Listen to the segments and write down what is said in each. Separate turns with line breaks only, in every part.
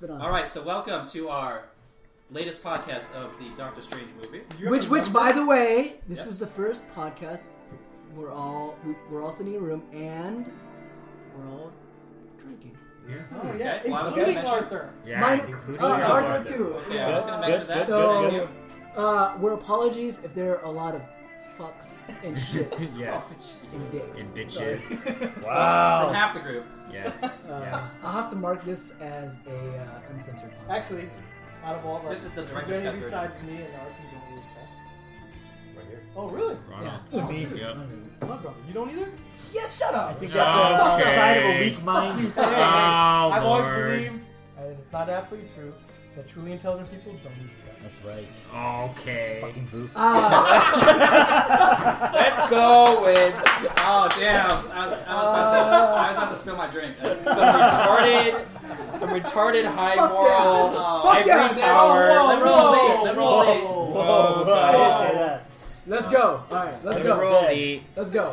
But um,
All right, so welcome to our latest podcast of the Doctor Strange movie.
You
Which,
have a
which, by
number?
the way, this
Yes.
is the first podcast we're all we, we're all sitting in a room and we're all drinking.
Yeah.
Oh, yeah,
Okay, well, I was
including
gonna mention-
Arthur.
Yeah.
Mine-
including
Uh,
the
ours
other.
are two.
Okay, I was going to mention that.
So-
Thank you.
Uh, we're apologies if there are a lot of fucks and shits
Oh,
Yes.
and dicks
And
Sorry.
bitches.
From
wow.
half the group.
Yes.
Uh,
Yes.
I'll have to mark this as a uh, uncensored. podcast.
Actually, out of all of us,
This is the
is
director's
there
cut
any
version.
besides me and Arthur you don't eat best? Oh, really?
yeah.
To me. Yep.
My brother, you don't either?
Yeah, shut up.
I think that's a
Okay.
fucking sign of a weak mind.
Fuck you.
Oh,
I've always
Lord.
believed.
And Uh, it's not absolutely true that truly intelligent people don't eat best.
That's right.
Okay.
Fucking boot.
Uh,
Let's go with
Oh, damn. I was, I was, about, to, I was about to spill my drink.
some retarded, some retarded high
Fuck
moral.
Oh,
Fuck
Ivory
yeah, man.
Tower.
Whoa,
Liberals
whoa,
lead,
whoa.
liberals lead.
Whoa,
I
guys.
didn't say
that.
Let's go. All right, let's go.
Liberal
Liberal lead.
Let's go.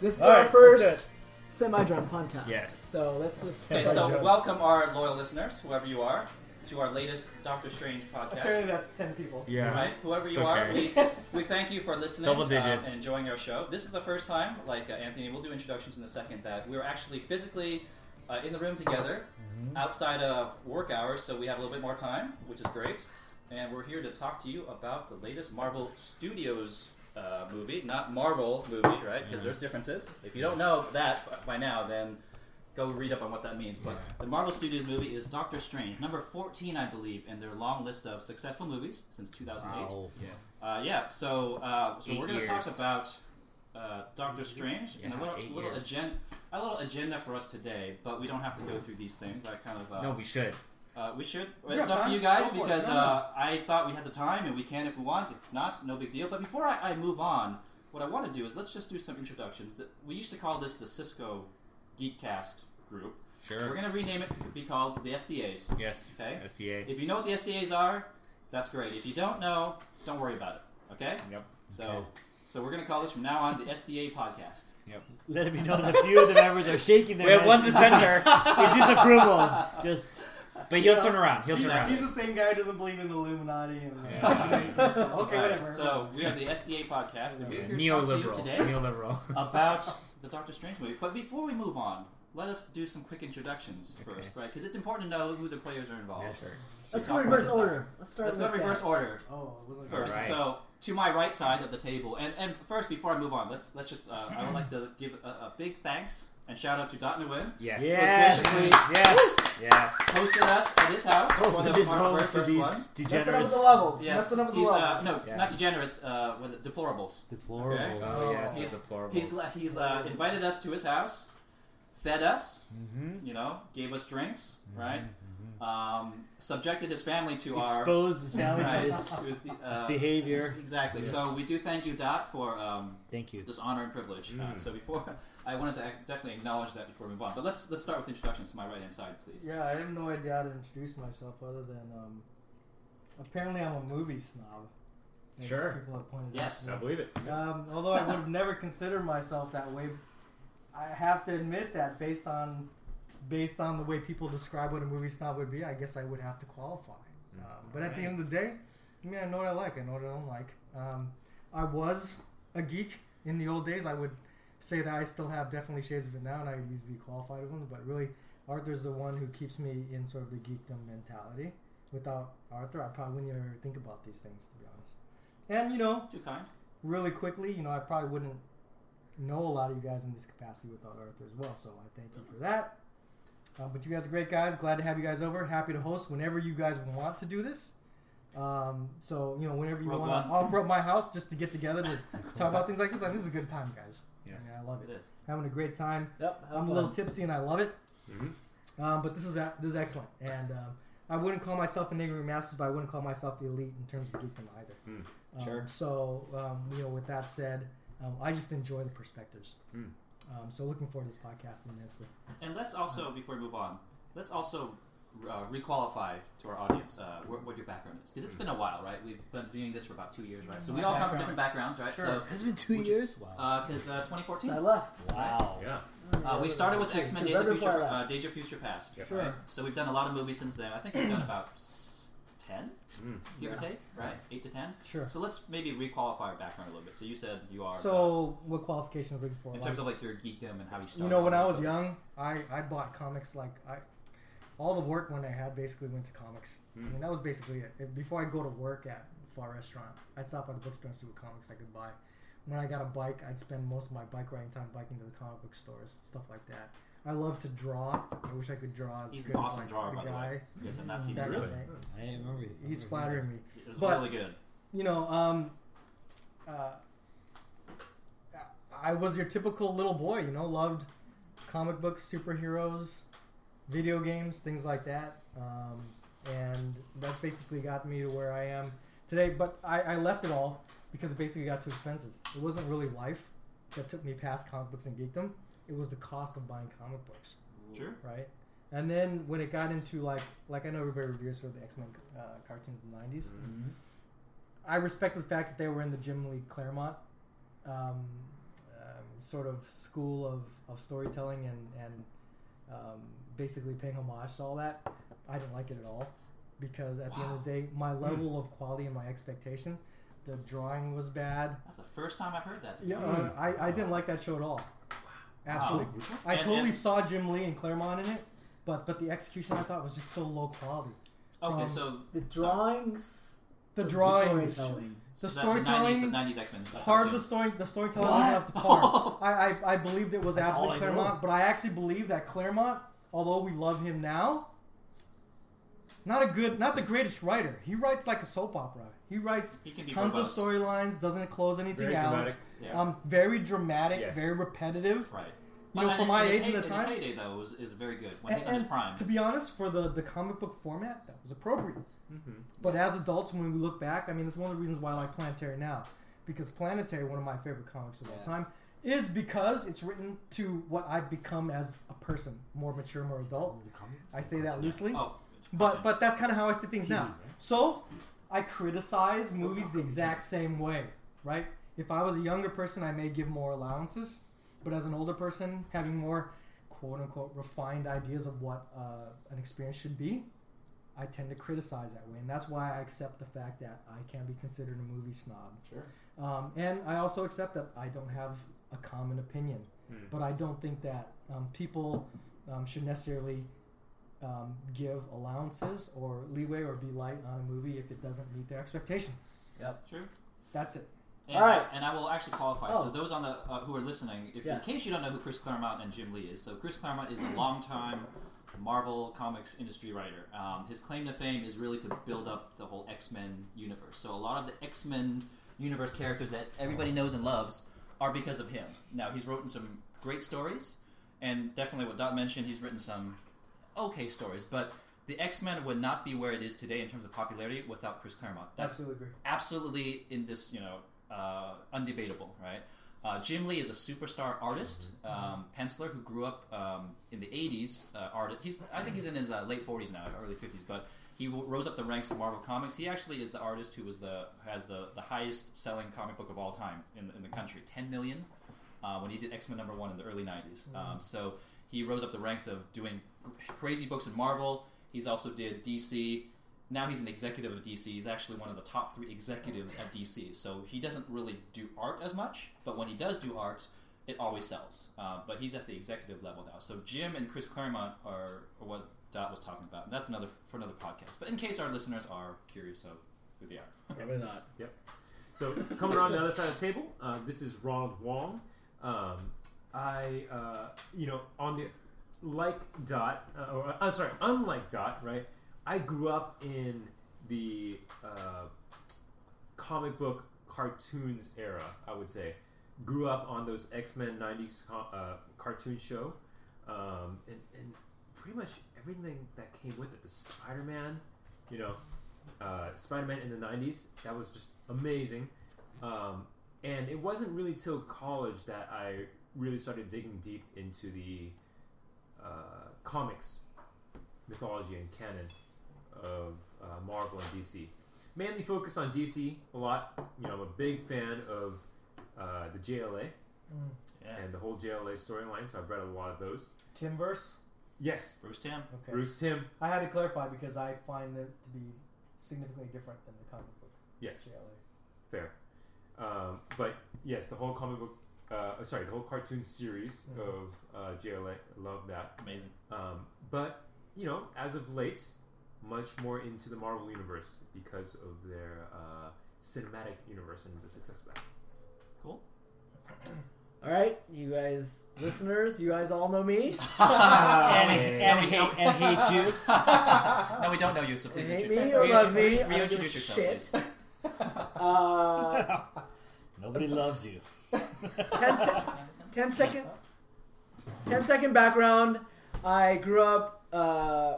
This is
All
our
right, let's
first semi-drunk podcast.
Yes.
So let's just.
okay, so welcome our loyal listeners, whoever you are, to our latest Doctor Strange podcast.
Apparently that's 10 people.
Yeah.
Right? Whoever you
It's
are,
okay.
we, we thank you for listening
Double
uh,
digits.
and enjoying our show. This is the first time, like uh, Anthony, we'll do introductions in a second, that we were actually physically uh, in the room together
Mm-hmm.
outside of work hours, so we have a little bit more time, which is great. And we're here to talk to you about the latest Marvel Studios uh, movie, not Marvel movie, right? Because there's differences. If you don't know that b- by now, then go read up on what that means. But
Yeah.
the Marvel Studios movie is Doctor Strange, number 14, I believe, in their long list of successful movies since 2008.
Oh, Yes.
Uh, yeah, so uh, so we
Eight
we're going to
years.
talk about uh, Doctor Strange and a
Yeah,
little,
eight
little
years.
agenda, a little agenda for us today. But we don't have to go through these things. I kind of uh,
No, we should.
uh, we should.
We
it's
got
up
time.
to you guys
Go for it.
because
No, no.
uh, I thought we had the time and we can if we want. If not, no big deal. But before I, I move on, what I want to do is let's just do some introductions. The- We used to call this the Cisco Geekcast group. We're
Sure.
going to rename it to be called the SDAs.
Yes.
Okay.
SDA.
If you know what the SDAs are, that's great. If you don't know, don't worry about it. Okay.
Yep.
So,
Okay.
so we're gonna call this from now on the SDA podcast.
Let me know that a few of the members are shaking their
We have one
heads
dissenter,
in disapproval. Just
but he'll turn around. He'll turn
He's
around.
the same guy who doesn't believe in Illuminati and
Yeah.
so, okay,
Alright,
whatever.
So we are the SDA podcast, and we're here to talk to you
Neoliberal.
today
Neoliberal.
about the Doctor Strange movie. But before we move on, let us do some quick introductions
Okay.
first, right? Because it's important to know who the players are involved.
Yes.
Let's
Sure.
go reverse order. Let's start
Let's
with
go in reverse
that.
order
oh, it wasn't
first.
Alright.
So to my right side of the table, and and first before I move on, let's let's just uh, I would like to give a, a big thanks and shout out to Dot Nguyen,
Yes.
yes,
graciously-
yes, yes.
hosted us at his house for
Oh,
the
it is
our
home
very
to
first one.
these
Messing up with
degenerates.
the levels.
Yes,
Messing up with the
he's, uh,
levels.
no,
Yeah.
not degenerates. Uh, was it deplorables?
Deplorables.
Okay.
Oh, yes.
He's-
He's, deplorable.
He's le- he's uh, invited us to his house, fed us,
Mm-hmm.
you know, gave us drinks, right? Um, subjected his family to our
Exposed his family
right,
to
his,
this,
his-
this
uh,
behavior.
Exactly. So
Yes.
we do thank you, Dot, for um,
Thank you.
this honor and privilege. Uh,
Mm.
so before I wanted to ac- definitely acknowledge that before we move on, but let's let's start with introductions to my right hand side, please.
Yeah, I have no idea how to introduce myself other than um, apparently I'm a movie snob. As
Sure.
People have pointed
Yes.
out.
believe it.
to me. Um, although I would have never considered myself that way, I have to admit that based on based on the way people describe what a movie snob would be, I guess I would have to qualify. Um, but at the end of the day, I mean, I know what I like. I know what I don't like. Um, I was a geek in the old days. I would say that I still have definitely shades of it now, and I used to be qualified ones. But really, Arthur's the one who keeps me in sort of the geekdom mentality. Without Arthur, I probably wouldn't even ever think about these things, to be honest. And you know,
Too kind.
really quickly, you know, I probably wouldn't know a lot of you guys in this capacity without Arthur as well. So I thank you for that. Uh, but you guys are great guys. Glad to have you guys over. Happy to host whenever you guys want to do this. Um, so you know, whenever you
Rogue
want,
One.
I'll up my house just to get together to talk about things like this. Like, this is a good time, guys.
Yes.
I, mean, I love
It
it.
is.
Having a great time.
Yep. have
I'm a little
fun.
tipsy and I love it.
Mhm.
Mm-hmm.
Um, but this is a- this is excellent, and um, I wouldn't call myself an ignorant master, but I wouldn't call myself the elite in terms of geekdom either.
Hmm.
Mm.
Um,
Sure.
So um, you know, with that said, um, I just enjoy the perspectives.
Hmm.
Mm.
Um, so looking forward to this podcast immensely.
And let's also, before we move on, let's also uh, requalify to our audience uh, what, what your background is, because it's been a while, right? We've been doing this for about two years, right? So we
My
all come from
background.
different backgrounds, right?
Sure.
So
Has it been two
Which is-
years?
because uh, 2014,
So I left.
Wow.
Yeah.
Mm.
Uh, we started with X Men: Days of
Better
Future,
Fly
uh, Days of Future Past.
Sure.
Right? So we've done a lot of movies since then. I think we've done about s- ten,
Mm.
give
Yeah.
or take, right? Eight to ten.
Sure.
So let's maybe requalify our background a little bit. So you said you are uh,
So, what qualifications are we looking for?
in
Like,
terms of like your geekdom and how you started.
you know, when I was young, I, I bought comics like I, all the work when I had basically went to comics. I
Hmm.
mean, that was basically it. If- Before I go to work at Far Restaurant, I'd stop by the bookstore and see what comics I could buy. When I got a bike, I'd spend most of my bike riding time biking to the comic book stores, stuff like that. I love to draw. I wish I could draw. As
He's
good
an
as,
awesome
like,
drawer,
the
by the
guy.
way. You guys have not seen
That
this
kind
yet.
of thing.
I remember.
He's flattering me
It was
But-
really good.
you know, um, uh, I was your typical little boy, you know, loved comic books, superheroes, video games, things like that. Um, and that basically got me to where I am today. But I, I left it all because it basically got too expensive. It wasn't really life that took me past comic books and geekdom, it was the cost of buying comic books
Sure.
right? And then when it got into like like I know everybody reviews for the X Men uh, cartoons in the 90s I respect the fact that they were in the Jim Lee Claremont um, um, sort of school of, of storytelling and and um, basically paying homage to all that. I didn't like it at all because at the end of the day, my level of quality and my expectation, the drawing was bad.
That's the first time I've heard that.
Yeah, uh,
Hmm.
I, I didn't like that show at all. Absolutely, I
And-
totally
and-
saw Jim Lee and Claremont in it, but but the execution I thought was just so low quality.
Okay,
Um,
so
The drawings.
The
the
drawings,
storytelling.
the
is that the 90s, the
storytelling,
90s X Men.
part of the story, the storytelling was up to par. I, I I believed it was
That's all
absolutely
I
Claremont, but I actually believe that Claremont, although we love him now, not a good, not the greatest writer. He writes like a soap opera. He writes
He can be
tons
verbose.
of storylines, doesn't close anything
Very
out.
dramatic.
Yeah.
Um, very dramatic,
Yes.
very repetitive.
Right.
You know,
But
for
in-
my
in his
age at
hey-
the
in his
time-
heyday though was is very good when
And-
he's on his
and
prime.
To be honest, for the, the comic book format, that was appropriate. But as adults, when we look back, I mean, it's one of the reasons why I like Planetary now. Because Planetary, one of my favorite comics of all time, is because it's written to what I've become as a person more mature, more adult. I say that loosely.
Oh,
But, but that's kind of how I see things now. So, I criticize movies the exact same way, right? If I was a younger person, I may give more allowances. But as an older person, having more quote unquote refined ideas of what uh, an experience should be, I tend to criticize that way. And that's why I accept the fact that I can be considered a movie snob.
Sure.
Um, and I also accept that I don't have a common opinion. But I don't think that um, people um, should necessarily um, give allowances or leeway or be light on a movie if it doesn't meet their expectation.
true.
That's it.
And,
All right.
and I will actually qualify.
Oh.
So those on the uh, who are listening, if
Yeah.
in case you don't know who Chris Claremont and Jim Lee is, so Chris Claremont is a longtime Marvel comics industry writer. Um, his claim to fame is really to build up the whole X Men universe. So a lot of the X Men universe characters that everybody knows and loves are because of him. Now he's written some great stories, and definitely what Dot mentioned, he's written some okay stories, but. The X Men would not be where it is today in terms of popularity without Chris Claremont. That's
Absolutely agree.
absolutely in this, you know, uh, undebatable, right? Uh, Jim Lee is a superstar artist, um, penciler who grew up um, in the '80s. Uh, art, he's I think he's in his uh, late 40s now, early 50s, but he w- rose up the ranks of Marvel Comics. He actually is the artist who was the has the, the highest selling comic book of all time in the, in the country, 10 million, uh, when he did X Men number one in the early '90s. Um, so he rose up the ranks of doing cr- crazy books in Marvel. He's also did DC. Now he's an executive of DC. He's actually one of the top three executives at DC. So he doesn't really do art as much, but when he does do art, it always sells. Uh, but he's at the executive level now. So Jim and Chris Claremont are, are what Dot was talking about. And that's another for another podcast. But in case our listeners are curious of who they are,
Probably not.
So coming around the other side of the table, uh, this is Ronald Wong. Um, I, uh, you know, on the like Dot, uh, or I'm sorry, unlike Dot, right? I grew up in the uh, comic book cartoons era. I would say, grew up on those X Men '90s co- uh, cartoon show, um, and, and pretty much everything that came with it. The Spider Man, you know, uh, Spider-Man in the '90s. That was just amazing. Um, and it wasn't really till college that I really started digging deep into the uh, comics, mythology, and canon of uh, Marvel and DC. Mainly focused on DC a lot. You know, I'm a big fan of uh, the JLA,
Yeah.
and the whole JLA storyline. So I've read a lot of those.
Timverse.
Yes,
Bruce Tim.
Okay.
Bruce Tim.
I had to clarify because I find them to be significantly different than the comic book
Yes,
JLA.
fair. Um, but yes, the whole comic book. Uh, sorry, the whole cartoon series
Mm-hmm.
Mhm.
of uh, JLA. Love that.
Amazing.
Um, but you know, as of late, much more into the Marvel universe because of their uh, cinematic universe and the success of that.
All right, you guys, listeners, you guys all know me.
and, and,
we
hate,
don't.
and hate you.
no, we don't know you, so please
hate
introduce-
me or love
re-
me, I
re-
don't give
reintroduce
a
yourself,
shit.
please.
Uh,
Nobody loves you.
10, se- 10 second 10 second background i grew up uh,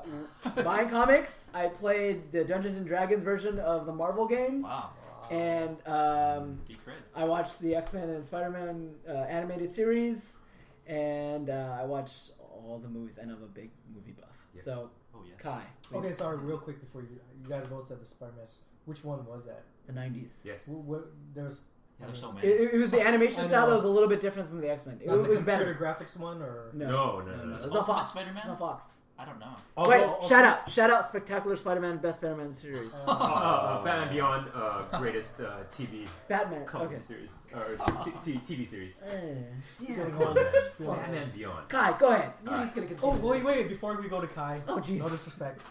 buying comics i played the dungeons and dragons version of the marvel games
Wow.
and um,
Geek cred.
i watched the x-men and spider-man uh, animated series and uh, i watched all the movies and i'm a big movie buff
Yeah.
so
Oh yeah.
kai
Okay, sorry, real quick before you you guys both said the Spider-Man. Which one was that?
the 90s
Yes.
What, what there's
Yeah, there's so
it,
many.
it- it was the animation
I
style that
know.
was a little bit different from the x-men it,
not the
was
computer
better
graphics one or
no
No, no, no.
no,
no,
no,
no.
It was
it
not
Ultimate
Fox.
Spider-Man?
Not Fox.
I don't know.
Although-
Wait,
also-
shout out, shout out, Spectacular Spider-Man, best Spider-Man series.
oh, Uh,
Uh,
uh, Batman Beyond, uh, greatest uh, TV
Batman,
comic
okay.
series or t- t- t- TV series.
Eh.
feeling
Come on.
Well,
Batman Beyond.
Kai, go ahead. You're
All
just gonna continue.
Oh wait,
this.
wait! Before we go to Kai,
Oh, jeez.
no disrespect.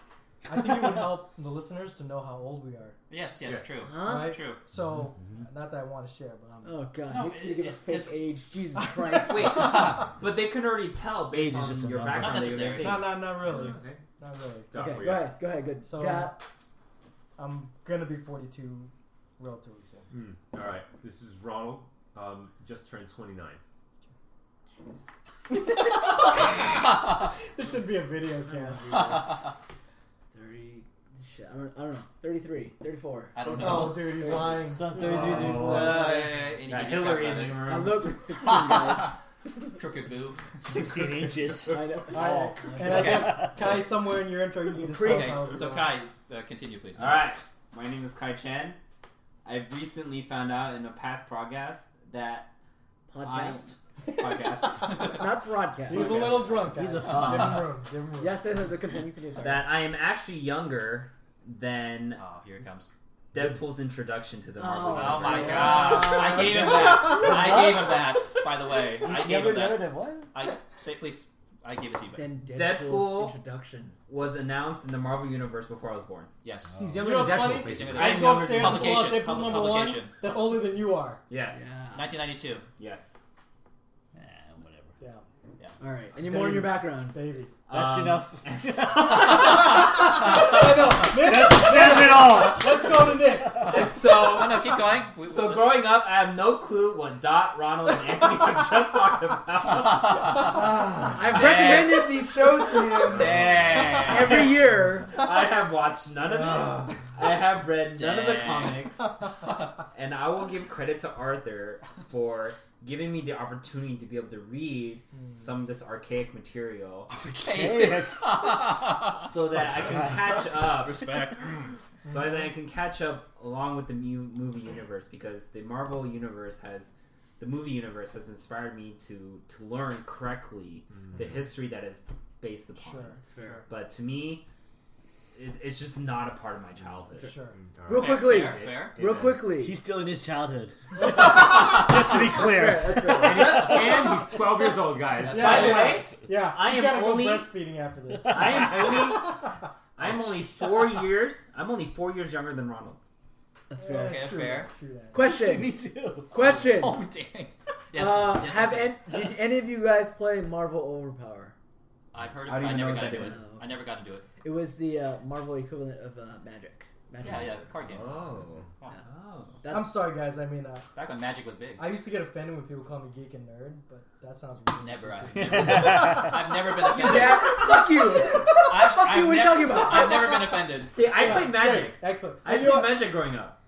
I think it would help the listeners to know how old we are.
Yes, yes,
Yes.
true.
Huh?
Right?
True.
So, not that I want to share, but I'm
Oh god,
No,
makes
it-
you give a
it-
fake
it's-
age. Jesus Christ.
Wait, not
But they could already tell
based
based
Age is on
on
just a your
your
number. background
background.
that you're gonna
not not not really,
Okay.
not really.
Doc,
okay,
where
go
you at?
ahead, go ahead. Good.
So-
Dad,
I'm gonna be 42 relatively soon.
Mm, all right. This is Ronald. Um, just turned 29.
This should be a video cast.
thirty. Shit, I don't, I don't know. 33, 34.
I don't know.
Oh, dude, he's lying.
Something.
Oh.
Uh,
That Hillary in the
I
room.
look like 16, guys.
Crooked Boo.
16 inches.
I know.
Alright, And I
Okay.
guess Kai, somewhere in your intro, you can just tell us how
Okay,
it's
so
going.
Kai, uh, continue, please.
All right. My name is Kai Chen. I recently found out in a past podcast that
Podcast.
podcast
Not broadcast.
He's a little drunk. Oh, Guys.
He's a
Give him
fun.
room. Give him room.
Yes, yes, yes, continue, continue. Sorry.
that I am actually younger than
Oh, here it comes.
Deadpool's introduction to the
Oh.
Marvel.
Oh my
Universe.
god. I gave him that. I gave him that, by the way. I gave him that.
what?
I say please I gave it to you. but-
Then Deadpool's
Deadpool.
introduction.
Was announced in the Marvel Universe before I was born.
Oh,
Yes.
He's
You
younger
know what's
than Deadpool.
funny?
He's younger
Basically.
than
I
I'm
go
younger than-
upstairs and pull out
Publication.
Deadpool
Pub-
number one.
publication.
That's older than you are.
Yes.
Yeah.
1992.
Yes.
Nah, whatever.
Yeah,
All right. Any more in your background?
baby.
That's
Um,
enough.
Nick,
Says it all.
let's go to Nick.
Oh
So,
no, keep going. We-
so
we-
growing up, I have no clue what Dot, Ronald, and Anthony have just talked about.
I've recommended these shows to him
Dang.
every year.
I have watched none of them. I have read none of the
Dang.
comics. And I will give credit to Arthur for giving me the opportunity to be able to read some of this archaic material
Okay.
so that I can catch up.
Respect.
So that I can catch up along with the mu- movie universe because the Marvel universe has, the movie universe has inspired me to to learn correctly
Mm.
the history that is based upon.
Sure,
fair.
But to me, it, it's just not a part of my childhood.
sure.
All
Real
right.
Fair,
quickly.
Fair, fair.
Real
Yeah.
quickly.
He's still in his childhood. Just to be clear.
That's fair.
And,
and he's 12 years old, guys.
by the
Yeah.
way,
Yeah,
I
he's
am
gotta go
only-
breastfeeding after this.
I am only I'm only four years. I'm only four years younger than Ronald.
That's
Yeah,
fair.
Okay,
true,
fair.
True that.
Me
Question.
too.
Question.
Oh dang. Yes.
Uh,
yes
have
okay.
any, did any of you guys play Marvel Overpower?
I've heard of
I
it,
don't
but I
even
never
know
got to
what
do
that
it.
is.
I never got to do it.
It was the uh, Marvel equivalent of uh, Magic. Magic.
Yeah, yeah, card game.
Oh.
Yeah.
Oh.
That-
I'm sorry, guys. I mean, uh,
Back when Magic was big.
I used to get offended when people call me geek and nerd, but that sounds really
Never. I- I've
stupid.
never, I've never been offended.
yeah, fuck you.
I've,
Fuck
I've
you. What are you
nev-
talking about?
I've never been offended.
Yeah, I
Yeah,
played Magic.
great, Excellent.
I
And you know
played
what?
Magic growing up.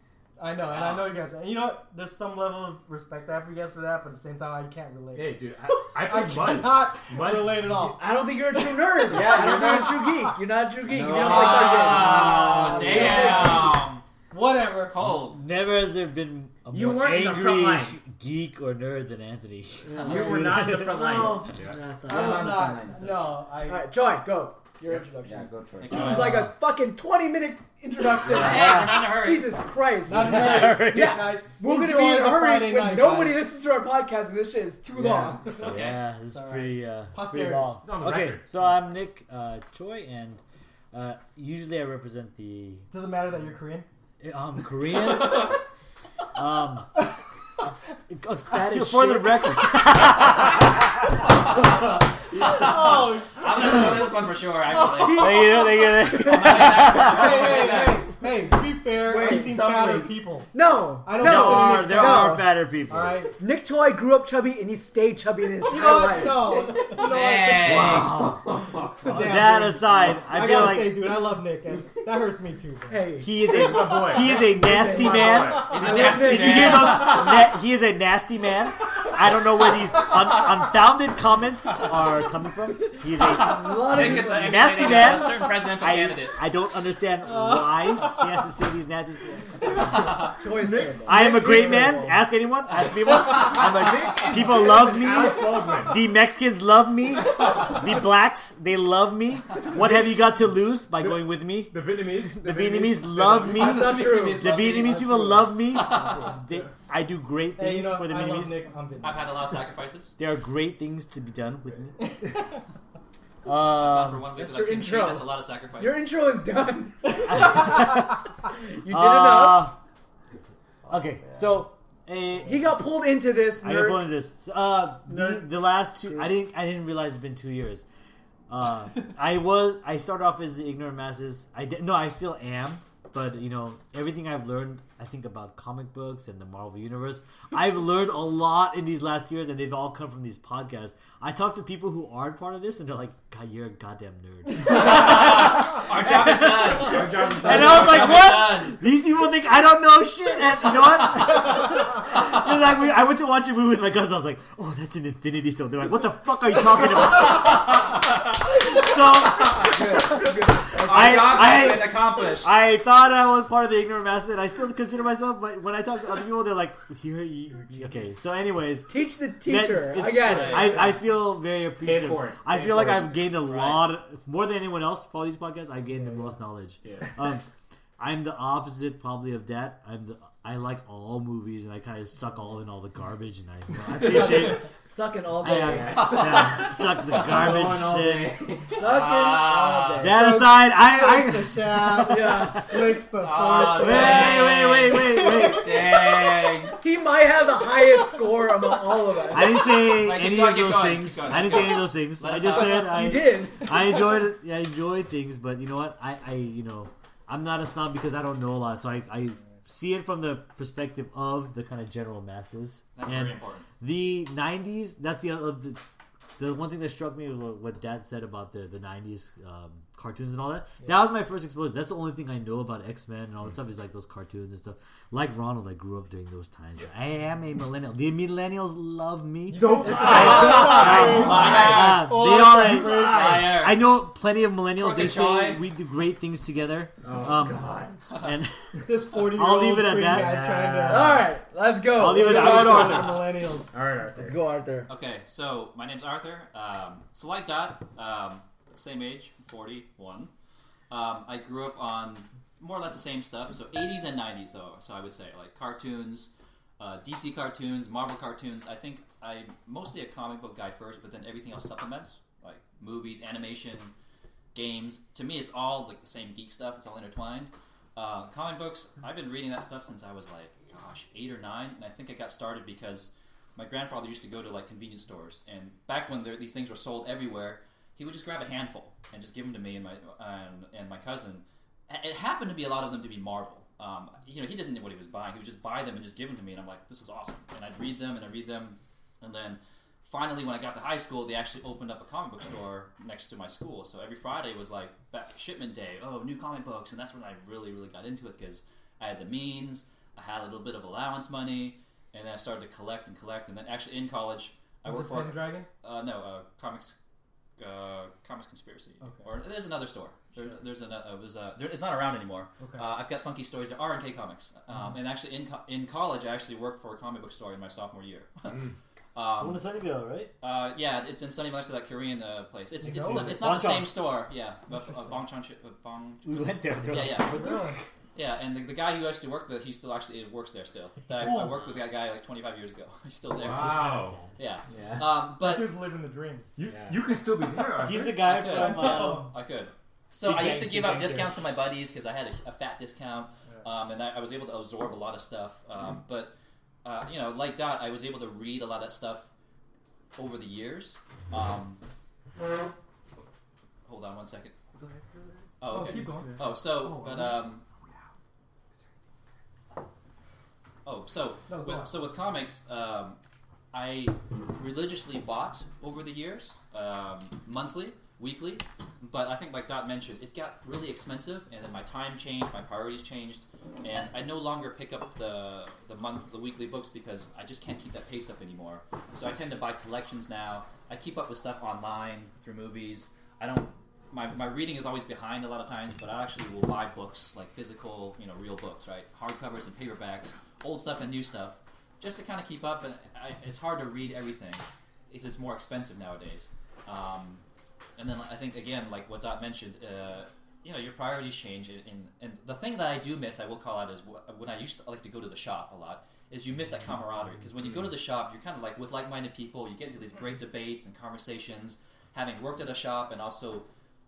I know, and I
Wow.
know you guys. And you know what? There's some level of respect I have for you guys for that, but at the same time, I can't relate.
Hey, dude, I, I
I
played months.
cannot
Months.
relate at all.
I don't think you're a true nerd. Yeah, I don't think you're a true geek. You're not a true geek. You don't play
Oh,
card games.
Ah, damn.
Whatever.
Cold.
Never has there been a
You
more
weren't in the
angry
front lines.
geek or nerd than Anthony.
We were not in the front lines.
Yeah.
No, it's not.
I
Yeah,
was
I'm fine,
not.
so-
No, I.
All right, Joy, go. Your introduction.
Yeah, go Troy.
Hey,
This
Troy.
is like a fucking 20 minute introduction.
Hey, we're not in a hurry.
Jesus Christ.
Not nice.
Yeah.
Yeah, guys.
We're going to
enjoy
be in a
the
hurry
Friday
when
night,
nobody
guys.
listens to our podcast and this shit is too
Yeah.
long.
It's okay.
Yeah, this is
Sorry.
pretty, uh, pretty
Posterity.
long.
It's on the
Okay,
record.
so I'm Nick uh, Choi, and uh, usually I represent the
Doesn't matter that you're Korean.
um, Korean. um, uh,
Fat as
for the
shit.
record,
oh,
I'm gonna know this one for sure. Actually,
there you go, there you go.
hey, hey, hey, hey. Be fair.
Wait,
I've seen
stop
fatter
waiting.
people.
No.
I don't
There
know.
no.
are there
No.
are fatter people.
All right.
Nick Choi grew up chubby and he stayed chubby in his
You
entire
know what?
life.
No. You know what?
Dang.
Wow.
Damn,
that
dude.
aside,
I,
I, feel
gotta
like
say, dude, I love Nick. That that hurts me too. bro.
Hey.
he is
He's
a
my boy.
he is a nasty
He's my
man.
boy.
He's a
Did
nasty
Did you hear
man. uh,
those? Na- he is a nasty man. I don't know where these un- unfounded comments are coming from. He's a
a lot of
Nick is
people-
an
Nasty
emulating,
man.
uh, certain presidential
I,
candidate.
I don't understand why he has to say these nasty.
Choi is terrible.
I am a great man.
Terrible.
Ask anyone. Ask people. I'm a, people love me.
Alec Baldwin.
The Mexicans love me. The blacks they love me. What have you got to lose by going with me?
The Vietnamese.
The Vietnamese love me.
That's not true.
The Vietnamese people love me. They, I do great
Hey, you
things
know,
for the
I love
Vietnamese.
Nick. I'm Vietnamese.
I've had a lot of sacrifices.
There are great things to be done with me.
Gone for
Um,
one week
that's
without
your
Kim K,
intro.
That's a lot of sacrifices.
Your intro is done. you did enough.
uh, okay, so eh,
He got pulled into this.
I got
Nerd.
pulled into this. So, Uh, the,
Nerd.
the last two, I didn't. I didn't realize it's been two years. Uh, I was. I started off as the ignorant masses. I did, no, I still am. But you know, everything I've learned, I think about comic books and the Marvel universe. I've learned a lot in these last years, and they've all come from these podcasts. I talk to people who aren't part of this, and they're like, "God, you're a goddamn nerd."
Our job is done.
Our job is
And I was like,
Our job is
"What?"
done.
These people think I don't know shit. And you know what? It's like we, I went to watch a movie with my cousins. I was like, "Oh, that's an Infinity Stone." They're like, "What the fuck are you talking about?" so
Our
I-
job
I-
has been accomplished.
I thought I was part of the ignorant masses, and I still consider myself. But when I talk to other people, they're like, "You're, you okay." So, anyways,
Teach the
that's-
teacher
it's-
again.
Right.
I, I feel very appreciative.
for it.
I
Pay
feel like
for it.
I've gained a lot of- more than anyone else. For all these podcasts, I've gained the most knowledge.
Yeah.
Um, I'm the opposite probably of that. I'm the I like all movies and I kind of suck all in all the garbage and I, I appreciate
Sucking all
I,
day.
I- I suck the garbage
Going all
shit.
day.
Sucking all day.
Uh, That aside,
Takes
I,
the shaft,
yeah.
licks the
Ah,
first.
I wait wait wait wait wait.
Dang.
He might have the highest score among all of us.
I didn't say
Like,
any
keep going,
of
keep
those
going,
things.
keep going.
I didn't say any of those things.
Let
I
it
just
talk.
said I
you did.
I enjoyed I enjoy things, but you know what? I, I you know I'm not a snob because I don't know a lot, so I, I see it from the perspective of the kind of general masses.
That's
and
very important.
the '90s. That's the other. The, the one thing that struck me was what- what Dad said about the the '90s um, cartoons and all that. That was my first exposure. That's the only thing I know about X Men and all that stuff is like those cartoons and stuff. Like Ronald, I grew up during those times. I am a millennial. The millennials love me.
Don't
I- I- uh, they all.
Liar.
I know plenty of millennials. They
Crooked
say
Joy.
we do great things together.
Oh,
Um,
God.
And
This 40 year
I'll
old
leave it at that.
Guy's trying to,
All right, let's go.
Uh, I'll leave it at
Sorry,
that.
sorry, millennials.
All right, Arthur.
Let's go, Arthur.
Okay, so my name's Arthur. Um, so like Dot, um, same age, 41. Um, I grew up on more or less the same stuff. So 80s and 90s, though. So I would say like cartoons, uh, DC cartoons, Marvel cartoons. I think I'm mostly a comic book guy first, but then everything else supplements like movies, animation, games. To me, it's all like the same geek stuff. It's all intertwined. Uh, comic books. I've been reading that stuff since I was like, gosh, eight or nine, and I think I got started because my grandfather used to go to like convenience stores, and back when there, these things were sold everywhere, he would just grab a handful and just give them to me and my and, and my cousin. A- It happened to be a lot of them to be Marvel. Um, you know, he didn't know what he was buying. He would just buy them and just give them to me, and I'm like, this is awesome. And I'd read them and I'd read them, and then finally, when I got to high school, they actually opened up a comic book store next to my school. So every Friday was like back shipment day. Oh, new comic books, and that's when I really, really got into it because I had the means. I had a little bit of allowance money, and then I started to collect and collect. And then actually in college, I
Was
worked
it
for
Pendragon?
uh, no uh, comics, uh, comics conspiracy,
Okay.
or there's another store. There's, there's an, uh, it was, uh, there, it's not around anymore.
Okay. Mm-hmm.
Uh, I've got funky stories. There are in K Comics, um, and actually in co- in college, I actually worked for a comic book store in my sophomore year.
Mm.
I
um,
want to Sunnyvale, right?
uh, yeah, it's in Sunnyvale, so that Korean uh, place. It's it's,
Oh,
not, it's not the
Bongchon.
same store. Yeah, but, uh, Bongchon, Chi- uh, Bong.
We went there. They're
Yeah,
like,
yeah.
"What the-"
Yeah, and the, the guy who used to work there, he still actually works there still. That I, I worked with that guy like 25 years ago. He's still there.
Wow.
Yeah.
Yeah.
Um, but
Just living the dream.
You,
Yeah.
you could still be there. Arthur.
He's the guy
I could.
from. Um,
I could. So
Big
I used
bang,
to give
big
out
bang
discounts to my buddies because I had a, a fat discount, um, and I, I was able to absorb a lot of stuff. Um, But uh, you know, like Dot, I was able to read a lot of that stuff over the years. Um, hold on one second. Oh, okay.
keep going.
Oh, so
Oh,
but
wow.
um. Oh, so
No, go
with,
on.
so with comics, um, I religiously bought over the years, um, monthly, weekly, but I think like Dot mentioned, it got really expensive, and then my time changed, my priorities changed, and I no longer pick up the the month, the weekly books because I just can't keep that pace up anymore. So I tend to buy collections now. I keep up with stuff online through movies. I don't. My, my reading is always behind a lot of times, but I actually will buy books like physical, you know, real books, right? Hardcovers and paperbacks, old stuff and new stuff, just to kind of keep up. And I, it's hard to read everything. It's, it's more expensive nowadays. Um, and then I think again, like what Dot mentioned, uh, you know, your priorities change. And, and and the thing that I do miss, I will call out, is wh- when I used to like to go to the shop a lot. Is you miss that camaraderie because when you go to the shop, you're kind of like with like-minded people. You get into these great debates and conversations. Having worked at a shop and also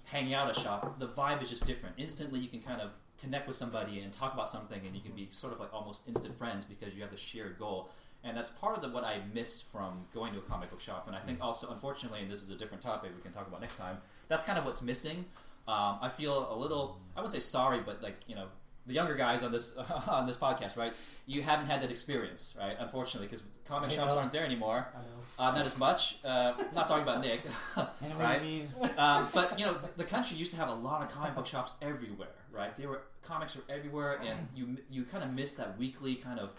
hanging out at a shop, the vibe is just different. Instantly, you can kind of connect with somebody and talk about something, and you can be sort of like almost instant friends because you have this shared goal. And that's part of the, what I miss from going to a comic book shop. And I
Mm.
think also, unfortunately, and this is a different topic we can talk about next time, that's kind of what's missing. Um, I feel a little, I wouldn't say sorry, but like, you know, the younger guys on this on this podcast, right? You haven't had that experience, right? Unfortunately, because comic
I
shops
know.
aren't there anymore.
I know.
Uh, not as much. Uh, not talking about Nick.
I know what
right?
you mean.
um, but you know, the country used to have a lot of comic book shops everywhere, right? There were comics were everywhere, and
Mm.
you you kind of miss that weekly kind of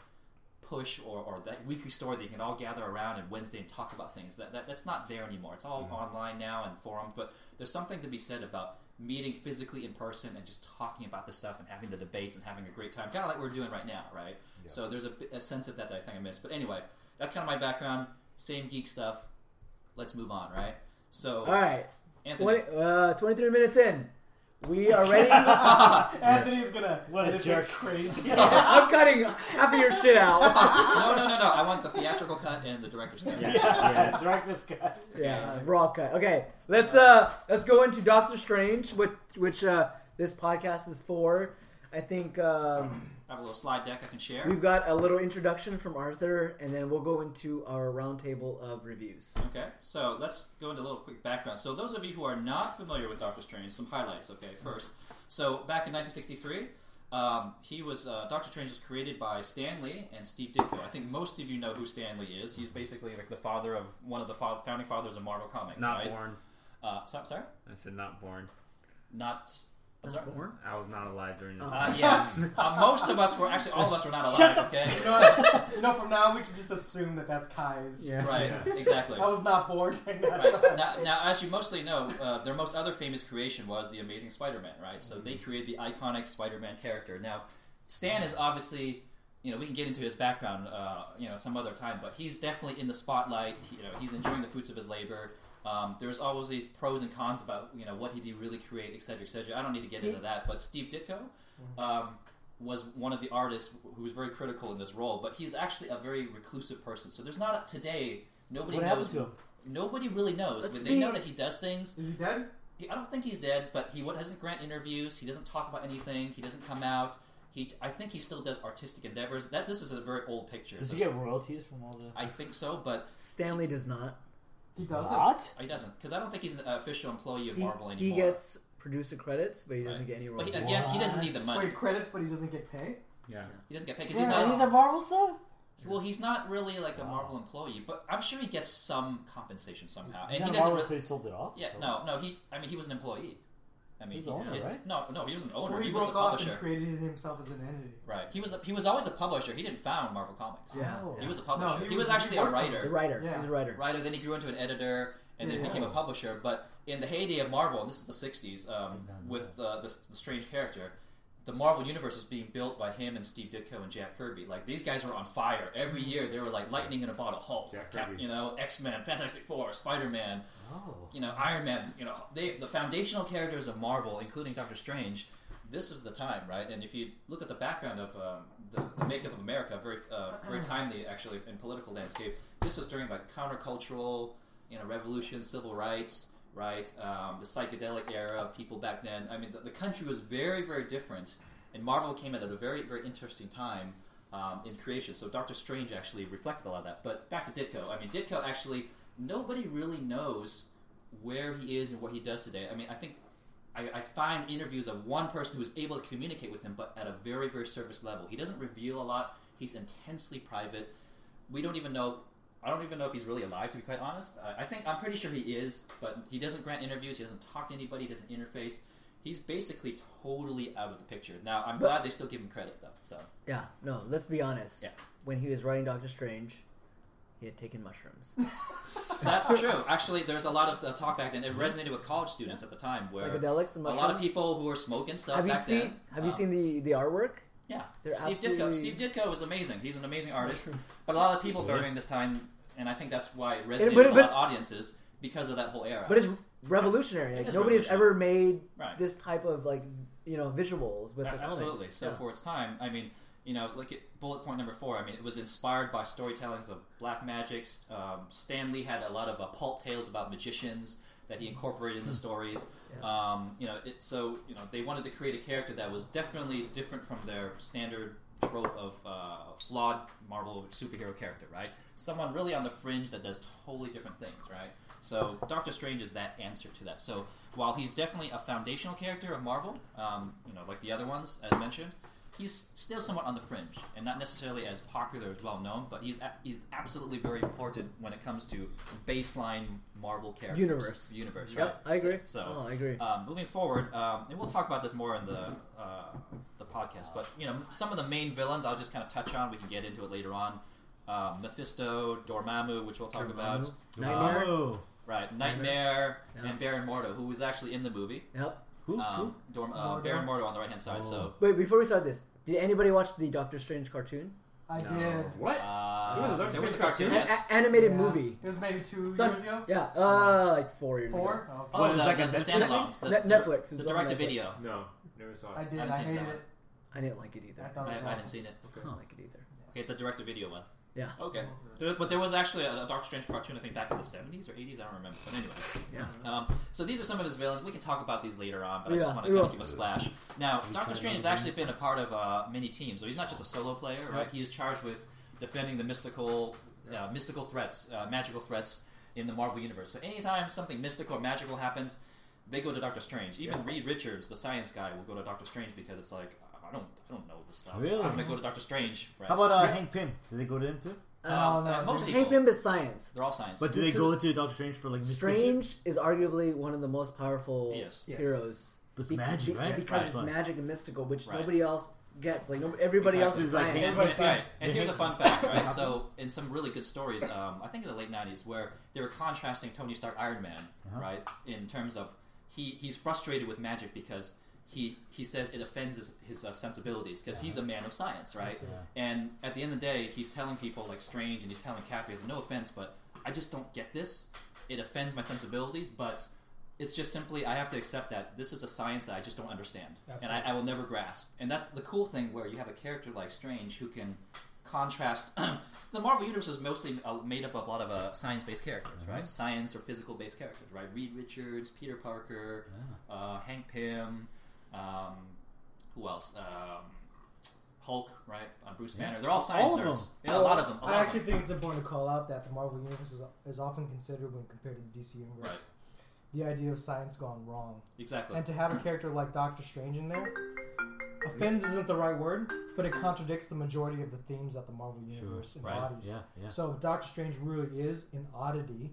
push or, or that weekly story that you can all gather around and Wednesday and talk about things. That, that that's not there anymore. It's
Mm-hmm.
all online now and forums, but there's something to be said about meeting physically in person and just talking about the stuff and having the debates and having a great time, kind of like we're doing right now, right? So there's a, bit- a sense of that that I think I missed. But anyway, that's kind of my background. Same geek stuff. Let's move on, right? So,
All right,
Anthony,
20, uh, 23 minutes in. We are ready. I'm
Anthony's gonna.
What a
edit
jerk.
this Crazy.
cutting half of your shit out.
no, no, no, no. I want the theatrical cut and the director's cut.
Yeah, direct this guy.
Yeah, raw cut. Okay, let's uh let's go into Doctor Strange, which which uh this podcast is for. I think um,
I have a little slide deck I can share.
we've got a little introduction from Arthur, and then we'll go into our roundtable of reviews.
Okay, so let's go into a little quick background. So, those of you who are not familiar with Doctor Strange, some highlights, okay, first. So, back in 1963, um, he was uh, Doctor Strange was created by Stan Lee and Steve Ditko. I think most of you know who Stan Lee is. He's basically like the father of one of the fa- founding fathers of Marvel Comics,
Not
right?
born.
Uh, so, sorry?
I said not born.
Not. I'm sorry.
Born? I was not alive during this.
Uh, yeah, uh, most of us were actually all of us were not alive.
Shut the-
okay,
You know, you know, from now on, we can just assume that that's Kai's.
right?
Yeah.
Exactly.
I was not born during that
right.
time.
now, now, as you mostly know, uh, their most other famous creation was the Amazing Spider-Man, right? So
Mm-hmm.
they created the iconic Spider-Man character. Now, Stan is obviously, you know, we can get into his background, uh, you know, some other time, but he's definitely in the spotlight. He- You know, he's enjoying the fruits of his labor. Um, there's always these pros and cons about you know what he did really create, et cetera, et cetera. I don't need to get into that, but Steve Ditko.
Mm-hmm.
Um, was one of the artists who was very critical in this role, but he's actually a very reclusive person. So there's not today nobody
What happened
knows
to him?
Nobody really knows,
Let's
but they know
see.
that he does things.
Is he dead?
He, I don't think he's dead, but he wa- doesn't grant interviews. He doesn't talk about anything. He doesn't come out. He, I think he still does artistic endeavors. That this is a very old picture.
Does he
Those-
get royalties from all the?
I think so, but
Stanley does not.
He doesn't.
What?
he doesn't because I don't think he's an official employee of
He,
Marvel
he
anymore.
gets producer credits, but he doesn't
Right.
get any
but he,
royalties.
again, he doesn't need the money.
Wait, credits, but he doesn't get paid.
yeah.
He doesn't get paid because
Yeah,
he's
any of
not.
the Marvel stuff?
Well, he's not really like a Marvel employee, but I'm sure he gets some compensation somehow, and
Isn't
he
that
doesn't.
Marvel
really-
because he sold it off.
yeah,
So-
no, no. He, I mean, he was an employee. I mean,
He's
he,
the owner,
he-
right?
No, Oh, no, he was an owner.
Or he,
he was a
broke off
publisher.
and created himself as an entity.
Right. He was a, he was always a publisher. He didn't found Marvel Comics.
yeah,
Oh.
He was a
No,
publisher.
he
he, was,
was- he
actually a
worked for-
the
writer.
writer.
Yeah.
He's a writer.
Writer. Then he grew into an editor, and then
Yeah.
became a publisher. But in the heyday of Marvel, and this is the '60s, um, with uh, the, the Strange character, the Marvel universe was being built by him and Steve Ditko and Jack Kirby. Like these guys were on fire every year. They were like lightning in a bottle. Hulk,
Mm-hmm. Jack
Cap,
Kirby.
you know, X Men, Fantastic Four, Spider Man,
Oh.
you know, Iron Man. You know, they the foundational characters of Marvel, including Doctor Strange. This is the time, right? And if you look at the background of um, the, the makeup of America, very uh,
Uh-uh.
very timely actually in political landscape. This was during like countercultural, you know, revolution, civil rights, right? Um, the psychedelic era of people back then. I mean, the, the country was very very different, and Marvel came in at a very very interesting time. Um, in creation, so Doctor Strange actually reflected a lot of that. But back to Ditko. I mean, Ditko actually nobody really knows where he is and what he does today. I mean, I think I, I find interviews of one person who is able to communicate with him, but at a very, very surface level. He doesn't reveal a lot. He's intensely private. We don't even know. I don't even know if he's really alive, to be quite honest. Uh, I, I think I'm pretty sure he is, but he doesn't grant interviews. He doesn't talk to anybody. He doesn't interface. He's basically totally out of the picture. Now, I'm glad they still give him credit, though. So
Yeah, no, let's be honest.
Yeah.
When he was writing Doctor Strange, he had taken mushrooms.
that's true. Actually, there's a lot of the talk back then. It resonated with college students at the time, where
Psychedelics and mushrooms.
a lot of people who were smoking stuff.
Have you
back
seen
Then,
Have you
um,
seen the the artwork?
Yeah,
They're
Steve Ditko.
absolutely-
Steve Ditko is amazing. He's an amazing artist. But a lot of people during this time, and I think that's why it resonated
but-
with a lot
but-
of audiences because of that whole era.
But it's revolutionary. Like
is
nobody's ever made
Right.
this type of like you know visuals with
A-
the comic.
absolutely. So
Yeah.
for its time, I mean, you know, look at bullet point number four. I mean, it was inspired by storytellings of black magics. Um, Stan Lee had a lot of uh, pulp tales about magicians that he incorporated in the stories. Um, you know, it, so you know they wanted to create a character that was definitely different from their standard trope of uh, flawed Marvel superhero character, right? Someone really on the fringe that does totally different things, right? So Doctor Strange is that answer to that. So while he's definitely a foundational character of Marvel, um, you know, like the other ones as mentioned, he's still somewhat on the fringe and not necessarily as popular as well known. But he's a- he's absolutely very important when it comes to baseline Marvel characters,
Universe.
universe, right?
Yep, I agree.
So-
oh, I agree.
Um, moving forward, um, and we'll talk about this more in the uh, the podcast. But you know, some of the main villains I'll just kind of touch on. We can get into it later on. Um, Mephisto, Dormammu, which we'll talk about.
Nightmare.
Oh.
Right, Nightmare,
Yeah.
and Baron Mordo, who was actually in the movie.
Yep.
Who?
Um,
who?
Dorm, uh,
Mordo.
Baron Mordo on the right hand side. So,
Wait, before we start this, did anybody watch the Doctor Strange cartoon?
I
No.
did.
What?
uh,
There was a
there was a
Doctor
cartoon.
An-
Yes.
a- animated
Yeah.
movie.
It was maybe two
It's on-
years ago.
Yeah, uh, like four years ago.
Four. Oh,
Oh,
What, is
the,
that
the,
a
the
Netflix thing?
standalone, the,
Ne- Netflix.
the
It's on
direct to
Netflix.
video.
No, never saw
I
it.
did.
I
I,
haven't seen
hated
that
it.
I didn't like it either.
I
I,
thought
I,
it was
I haven't
awful.
seen it.
didn't like it either.
Okay, the direct to video one.
Yeah.
Okay. There- but there was actually a, a Doctor Strange cartoon, I think, back in the 70s or 80s. I don't remember. But anyway.
Yeah.
Um, so these are some of his villains. We can talk about these later on, but I
Yeah,
just want to
we
kind
will.
of give a splash. Now, Doctor
try
Strange has
another
actually been a part of uh, many teams, so he's not just a solo player, right? He is charged with defending the mystical, uh, mystical threats, uh, magical threats in the Marvel universe. So anytime something mystical or magical happens, they go to Doctor Strange. Even Reed Richards, the science guy, will go to Doctor Strange because it's like I don't, I don't know this stuff.
Really?
I'm gonna go to Doctor Strange. Right?
How about uh, Hank Pym? Do they go to him too?
Uh,
Oh, no.
uh, most people,
Hank Pym is science.
they're all science.
But do they
It's a-
go to Doctor Strange for like mystical shit?
Strange is arguably one of the most powerful
Yes.
Yes.
heroes.
But it's
Bec-
magic,
be-
right?
Because
Right.
it's magic and mystical, which
Right.
nobody else gets. Like no, everybody
Exactly.
else
It's
is
like
science.
Hank-
And,
Everybody
right,
says-
and here's a
They
fun fact, right? So, in some really good stories, um, I think in the late '90s, where they were contrasting Tony Stark, Iron Man,
Uh-huh.
right, in terms of he he's frustrated with magic because he he says it offends his, his uh, sensibilities because
Uh-huh.
he's a man of science, right? And at the end of the day, he's telling people like Strange and he's telling Kathy, "Is no offense, but I just don't get this. It offends my sensibilities, but." It's just simply I have to accept that this is a science that I just don't understand, and I, I will never grasp. And that's the cool thing where you have a character like Strange who can contrast the Marvel universe is mostly uh, made up of a lot of uh, science-based characters, right? Science or physical-based characters, right? Reed Richards, Peter Parker, uh, Hank Pym, um, who else? Um, Hulk, right? Uh, Bruce Banner. They're all science
All of
nerds.
them.
Yeah, a lot of them. A lot
I
of them.
actually think it's important to call out that the Marvel Universe is, is often considered when compared to the DC Universe.
Right.
The idea of science gone wrong.
exactly.
And to have a character like Doctor Strange in there, offends isn't the right word, but it contradicts the majority of the themes that the Marvel Universe
Right.
embodies.
Yeah, yeah.
So Doctor Strange really is an oddity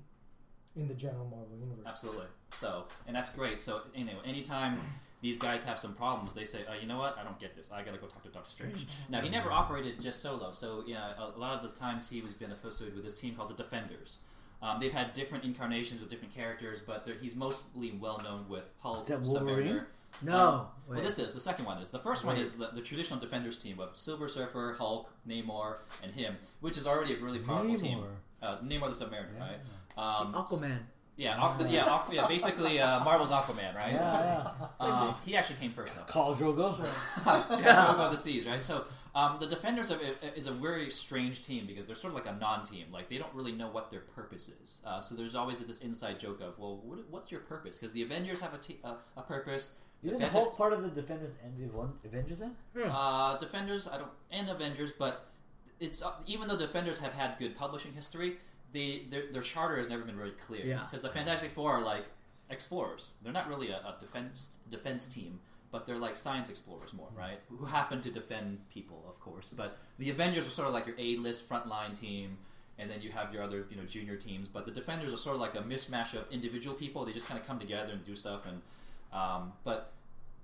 in the general Marvel Universe.
Absolutely. So, and that's great. So, you know, anytime these guys have some problems, they say, oh, you know what? I don't get this. I gotta go talk to Doctor Strange.
Mm-hmm.
Now, he never operated just solo. So, yeah, a lot of the times he was been associated with this team called the Defenders. Um, they've had different incarnations with different characters, but they're- he's mostly well known with Hulk,
Is that
Submariner,
Wolverine?
No.
Well,
wait.
this is the second one. Is the first one
Wait.
is the, the traditional Defenders team of Silver Surfer, Hulk, Namor, and him, which is already a really powerful team.
Namor.
Uh, Namor the Submariner,
Yeah.
right? Um,
Aquaman.
Yeah, Aqu- yeah, Aqu- yeah, basically uh, Marvel's Aquaman, right?
Yeah,
Uh, he actually came first though.
Call Drogo.
yeah, Drogo of the Seas, right? So um, the Defenders of, is a very strange team because they're sort of like a non-team. Like they don't really know what their purpose is. Uh, so there's always this inside joke of, well, what, what's your purpose? Because the Avengers have a, te- uh, a purpose.
Isn't
Defenders-
Hulk part of the Defenders and the Avon- Avengers then?
uh, Defenders, I don't, and Avengers, but it's uh, even though Defenders have had good publishing history, they their, their charter has never been really clear.
Yeah.
because the Fantastic Four are like explorers; they're not really a, a defense defense team, but they're like science explorers more, right? Who happen to defend people, of course. But the Avengers are sort of like your A list frontline team. And then you have your other, you know, junior teams, but the defenders are sort of like a mismatch of individual people. They just kind of come together and do stuff. And um, but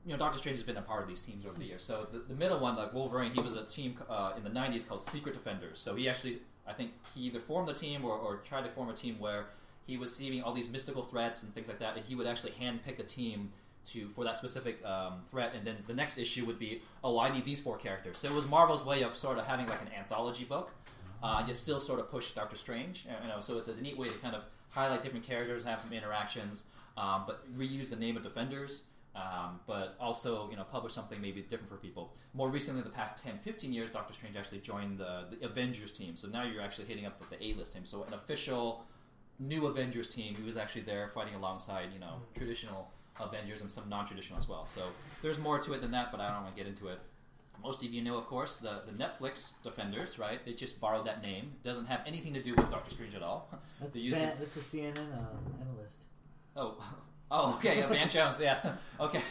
you know, Doctor Strange has been a part of these teams over the years. So the, the middle one, like Wolverine, he was a team uh, in the '90s called Secret Defenders. So he actually, I think, he either formed the team or, or tried to form a team where he was receiving all these mystical threats and things like that, and he would actually handpick a team to for that specific um, threat. And then the next issue would be, oh, I need these four characters. So it was Marvel's way of sort of having like an anthology book, uh, yet still sort of push Doctor Strange. You know, so it's a neat way to kind of highlight different characters, have some interactions, um, but reuse the name of Defenders um, but also you know publish something maybe different for people more recently the past 10 15 years dr strange actually joined the, the avengers team so now you're actually hitting up with the a-list team so an official new avengers team who was actually there fighting alongside you know traditional avengers and some non-traditional as well so there's more to it than that but i don't want to get into it most of you know of course the, the netflix defenders right they just borrowed that name it doesn't have anything to do with dr strange at all
That's,
They use
fan,
it-
that's a CNN uh, analyst.
oh oh okay yeah, van jones yeah okay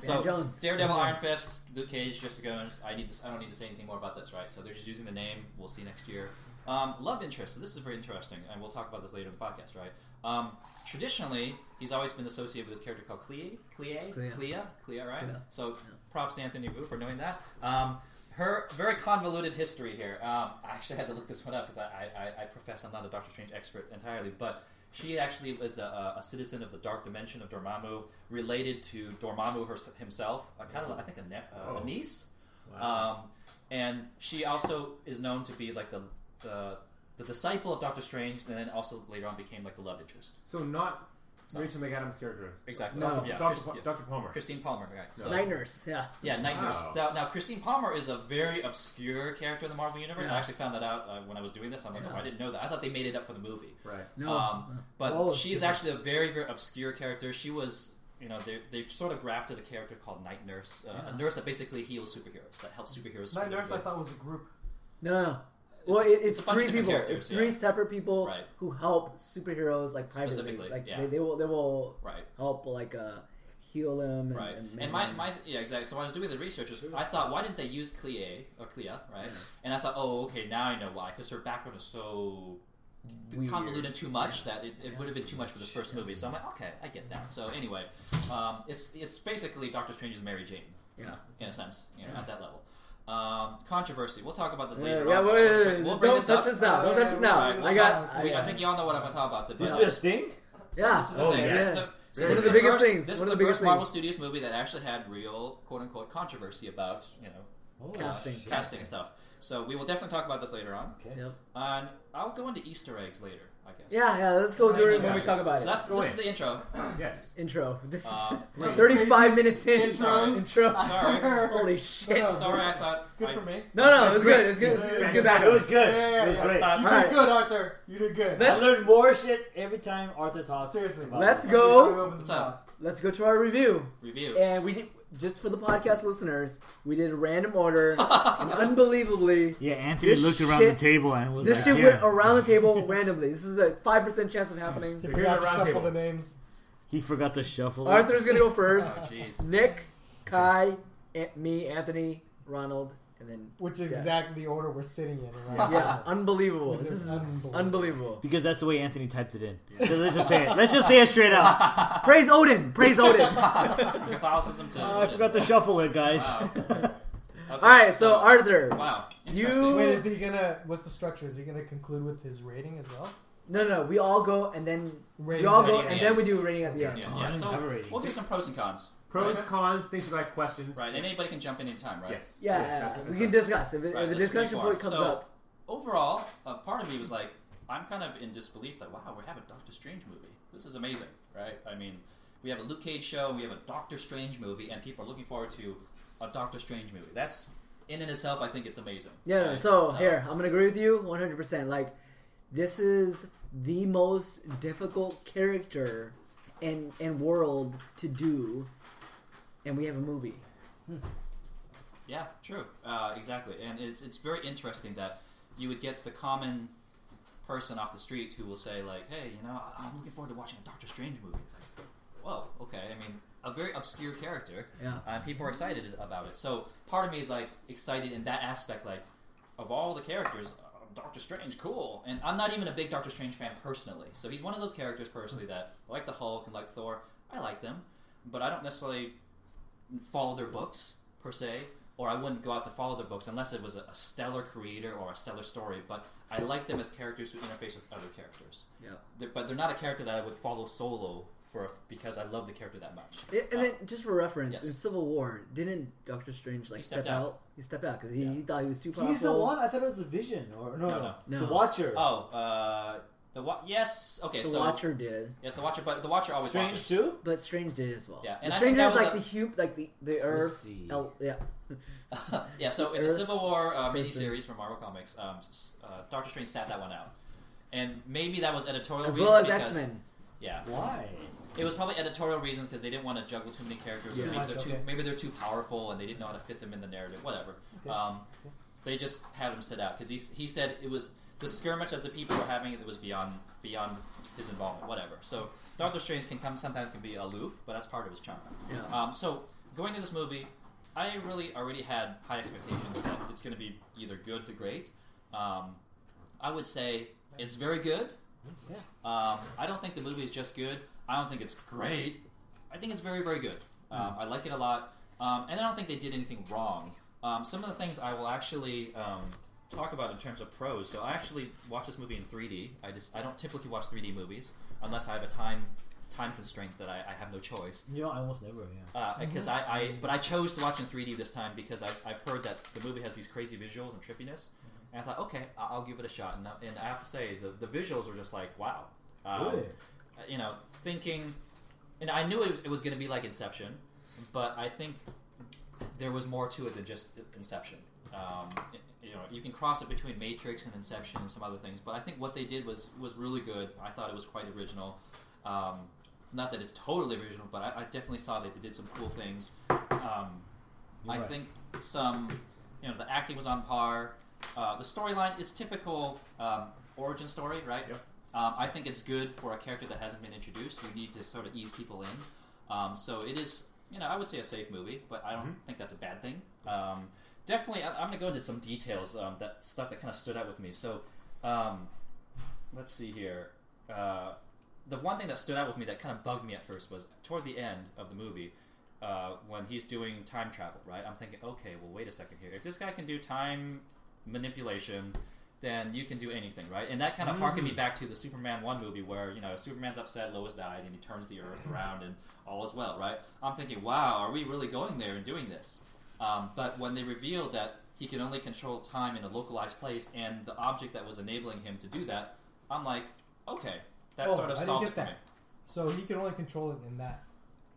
Dan Jones.
Daredevil, Iron Fist, Luke Cage, Jessica Jones. I need to. I don't need to say anything more about this, right? So they're just using the name. We'll see next year. Um, love interest. So this is very interesting, and we'll talk about this later in the podcast, right? Um, traditionally, he's always been associated with this character called Clea, Clea,
Clea.
Clea, Clea, right?
Clea.
So props to Anthony Vu for knowing that. Um, her very convoluted history here. Um, I actually had to look this one up because I, I, I- I profess I'm not a Doctor Strange expert entirely, but she actually was a, a citizen of the Dark Dimension of Dormammu, related to Dormammu her, himself, a kind of I think a, ne- uh,
Oh.
a niece.
Uh,
Wow.
Um, and she also is known to be like the, the the disciple of Doctor Strange, and then also later on became like the love interest.
so not
Sorry.
Rachel McAdams' character.
Exactly.
No.
yeah,
Dr.
Chris-
Pa-
yeah.
Dr. Palmer.
Christine Palmer. Right. So,
Night Nurse. Yeah.
yeah, Night Nurse.
Wow.
Now, now, Christine Palmer is a very obscure character in the Marvel Universe. I actually found that out uh, when I was doing this. I'm like, oh,
Yeah.
I didn't know that. I thought they made it up for the movie.
Right.
No.
Um, but
Oh,
she is
okay.
actually a very, very obscure character. She was, you know, they, they sort of grafted a character called Night Nurse, uh,
Yeah.
a nurse that basically heals superheroes, that helps superheroes.
Night Nurse, I
survive.
thought was a group.
no. No.
It's-
Well, it, it's,
a bunch
three
of different
people.
characters,
It's three
yeah.
separate people
Right.
who help superheroes like privately.
Specifically,
like
yeah.
they, they will they will
Right,
help like uh heal them. And,
right.
And,
And my,
mend
my yeah, exactly. So when I was doing the research, was- I thought, why didn't they use Clea or Clea, right? And I thought, oh, okay, now I know why, because her background is so
weird.
convoluted too much that it, it would have been too much for this first movie. So I'm like, okay, I get that. So anyway, um, it's it's basically Doctor Strange's Mary Jane, you
Yeah.
know, in a sense, you know, at that level. Um, controversy. We'll talk about this
Yeah,
later.
yeah,
on.
wait, wait, wait,
We'll
wait.
bring
Don't
this
touch
up. Uh,
this now. Don't
Yeah,
touch it
yeah,
now.
yeah,
I
yeah.
got.
We-
I,
I think y'all know what I'm going to talk about.
This
but-
is a thing.
yeah.
this is the
Oh,
thing.
yes.
This is the, so
Very
this is
good.
the
Biggest
first,
things. One
This is
of
the
the biggest
first Marvel Studios movie that actually had real quote unquote controversy about you know
Oh,
Casting.
shit.
casting stuff. So we will definitely talk about this later on.
Okay.
Yep.
And I'll go into Easter eggs later, I guess.
Yeah, yeah. Let's go
Same
through it
as
when we
Doctor
talk about
So
it.
that's
Go
this
in.
is the intro.
Yes.
Intro. This
Uh,
is
wait,
thirty-five minutes in.
Sorry.
Intro.
Sorry.
Holy shit.
No, no.
Sorry, I thought.
Good
I,
for me.
No, no,
It's
it's
great.
good. It's good. It's good. It's good.
fantastic.
It was
background.
good.
Yeah, yeah,
It was
yeah.
great.
thought-
You
All
did
right.
good, Arthur. You did good.
Let's-
I learned more shit every time Arthur talks.
Seriously.
about
Let's
it.
go.
Everybody opens his
So-
mouth.
Let's go to our review.
review.
And we did, just for the podcast listeners, we did a random order. and unbelievably,
Yeah, Anthony
This
looked around
shit-
the table and was
this
like,
shit
"Here."
went around the table randomly. This is a five percent chance of happening.
So
We
here's
have
a
to shuffle the
roundtable.
names.
He forgot to shuffle.
Arthur's gonna go
Oh,
first.
jeez.
Nick, Kai, An- me, Anthony, Ronald, and then
Which is
Yeah.
exactly the order we're sitting in. Right?
yeah, unbelievable.
Which
This is
unbelievable.
unbelievable.
because that's the way Anthony typed it in. So let's just say it. Let's just say it straight out.
Praise Odin. Praise Odin.
Catholicism to.
Oh, I forgot to shuffle it, guys.
Wow.
All right. So Arthur,
Wow.
You-
Interesting.
Wait, is he gonna? What's the structure? Is he gonna conclude with his rating as well?
No, no, we all go and then we
Ratings
all
at
go
the
and
end.
then we do a rating at the
Yeah,
end.
Oh, I
yeah,
didn't have a
So
rating.
we'll do some pros and cons.
Pros,
Okay.
cons, things you like, questions.
Right, and anybody can jump in anytime, right?
Yes.
Yeah,
Yes.
yeah, we can discuss if, it,
Right,
if the
let's move
discussion
on.
point comes
So-
up.
Overall, uh, part of me was like, I'm kind of in disbelief that wow, we have a Doctor Strange movie. This is amazing, right? I mean, we have a Luke Cage show, we have a Doctor Strange movie, and people are looking forward to a Doctor Strange movie. That's in and itself, I think it's amazing.
Yeah, no,
right?
so, here, I'm gonna agree with you 100%. Like, this is the most difficult character and, and world to do, and we have a movie.
Yeah, true. Uh, exactly. And it's, it's very interesting that you would get the common person off the street who will say, like, hey, you know, I- I'm looking forward to watching a Doctor Strange movie. It's like, whoa, okay. I mean, a very obscure character,
Yeah.
and people are excited about it. So part of me is, like, excited in that aspect, like, of all the characters, uh, Doctor Strange, cool. And I'm not even a big Doctor Strange fan personally. So he's one of those characters personally that, like the Hulk and like Thor, I like them, but I don't necessarily follow their books per se, or I wouldn't go out to follow their books unless it was a, a stellar creator or a stellar story. But I like them as characters who interface with other characters.
Yeah.
They're, but they're not a character that I would follow solo for because I love the character that much.
and then, just for reference,
yes.
in Civil War, didn't Doctor Strange like
He stepped
step out? He stepped out because he, he thought he was too powerful.
He's the one. I thought it was the Vision, or no,
No,
no,
no.
the
No.
Watcher.
Oh, uh, the wa- yes, okay,
The
so
Watcher did,
yes, the Watcher, but the Watcher always
Strange
watches.
too.
but Strange did as well.
Yeah,
the
and I
Strange
think that
was
was
like
a-
the hu like the the Earth.
Pussy.
El- yeah,
yeah, so in the
Earth
Civil War uh,
person.
miniseries from Marvel Comics, um, s- uh, Doctor Strange sat that one out, and maybe that was editorial
as
reason
well as
because
X Men.
yeah,
Why?
It was probably editorial reasons because they didn't want to juggle too many characters.
Yeah.
maybe, they're too,
Okay.
maybe they're too powerful and they didn't know how to fit them in the narrative. Whatever. Um, They just had him sit out because he, s- he said it was the skirmish that the people were having that was beyond beyond his involvement. Whatever. So Doctor Strange can come sometimes can be aloof, but that's part of his charm.
Yeah.
Um, so going to this movie, I really already had high expectations that it's going to be either good to great. Um, I would say it's very good.
Yeah.
Um, I don't think the movie is just good. I don't think it's great. I think it's very, very good. Um, I like it a lot. Um, and I don't think they did anything wrong. Um, some of the things I will actually um, talk about in terms of pros. So I actually watched this movie in 3D. I just I don't typically watch 3D movies unless I have a time time constraint that I, I have no choice Uh,
You know, I almost never. Yeah.
because I, I but I chose to watch in 3D this time because I, I've heard that the movie has these crazy visuals and trippiness, and I thought, okay, I- I'll give it a shot. And, I- and I have to say, the, the visuals are just like wow. Um,
Really?
You know, thinking, and I knew it was, it was going to be like Inception, but I think there was more to it than just Inception. Um, y- you know, you can cross it between Matrix and Inception and some other things, but I think what they did was was really good. I thought it was quite original. Um, not that it's totally original, but I, I definitely saw that they did some cool things. Um,
You're
I
right.
think some, you know, the acting was on par. Uh, the storyline, it's typical um, origin story, right?
Yep.
Um, I think it's good for a character that hasn't been introduced. You need to sort of ease people in. Um, so it is, you know, I would say a safe movie, but I
Mm-hmm.
don't think that's a bad thing. Um, definitely, I, I'm going to go into some details, um, that stuff that kind of stood out with me. So um, let's see here. Uh, the one thing that stood out with me that kind of bugged me at first was toward the end of the movie uh, when he's doing time travel, right? I'm thinking, okay, well, wait a second here. If this guy can do time manipulation, then you can do anything, right? And that kind
Mm.
of harkened me back to the Superman 1 movie where, you know, Superman's upset, Lois died, and he turns the earth around and all is well, right? I'm thinking, wow, are we really going there and doing this? Um, but when they revealed that he can only control time in a localized place and the object that was enabling him to do that, I'm like, okay, that
Oh,
sort of
I didn't
solved
get
it for
that. So he can only control it in
me.
that.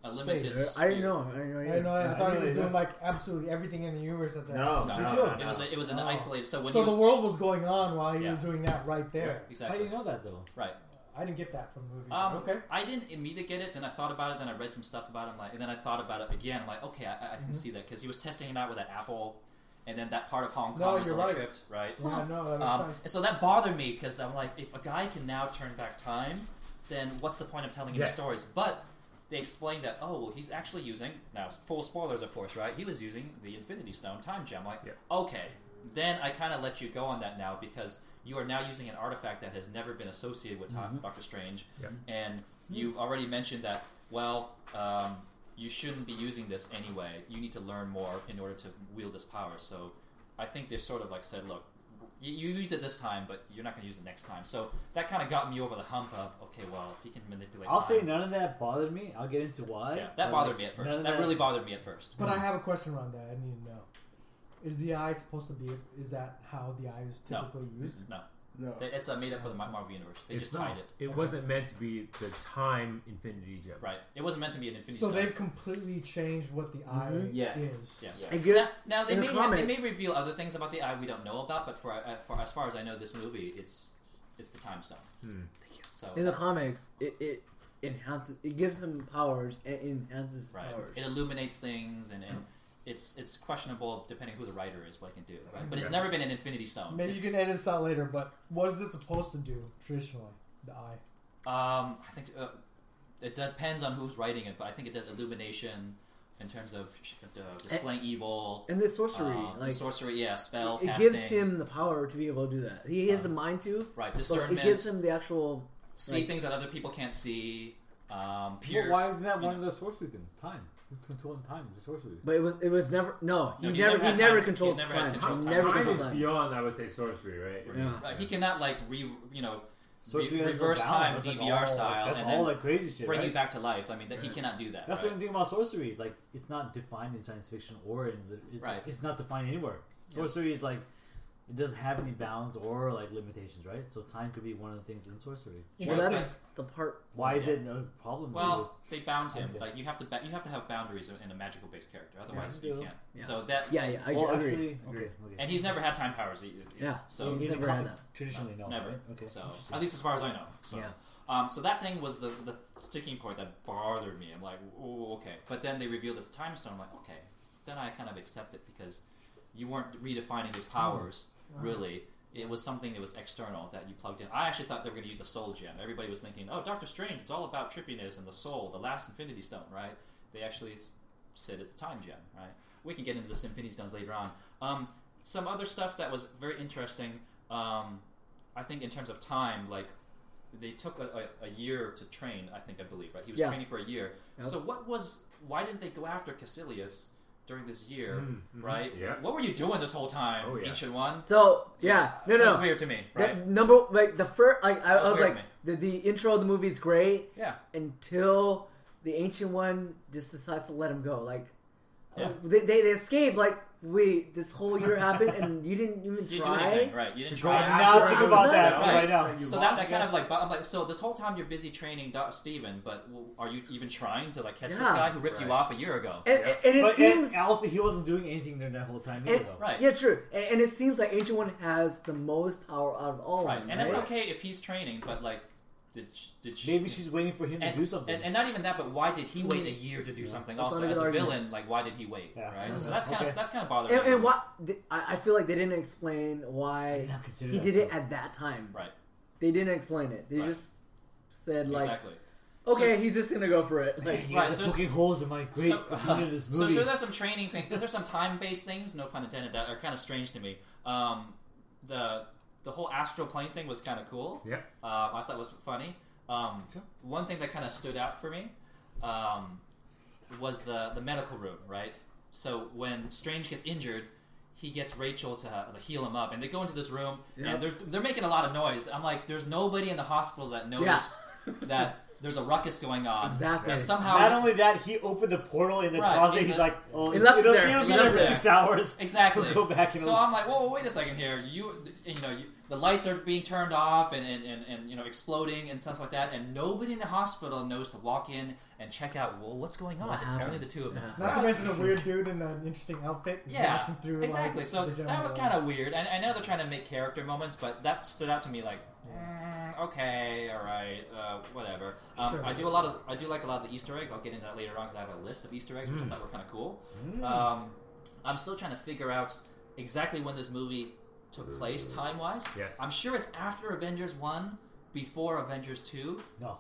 A limited
Space.
I didn't
sphere.
know. I didn't know.
I
Either.
didn't know. that. I
I
thought
didn't
he was
either.
doing like absolutely everything in the universe at that.
No,
No,
no,
Me
no,
too.
no.
It was a, it was an
Oh.
isolated. So when
so
he was
the world was going on while he
Yeah.
was doing that right there.
exactly
How do you know that though?
right.
I didn't get that from the movie.
Um,
okay.
I didn't immediately get it. Then I thought about it. Then I read some stuff about it. I'm like, and then I thought about it again. I'm like, okay, I, I can see that because he was testing it out with that apple, and then that part of Hong Kong
No,
was
you're
all
right.
tripped, right?
Yeah, no, that makes
Um,
sense.
and so that bothered me because I'm like, if a guy can now turn back time, then what's the point of telling him
Yes.
stories? But they explained that, oh, well, he's actually using, now, full spoilers, of course, right? He was using the Infinity Stone time gem. Like,
Yeah.
okay, then I kind of let you go on that now because you are now using an artifact that has never been associated with Doc- Doctor Strange.
Mm-hmm. Yeah.
And
Hmm.
you've already mentioned that, well, um, you shouldn't be using this anyway. You need to learn more in order to wield this power. So I think they've sort of like said, look, you, you used it this time, but you're not going to use it next time. So that kind of got me over the hump of okay, well, if he can manipulate,
I'll
time-
say none of that bothered me. I'll get into why.
Yeah, that
but,
bothered
like,
me at
none
first.
of
That really bothered me at first.
But I have a question around that. I need to know: Is the eye supposed to be? Is that how the eye is
No.
typically used?
No,
No.
That- it's uh, made up for the Mar- Marvel universe. They
It's
just
not.
tied it.
It wasn't meant to be the time Infinity Gem.
Right. It wasn't meant to be an Infinity
So
Stone.
they've completely changed what the eye
Mhm.
Yes.
is.
Yes.
Yes.
I guess-
now, now they
in a
may have,
comic-
they may reveal other things about the eye we don't know about, but for, uh, for as far as I know, this movie it's it's the time stone.
Hmm.
So
In the comics, it, it enhances, it gives him powers and enhances his
right,
powers.
it illuminates things, and, and it's it's questionable depending who the writer is what it can do. Right? But it's
Okay.
never been an Infinity Stone.
Maybe you
It's-
can edit this out later. But what is it supposed to do traditionally? The eye.
um, I think uh, it depends on who's writing it, but I think it does illumination in terms of sh- uh, displaying evil,
And the Eh, sorcery,
um,
like
sorcery, yeah, spell
it
casting,
gives him the power to be able to do that. He has the mind to,
right,
but
discernment,
it gives him the actual.
see
like-
things that other people can't see. Um,
But
pierce.
why isn't that
you
one
know.
of the sorcery things? Time. Who's controlling time? The sorcery.
But it was it was never no. He
No, he's
never,
never had
he never
time.
controlled
He's never had
time.
control
He
time.
never
Time
Time
controlled
is
time.
beyond, I would say, sorcery, right?
Yeah.
Right, he cannot like re you know
So
re-
she has no
reverse
balance.
time
That's like
DVR
all-
style
That's
and
all
then
that crazy shit.
bring
right?
you back to life. I mean, that he cannot do that.
That's
right?
the thing about sorcery. Like, it's not defined in science fiction or in. lit- It's,
Right.
it's not defined anywhere. Sorcery is like, it doesn't have any bounds or like limitations, right? So time could be one of the things in sorcery.
Sure.
Well, that's the part.
Why is it no problem?
Well, they bound him.
Exactly.
Like you have to ba- you have to have boundaries in a magical based character, otherwise
Yeah.
you can't.
Yeah.
So that
Yeah, yeah, I
to you? Well,
agree.
actually, okay,
Agree.
okay.
and he's never had time powers either.
Yeah.
So
he's
in the
never had
comic,
that.
Traditionally, no.
Never.
right? Okay.
So
interesting.
at least as far as I know. So.
Yeah.
Um, so that thing was the, the sticking point that bothered me. I'm like, oh, okay. But then they revealed this time stone. I'm like, okay. Then I kind of accept it because you weren't redefining his powers,
Mm.
really. It was something that was external that you plugged in. I actually thought they were going to use the soul gem. Everybody was thinking, oh, Doctor Strange, it's all about trippiness and the soul, the last infinity stone, right? They actually s- said it's a time gem, right? We can get into the infinity stones later on. Um, some other stuff that was very interesting, um, I think, in terms of time, like they took a, a, a year to train. I think I believe right. He was
Yeah.
training for a year.
Yep.
So what was? Why didn't they go after Cassilius during this year?
Mm-hmm.
Mm, mhm.
Right.
Yeah.
What were you doing this whole time,
Oh, yeah.
ancient one?
So yeah, no,
That
no.
was weird to me.
The
Right.
number like the first like I,
That was
I was
weird
like the, the intro of the movie is great
yeah.
until the ancient one just decides to let him go. Like uh,
Yeah.
they, they they escape. Like wait, this whole year happened and you didn't even
You didn't do
try.
anything. Right. You didn't
To
try.
go now
after
think
it was
about
done,
that
right.
right now.
So that, that kind of like, but I'm like, so this whole time you're busy training Doc Steven, but well, are you even trying to like catch this
Yeah.
guy who ripped you
Right.
off a year ago?
And,
Yeah.
and it
But and
seems
also he wasn't doing anything during that whole time either.
And-
though.
Right.
yeah, true. And, and it seems like ancient one has the most power out of all
Right.
of them.
And that's
right?
okay if he's training, but like, did sh- did she,
Maybe she's waiting for him
and,
to do something.
And, and not even that, but why did he wait a year to do something?
Mm-hmm. That's
Also,
not a
as a
good argument.
villain, like why did he wait?
Yeah.
Right.
Yeah.
So that's kind
Okay.
of that's kind of bothering.
And,
me.
and what th- I I feel like they didn't explain
I
why
did not consider
he
that
did it
too.
at that time.
Right.
They didn't explain it. They
Right.
just said like,
exactly.
okay, he's just gonna go for it. Like,
Man, you
Right,
guys
so
are
it's-
poking holes in my great
so,
opinion of this
so,
movie.
so there's some training things. There's some time-based things, no pun intended, that are kind of strange to me. Um, the the whole astral plane thing was kind of cool.
Yeah.
Um, I thought was funny. Um,
Sure.
One thing that kind of stood out for me um, was the the medical room, right? So when Strange gets injured, he gets Rachel to, uh, to heal him up, and they go into this room,
Yeah.
and there's, they're making a lot of noise. I'm like, there's nobody in the hospital that noticed that there's a ruckus going on,
Exactly.
and somehow
Not only that, he opened the portal in the
Right,
closet.
in
He's
the-
like, oh,
He
it'll,
left it
it'll
there.
be
He
left
another
it there.
six hours.
Exactly.
We'll go back and
so I'm like, whoa, whoa, wait a second here. You, you know, you, the lights are being turned off and, and, and, and you know exploding and stuff like that, and nobody in the hospital knows to walk in and check out. Well, what's going on?
What
It's
happened?
only the two of them.
Yeah.
Not
Right.
to mention a weird dude in an interesting outfit. who's
Yeah,
walking through, like,
exactly. so
the
that was
jungle.
kind of weird. And I know they're trying to make character moments, but that stood out to me like, mm, okay, all right, uh, whatever. Um,
Sure.
I do a lot of I do like a lot of the Easter eggs. I'll get into that later on because I have a list of Easter eggs which I thought were kind of cool. Um, I'm still trying to figure out exactly when this movie took place time wise.
Yes.
I'm sure it's after Avengers One, before Avengers Two,
no,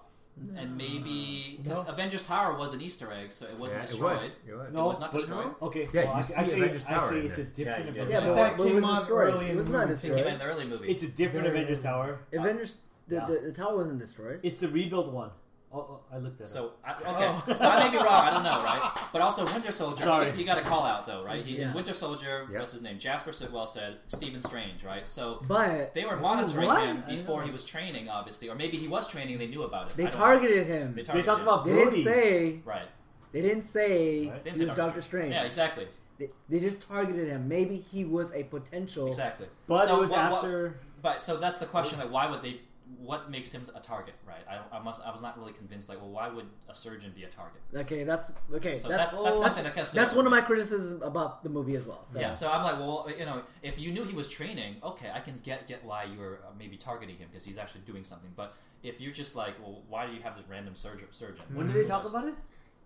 and maybe because
No.
Avengers Tower was an Easter egg, so it wasn't
Yeah,
destroyed.
It was. It was.
no,
was not
but-
destroyed?
Okay,
Yeah,
well,
you
act-
see
actually,
Avengers Tower
actually,
in
it's a
there.
different
Yeah, you
Avengers.
did.
yeah, but
That
what
came
was
out
destroyed?
early in
It was
the
not
movie.
It came out in
destroyed.
the early movie.
It's a different
Very-
Avengers Tower.
Avengers, the, the, the tower wasn't destroyed.
It's the rebuild one. Oh, oh, I looked at
So I, okay, so I may be wrong. I don't know, right? But also Winter Soldier,
Oh. Sorry.
you got to call out though, right? He,
Yeah.
In Winter Soldier,
Yep.
what's his name? Jasper Sidwell said Stephen Strange, right? So
But
they were monitoring
what?
him
I don't
before
know.
he was training, obviously, or maybe he was training. and They knew about it.
they
I don't know.
targeted him. They,
They
They
targeted
talked
him.
about Brody.
didn't say.
right.
They didn't say
Right.
They didn't
he
say
was Doctor Strange.
Yeah, exactly,
They, they just targeted him. Maybe he was a potential.
exactly.
but
so
it was
what- what-
after.
But so that's the question. Like, why would they? What makes him a target? Right. I, I must. I was not really convinced. Like, well, why would a surgeon be a target?
Okay, that's okay.
So
that's
that's- that's one
that's,
thing that kinda stood
that's
out to
one of
me.
my criticisms about the movie as well. So.
Yeah, so I'm like, well, you know, if you knew he was training, okay, I can get get why you were uh, maybe targeting him because he's actually doing something. But if you're just like, well, why do you have this random surg- surgeon?
When did they talk about it?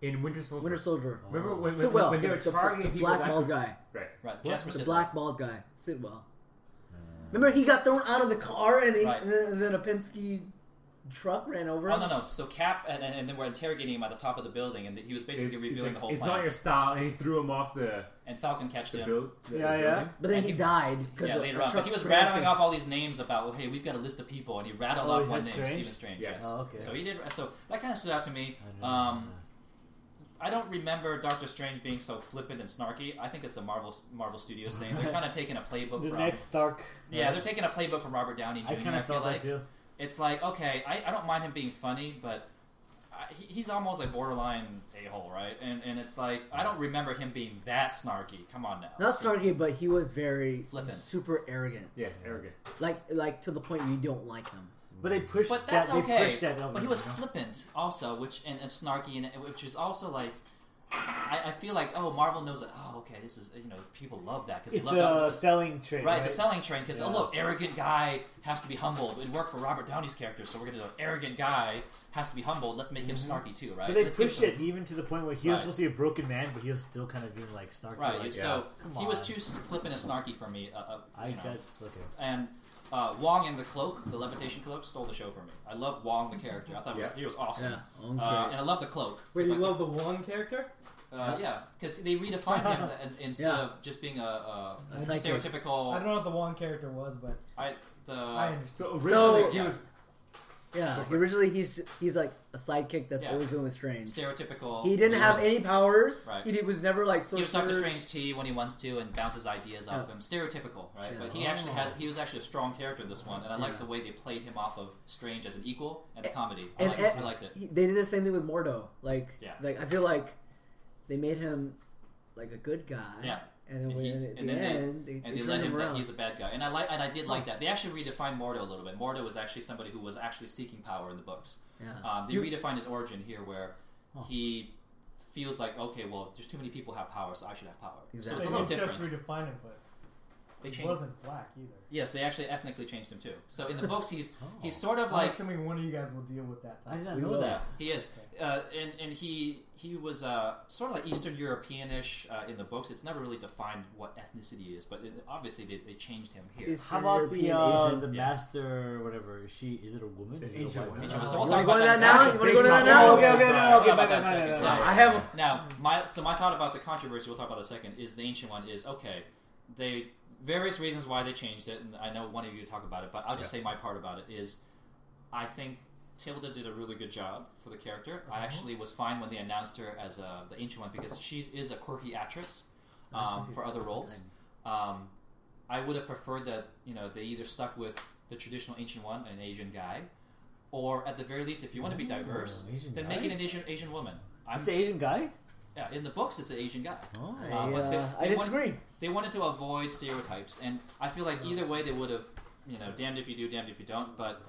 in Winter Soldier.
Winter Soldier.
Remember when, when,
Sitwell,
when they
the,
were
the-
targeting
the
people?
black
that-
bald guy,
Right.
Right, Jasper
the
Sidwell.
black bald guy, Sidwell. Remember, he got thrown out of the car, and, he,
Right.
and, then, and then a Penske truck ran over
Oh
him.
no no! So Cap and, and and then we're interrogating him at the top of the building, and he was basically
It-
revealing
it's like,
the whole
It's
plan.
not your style, and he threw him off the,
and Falcon catched
the
him.
build. the-
Yeah,
the
yeah.
building.
But then
And
he,
he-
died because
Yeah,
of
later
a
on, but
truck
he was
ran
rattling
into him.
off all these names about, well, hey, we've got a list of people, and he rattled
Oh,
off
is
one
that
name,
Strange?
Stephen Strange.
Yes.
Oh, okay.
So he did. So that kind of stood out to me.
I know.
Um, I don't remember Doctor Strange being so flippant and snarky. I think it's a Marvel Marvel Studios thing. They're kind of taking a playbook
The
from
next Stark.
yeah, they're taking a playbook from Robert Downey Jr. I,
I kind of
feel
felt
like
that too.
it's like okay, I, I don't mind him being funny, but I, he- he's almost like borderline a hole, right? And and it's like I don't remember him being that snarky. Come on now,
Not Stargate, but he was very
Flippant.
super arrogant,
Yes, arrogant.
like like to the point you don't like him.
But they pushed
But
that.
that's
They
okay.
pushed that element.
but he was
you know?
flippant also, which and, and snarky, and which is also like. I, I feel like oh Marvel knows that oh okay this is you know people love that because they
It's uh,
love
a
that
selling trade.
Right, it's a selling train because oh
Yeah.
look, arrogant guy has to be humble. It worked for Robert Downey's character, so we're gonna do arrogant guy has to be humble. Let's make him snarky too, right?
But they
Let's give
pushed
some-
it even to the point where he was
Right.
supposed to be a broken man, but he was still kind of being like snarky.
Right,
like,
so
Come
he was
on.
too s- flippant and snarky for me. Uh, uh,
I
you know.
that's okay.
and uh, Wong in the cloak, the levitation cloak, stole the show for me. I love Wong the character. I thought it was,
Yeah.
he was awesome,
Yeah, okay.
uh, and I love the cloak.
Wait,
It's
you
like the
love the Wong character?
Uh, yeah, because they redefined him and, instead
Yeah.
of just being a, a, a
A psychic.
I
stereotypical.
don't know what the one character was, but
The,
I understand.
So
So-
originally, he
Yeah.
was
yeah, originally he's he's like a sidekick that's
Yeah.
always doing with Strange.
stereotypical.
He didn't have any powers.
Right.
He did, was never like so.
He was Doctor Strange T when he wants to and bounces ideas off
Yeah.
him. Stereotypical, right?
Yeah.
But he actually had he was actually a strong character in this one, and I like
Yeah.
the way they played him off of Strange as an equal and a comedy. I
and-
liked it.
and-
I liked it.
He, they did the same thing with Mordo. Like,
Yeah.
like I feel like they made him like a good guy.
Yeah.
And then
And
when,
he-
at
and
the
then they-
end, they,
And they
turned
let him that
around.
he's a bad guy, and I like and I did like that. They actually redefined Mordo a little bit. Mordo was actually somebody who was actually seeking power in the books.
yeah.
Um, they
You-
redefine his origin here, where he feels like, okay, well, there's too many people have power, so I should have power. So
Exactly.
it's a
they
little
didn't
different.
just redefine it, but
they
it
changed.
wasn't black either.
Yes, they actually ethnically changed him too. So in the books, he's he's sort of
I'm
like
assuming one of you guys will deal with that.
I did not
Oh. We
know
will.
that.
he is, uh, and and he he was uh, sort of like Eastern Europeanish uh, in the books. It's never really defined what ethnicity he is, but it, obviously they, they changed him here.
He's
How about the
European
uh,
Asian.
the
Yeah.
master or whatever? Is she is it a woman?
The
Is it a
Asian
white
one.
man?
Asian one. So
Oh,
we'll
You wanna
talk
go
about
to that
that
now? You
second.
wanna go to that
Oh,
now?
okay, okay, no,
We'll
okay,
talk
bye,
about
bye,
that
bye,
second.
bye,
So-
bye.
I have
Now, my so my thought about the controversy. We'll talk about that in a second. Is the ancient one is okay. They various reasons why they changed it, and I know one of you talk about it, but I'll just say my part about it is, I think Tilda did a really good job for the character. I actually was fine when they announced her as uh, the ancient one because she is a quirky actress um, for other roles. Um, I would have preferred that you know they either stuck with the traditional ancient one, an Asian guy, or at the very least, if you want to be diverse,
Ooh, Asian
then
guy?
make it an Asian Asian woman. I'm
It's an Asian guy.
yeah, in the books, it's an Asian guy.
Oh.
I,
Uh, but they-
uh, I
they want-
disagree.
They wanted to avoid stereotypes, and I feel like either way they would have, you know, damned if you do, damned if you don't. But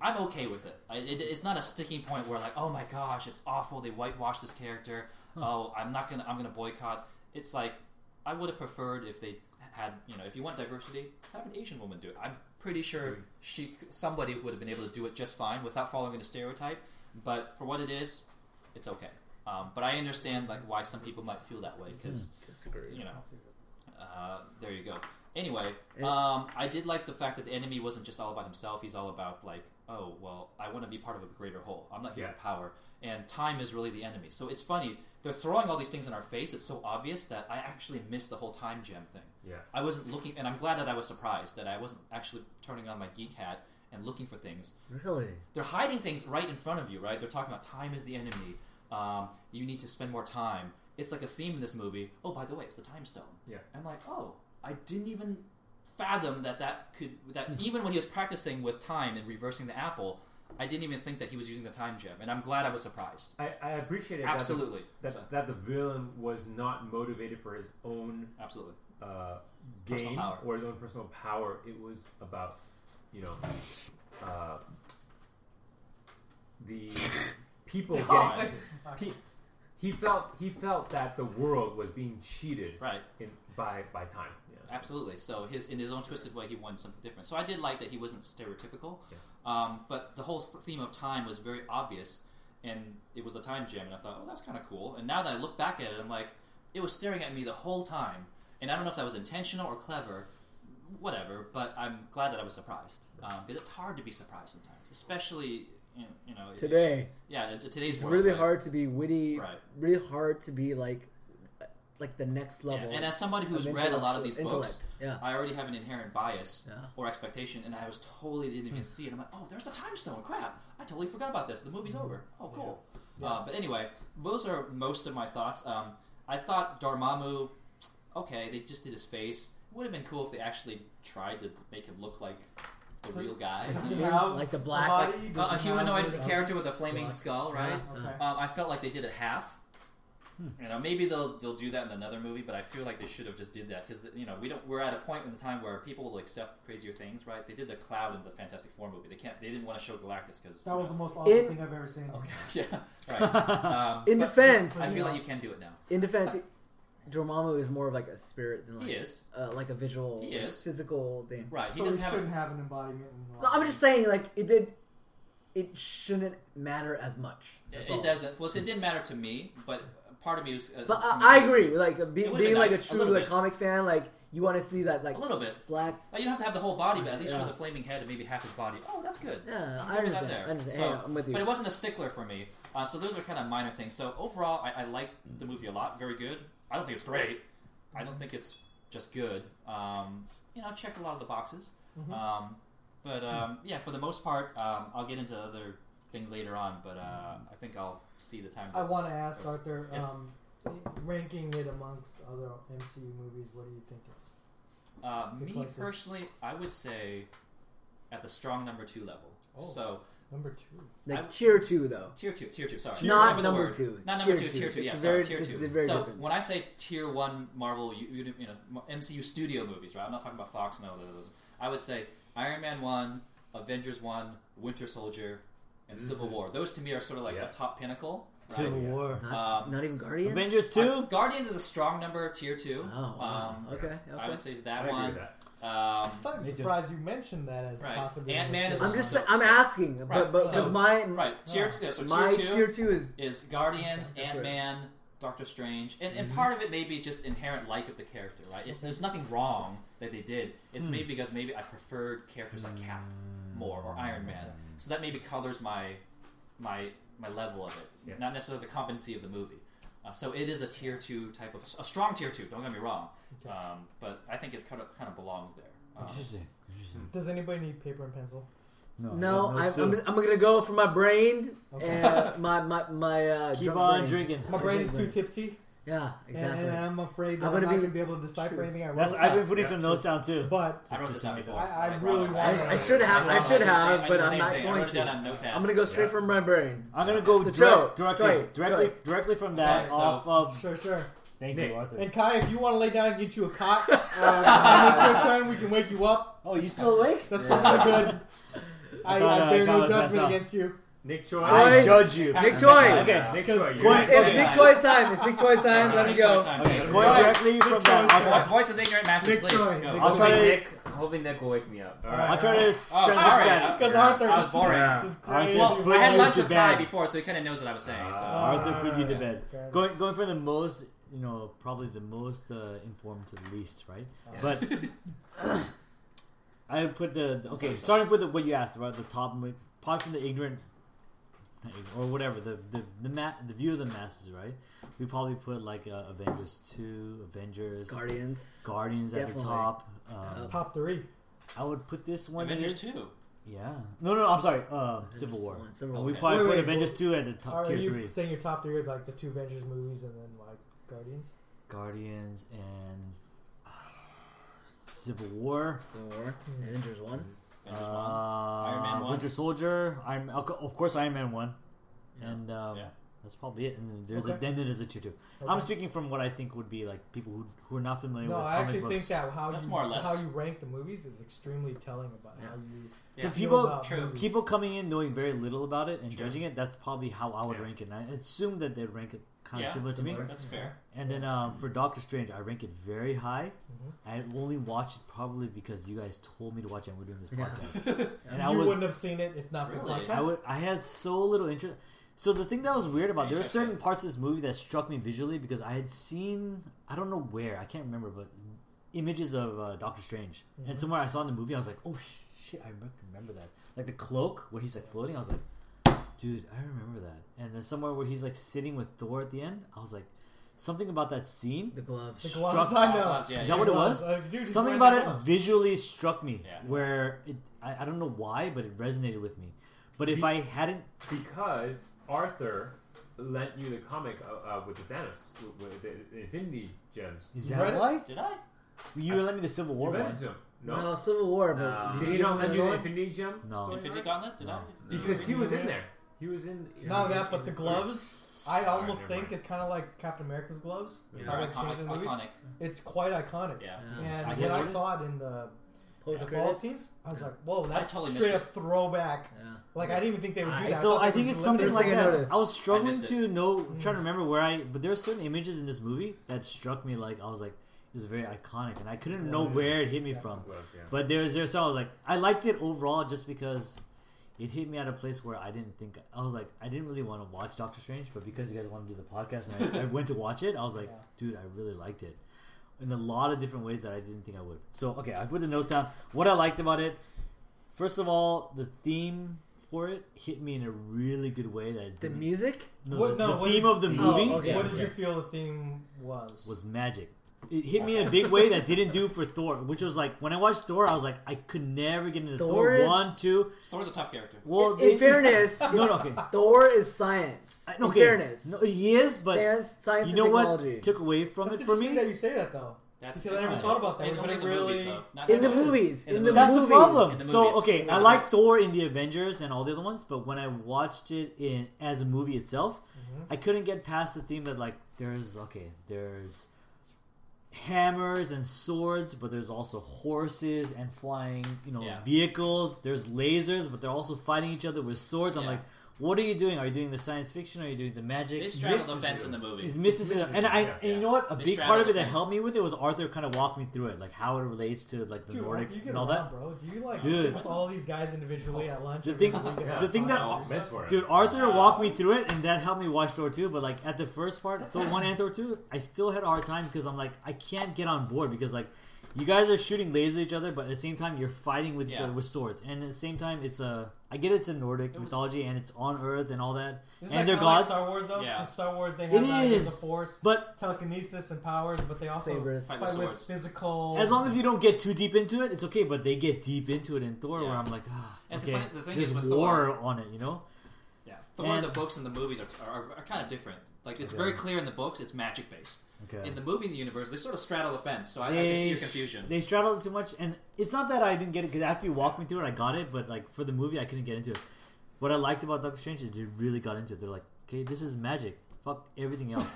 I'm okay with it. I, it it's not a sticking point where like, oh my gosh, it's awful. They whitewashed this character. Oh, I'm not gonna, I'm gonna boycott. It's like I would have preferred if they had, you know, if you want diversity, have an Asian woman do it. I'm pretty sure she, somebody would have been able to do it just fine without following a stereotype. But for what it is, it's okay. Um, but I understand like why some people might feel that way because you know uh, there you go. Anyway,
It-
um, I did like the fact that the enemy wasn't just all about himself. He's all about like, oh well, I want to be part of a greater whole. I'm not here
Yeah.
for power, and time is really the enemy. So it's funny they're throwing all these things in our face. It's so obvious that I actually missed the whole time gem thing.
Yeah.
I wasn't looking, and I'm glad that I was surprised that I wasn't actually turning on my geek hat and looking for things.
Really?
They're hiding things right in front of you, right? They're talking about time is the enemy. Um, you need to spend more time. It's like a theme in this movie. Oh, by the way, it's the time stone.
Yeah.
I'm like, oh, I didn't even fathom that that could that even when he was practicing with time and reversing the apple, I didn't even think that he was using the time gem, and I'm glad I was surprised.
I, I appreciated
Absolutely.
that the,
So-
that, that the villain was not motivated for his own
Absolutely.
uh,
Personal
gain
power.
or his own personal power. It was about, you know, uh, the people getting. He, he felt he felt that the world was being cheated
Right.
in, by by time. Yeah.
Absolutely. So his in his own twisted way, he wanted something different. So I did like that he wasn't stereotypical,
Yeah.
um, but the whole th- theme of time was very obvious, and it was the time gem. And I thought, oh, that's kind of cool. And now that I look back at it, I'm like, it was staring at me the whole time, and I don't know if that was intentional or clever, whatever. But I'm glad that I was surprised because it's hard to be surprised sometimes, especially in, you know
Today,
Yeah, it's today's
it's
world,
really
right?
hard to be witty.
Right.
Really hard to be like, like the next
Yeah,
level.
And as somebody who's
of
read a lot of
intellectual-
these books, Uh,
intellect. yeah.
I already have an inherent bias
Yeah.
or expectation, and I was totally didn't even see it. I'm like, oh, there's the time stone. Crap, I totally forgot about this. The movie's over. Oh, cool. Uh, but anyway, those are most of my thoughts. Um, I thought Dormammu. Okay, they just did his face. It would have been cool if they actually tried to make him look like the real guy.
Like the black-
Uh, a humanoid character with a flaming
Black.
skull, right?
Okay.
Um, I felt like they did it half.
Hmm.
You know, maybe they'll they'll do that in another movie, but I feel like they should have just did that because you know we don't we're at a point in the time where people will accept crazier things, right? They did the Cloud in the Fantastic Four movie. They can't they didn't want to show Galactus because
That was the most
In-
awesome thing I've ever seen.
okay, yeah, right. Um,
In
but
defense-
I feel like you can do it now.
In defense, Dormammu is more of like a spirit than like
He is
Uh, like a visual,
He is.
physical thing.
right. He
so
doesn't
we
have.
shouldn't
A,
have an embodiment. in
No, I'm just saying, like it did. It shouldn't matter as much. That's
it
all.
it doesn't. Well, it didn't matter to me, but part of me was. Uh,
But
from the-
I, I agree. Like be,
It would've
being
been
like
nice,
a
a
true
little
like
bit.
comic fan, like you want to see that like
A little bit.
black.
Like, you don't have to have the whole body, but at least
Yeah.
for the flaming head and maybe half his body. Oh, that's good.
Yeah, I
Maybe not
understand.
there.
I understand.
So-
Yeah, I'm with you.
But it wasn't a stickler for me. Uh, so those are kind of minor things. So overall, I, I like the movie a lot. Very good. I don't think it's great. I don't think it's just good. Um, you know, check a lot of the boxes. Um, but um, yeah, for the most part, um, I'll get into other things later on. But uh, I think I'll see the time.
I want to ask Arthur,
Yes.
um, ranking it amongst other MCU movies, what do you think it's?
Uh,
Good
me
places.
personally, I would say at the strong number two level.
Oh.
So
Number two.
like
I-
tier two though,
tier two, tier two. Sorry,
not
Remember the
number
word.
two.
Not number
tier
two, tier two. Yeah,
It's very,
sorry, tier
it's
two.
very
so
different.
when I say tier one Marvel, you, you know, Mar- MCU studio movies, right? I'm not talking about Fox and all those. I would say Iron Man one, Avengers one, Winter Soldier, and
Mm-hmm.
Civil
Mhm.
War. Those to me are sort of like
Yeah.
the top pinnacle. Right?
Civil War.
not,
um,
not even Guardians.
Avengers
I-
2?
Guardians is a strong number, tier two.
Oh, wow.
Um,
okay,
I
okay.
would say
I
that
agree with
one.
that.
Um,
I'm slightly
Me too.
surprised you mentioned that as
Right.
possibly. number
Ant-Man
two.
is a
I'm just.
so-
sa- I'm asking,
Right,
but but
so-
because my
right, tier two. So
Oh, my
tier two
tier two is
is Guardians,
That's right.
Ant Man, Doctor Strange, and, and part of it may be just inherent like of the character, right? It's, there's nothing wrong that they did. It's maybe because maybe I preferred characters like Cap more or Iron Man, so that maybe colors my my my level of it,
Yeah.
not necessarily the competency of the movie. Uh, so it is a tier two type of a strong tier two. Don't get me wrong, um, but I think it kind of kind of belongs there. Um,
Interesting. Interesting.
Does anybody need paper and pencil?
No,
No,
no,
I'm,
so-
I'm, I'm gonna go for my brain
Okay.
and my my my uh,
Keep
drunk
on
brain.
drinking.
My brain is too tipsy,
Yeah, exactly.
and, and I'm afraid that
I'm
I'm,
gonna
not
be-
going to be able to decipher
Sure.
anything I
That's,
wrote.
I've been
Yeah.
putting some notes down too.
but
I wrote this out before.
I- I
wrote
really
it out.
wanna-
I- I should have- I
wrote it
should
out. did the
have,
same- I did
but
the
I'm
same
not
thing. I
going
wrote it down
to.
on Notepad.
I'm gonna go straight
Yeah.
from my brain.
I'm gonna go
So,
direct,
Joe,
directly,
Joey,
directly,
Joey.
directly from that
Okay, so-
off of.
sure, sure.
Thank
Nick.
you, Arthur.
And Kai, if you want to lay down and get you a cot, uh, when it's your turn. We can wake you up.
Oh, you still awake?
That's probably good. I,
I thought,
I
uh,
bear
God
no
was
judgment
myself.
against you.
Nick Choi.
I
Joy.
judge you.
Pass
Nick
it
Choi.
down.
Okay.
Nick
Because-
Choi.
It's
you're-
It's, it's Dick Choi's time. It's Dick Choi's Uh-huh. time. Let him
Nick Choi's
go.
time.
Okay,
Yes.
going directly from that.
Joey.
I'll try-
Vo- Voice of the ignorant masses,
Nick
please.
Choi.
Go.
Nick
I'll try
hoping
to.
Nick, hoping Nick will wake me up.
All right.
I'll try to
Oh,
transition
sorry.
that.
Because
Yeah.
Arthur
I was boring.
Just
All right.
crazy.
Well,
Put
I had
you
lunch
to
with Kai
bed.
before, so he kind of knows what I was saying. So.
Ah.
Arthur put you to bed.
Fair enough.
Going, going for the most, you know, probably the most uh, informed to the least, right?
uh,
But I would put the okay.
sorry.
starting with the, what you asked about the top, mi- apart from the ignorant not ignorant, or whatever the the the, ma- the view of the masses, right? We probably put like uh, Avengers two, Avengers,
Guardians.
Guardians at the
Definitely.
top. Um,
Top three.
I would put this one.
Avengers
is,
two.
Yeah. No, no, I'm sorry. Um, Civil War. Uh, we probably
Wait,
put
wait,
Avengers
wait.
two at the top
Are
tier
you
three.
saying your top three are like the two Avengers movies and then like Guardians?
Guardians and uh, Civil War.
Civil War. Avengers one.
Avengers one,
Uh,
Iron Man one.
Winter Soldier. Iron, of co- of course, Iron Man one,
Yeah.
and um,
Yeah.
that's probably it. And then there's a
Okay.
then there's a tier two.
Okay.
I'm speaking from what I think would be like people who who are not familiar
No,
with
I
comic
actually
books.
think that how
That's
you
more or less.
how you rank the movies is extremely telling about how you
Yeah.
feel
People-
about
True.
movies.
people coming in knowing very little about it and
Sure.
judging it. That's probably how I would
Yeah.
rank it. And I assume that they'd rank it kind of
Yeah,
similar to me.
similar.
That's fair.
And then um, for Doctor Strange, I rank it very high.
Mm-hmm.
I only watched it probably because you guys told me to watch it. and We're doing this podcast, and I
you
was
wouldn't have seen it if not for the
Really?
podcast.
I would I had so little interest. So the thing that was weird about there were certain
Interesting.
parts of this movie that struck me visually because I had seen I don't know where I can't remember but images of uh, Doctor Strange and somewhere I saw in the movie I was like oh sh- shit I remember, remember that like the cloak where he's like floating I was like dude I remember that and then somewhere where he's like sitting with Thor at the end I was like something about that scene
The gloves.
The gloves, I know.
Gloves, yeah,
Is
yeah.
that what it was?
Uh, dude, he's
something
wearing the
about it
gloves.
visually struck me
Yeah.
where it I, I don't know why but it resonated with me but if
Be-
I hadn't
because Arthur lent you the comic uh, uh, with the Thanos with the, the Infinity Gems.
is
You
that
read it?
why
Did I?
you lent me the Civil
You
War
lent
one
it to him.
No,
No, Um,
Civil War, but
Nah.
did he
give
not
him
lend
the
you the
one?
Infinity Gem?
No.
story
Infinity
arc?
Gauntlet? Did I?
Because he was in there. He was in.
No, that but the gloves, I
Sorry,
almost
never
think
mind.
is kind of like Captain America's gloves.
Yeah.
How they
Iconic.
change the movies.
iconic.
It's quite iconic.
Yeah.
Yeah.
And
I
when
get
I
it.
saw it in the
Post
the fall
credits.
scene, I was like, "Whoa, that's
totally missed
straight
it.
up throwback."
Yeah.
Like I didn't even think they would do
I-
that.
so
thought
I
that
think
was
it's something
literally-
like
thing I
that.
noticed.
I was struggling
missed it.
to know, trying to remember where I, but there were certain images in this movie that struck me like I was like, this is very iconic, and I couldn't know where it hit me from.
Gloves, yeah.
But there's there's some I was like, I liked it overall just because it hit me at a place where I didn't think I was like, I didn't really want to watch Doctor Strange, but because you guys want to do the podcast and I, I went to watch it, I was like,
Yeah.
dude, I really liked it in a lot of different ways that I didn't think I would. So okay, I put the notes down. What I liked about it, first of all, the theme for it hit me in a really good way that it
The
didn't-
music?
no,
What-
the,
no,
the
what
theme
did-
of the
Oh,
movie
okay.
What did you feel the theme was?
was magic. It hit me in a big way that didn't do for Thor, which was like when I watched Thor, I was like, I could never get into Thor,
Thor is-
one, two.
Thor's a tough character.
Well,
in,
they-
in fairness,
no, no, okay,
Thor is science.
I-
In
okay.
fairness.
no, he is, but
science, science
you know
and
what
technology.
took away from
That's
it for
interesting
me?
that you say that though.
That's
Because I never
yeah.
thought about that.
In,
It
only in the
really-
movies, though. Not
In the
books.
movies. In the
That's
movies.
the problem.
In the
so
movies.
okay,
In the
I like
movies.
Thor in the Avengers and all the other ones, but when I watched it in as a movie itself,
Mm-hmm.
I couldn't get past the theme that like there's okay, there's hammers and swords, but there's also horses and flying, you know,
Yeah.
vehicles. There's lasers, but they're also fighting each other with swords. I'm
Yeah.
like, what are you doing? Are you doing the science fiction? Are you doing the magic?
They straddle the
This-
fence in the movie.
It misses it, and I
Yeah.
and you know what? A
They
big part
straddle
of it
the
that
fence.
helped me with it was Arthur kind of walked me through it, like how it relates to like the
Dude,
Nordic
you get
and all
around,
that.
bro. Do you like
Dude.
sit with all these guys individually at lunch?
The
every
thing-
week?
Yeah.
the
Oh,
thing that-
Wow, mentor.
Dude, Arthur walked me through it, and that helped me watch Thor 2. But, like, at the first part, Thor 1 and Thor 2, I still had a hard time because I'm like, I can't get on board because, like, you guys are shooting lasers at each other, but at the same time, you're fighting with each
Yeah.
other with swords. And at the same time, it's a. I get it's a Nordic
It was-
mythology and it's on Earth and all that.
Isn't
and
that
they're
kinda like
gods.
Star Wars though,
Yeah.
'Cause Star Wars they have
It
like, the
is.
force,
But
telekinesis, and powers, but they also
Sabers.
fight
Fight
with
with swords.
physical.
as long as you don't get too deep into it, it's okay. But they get deep into it in Thor, where
Yeah.
I'm like, ah,
And the
okay,
funny- the thing
there's
is with
war
Thor-
on it, you know?
Yeah. Thor
And-
in the books and the movies are, are, are kind of different. Like it's
Yeah.
very clear in the books, it's magic based.
Okay.
In the movie, the universe, they sort of straddle the fence. So I, I
They-
can see your confusion.
They straddled it too much, and it's not that I didn't get it because after you walked me through it, I got it. But like for the movie, I couldn't get into it. What I liked about Doctor Strange is they really got into it. They're like, okay, this is magic. Fuck everything else.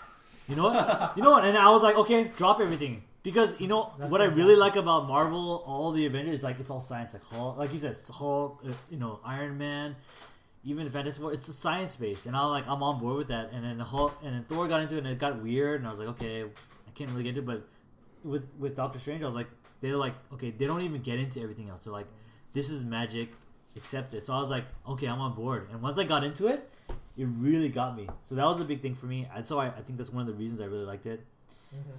You know what? you know what? And I was like, okay, drop everything because you know
That's
what I
fantastic.
really like about Marvel, all the Avengers, is like it's all science, like Hulk, like you said, it's Hulk, uh, you know, Iron Man. Even Fantastic Four, it's a science based, and I like I'm on board with that. And then the Hulk, and then Thor got into it, and it got weird, and I was like, okay, I can't really get into it. But with with Doctor Strange, I was like, they're like, okay, they don't even get into everything else. They're like, this is magic, accept it. So I was like, okay, I'm on board. And once I got into it, it really got me. So that was a big thing for me. And so I, I think that's one
Mm-hmm. Hmm.
of the reasons I really liked it.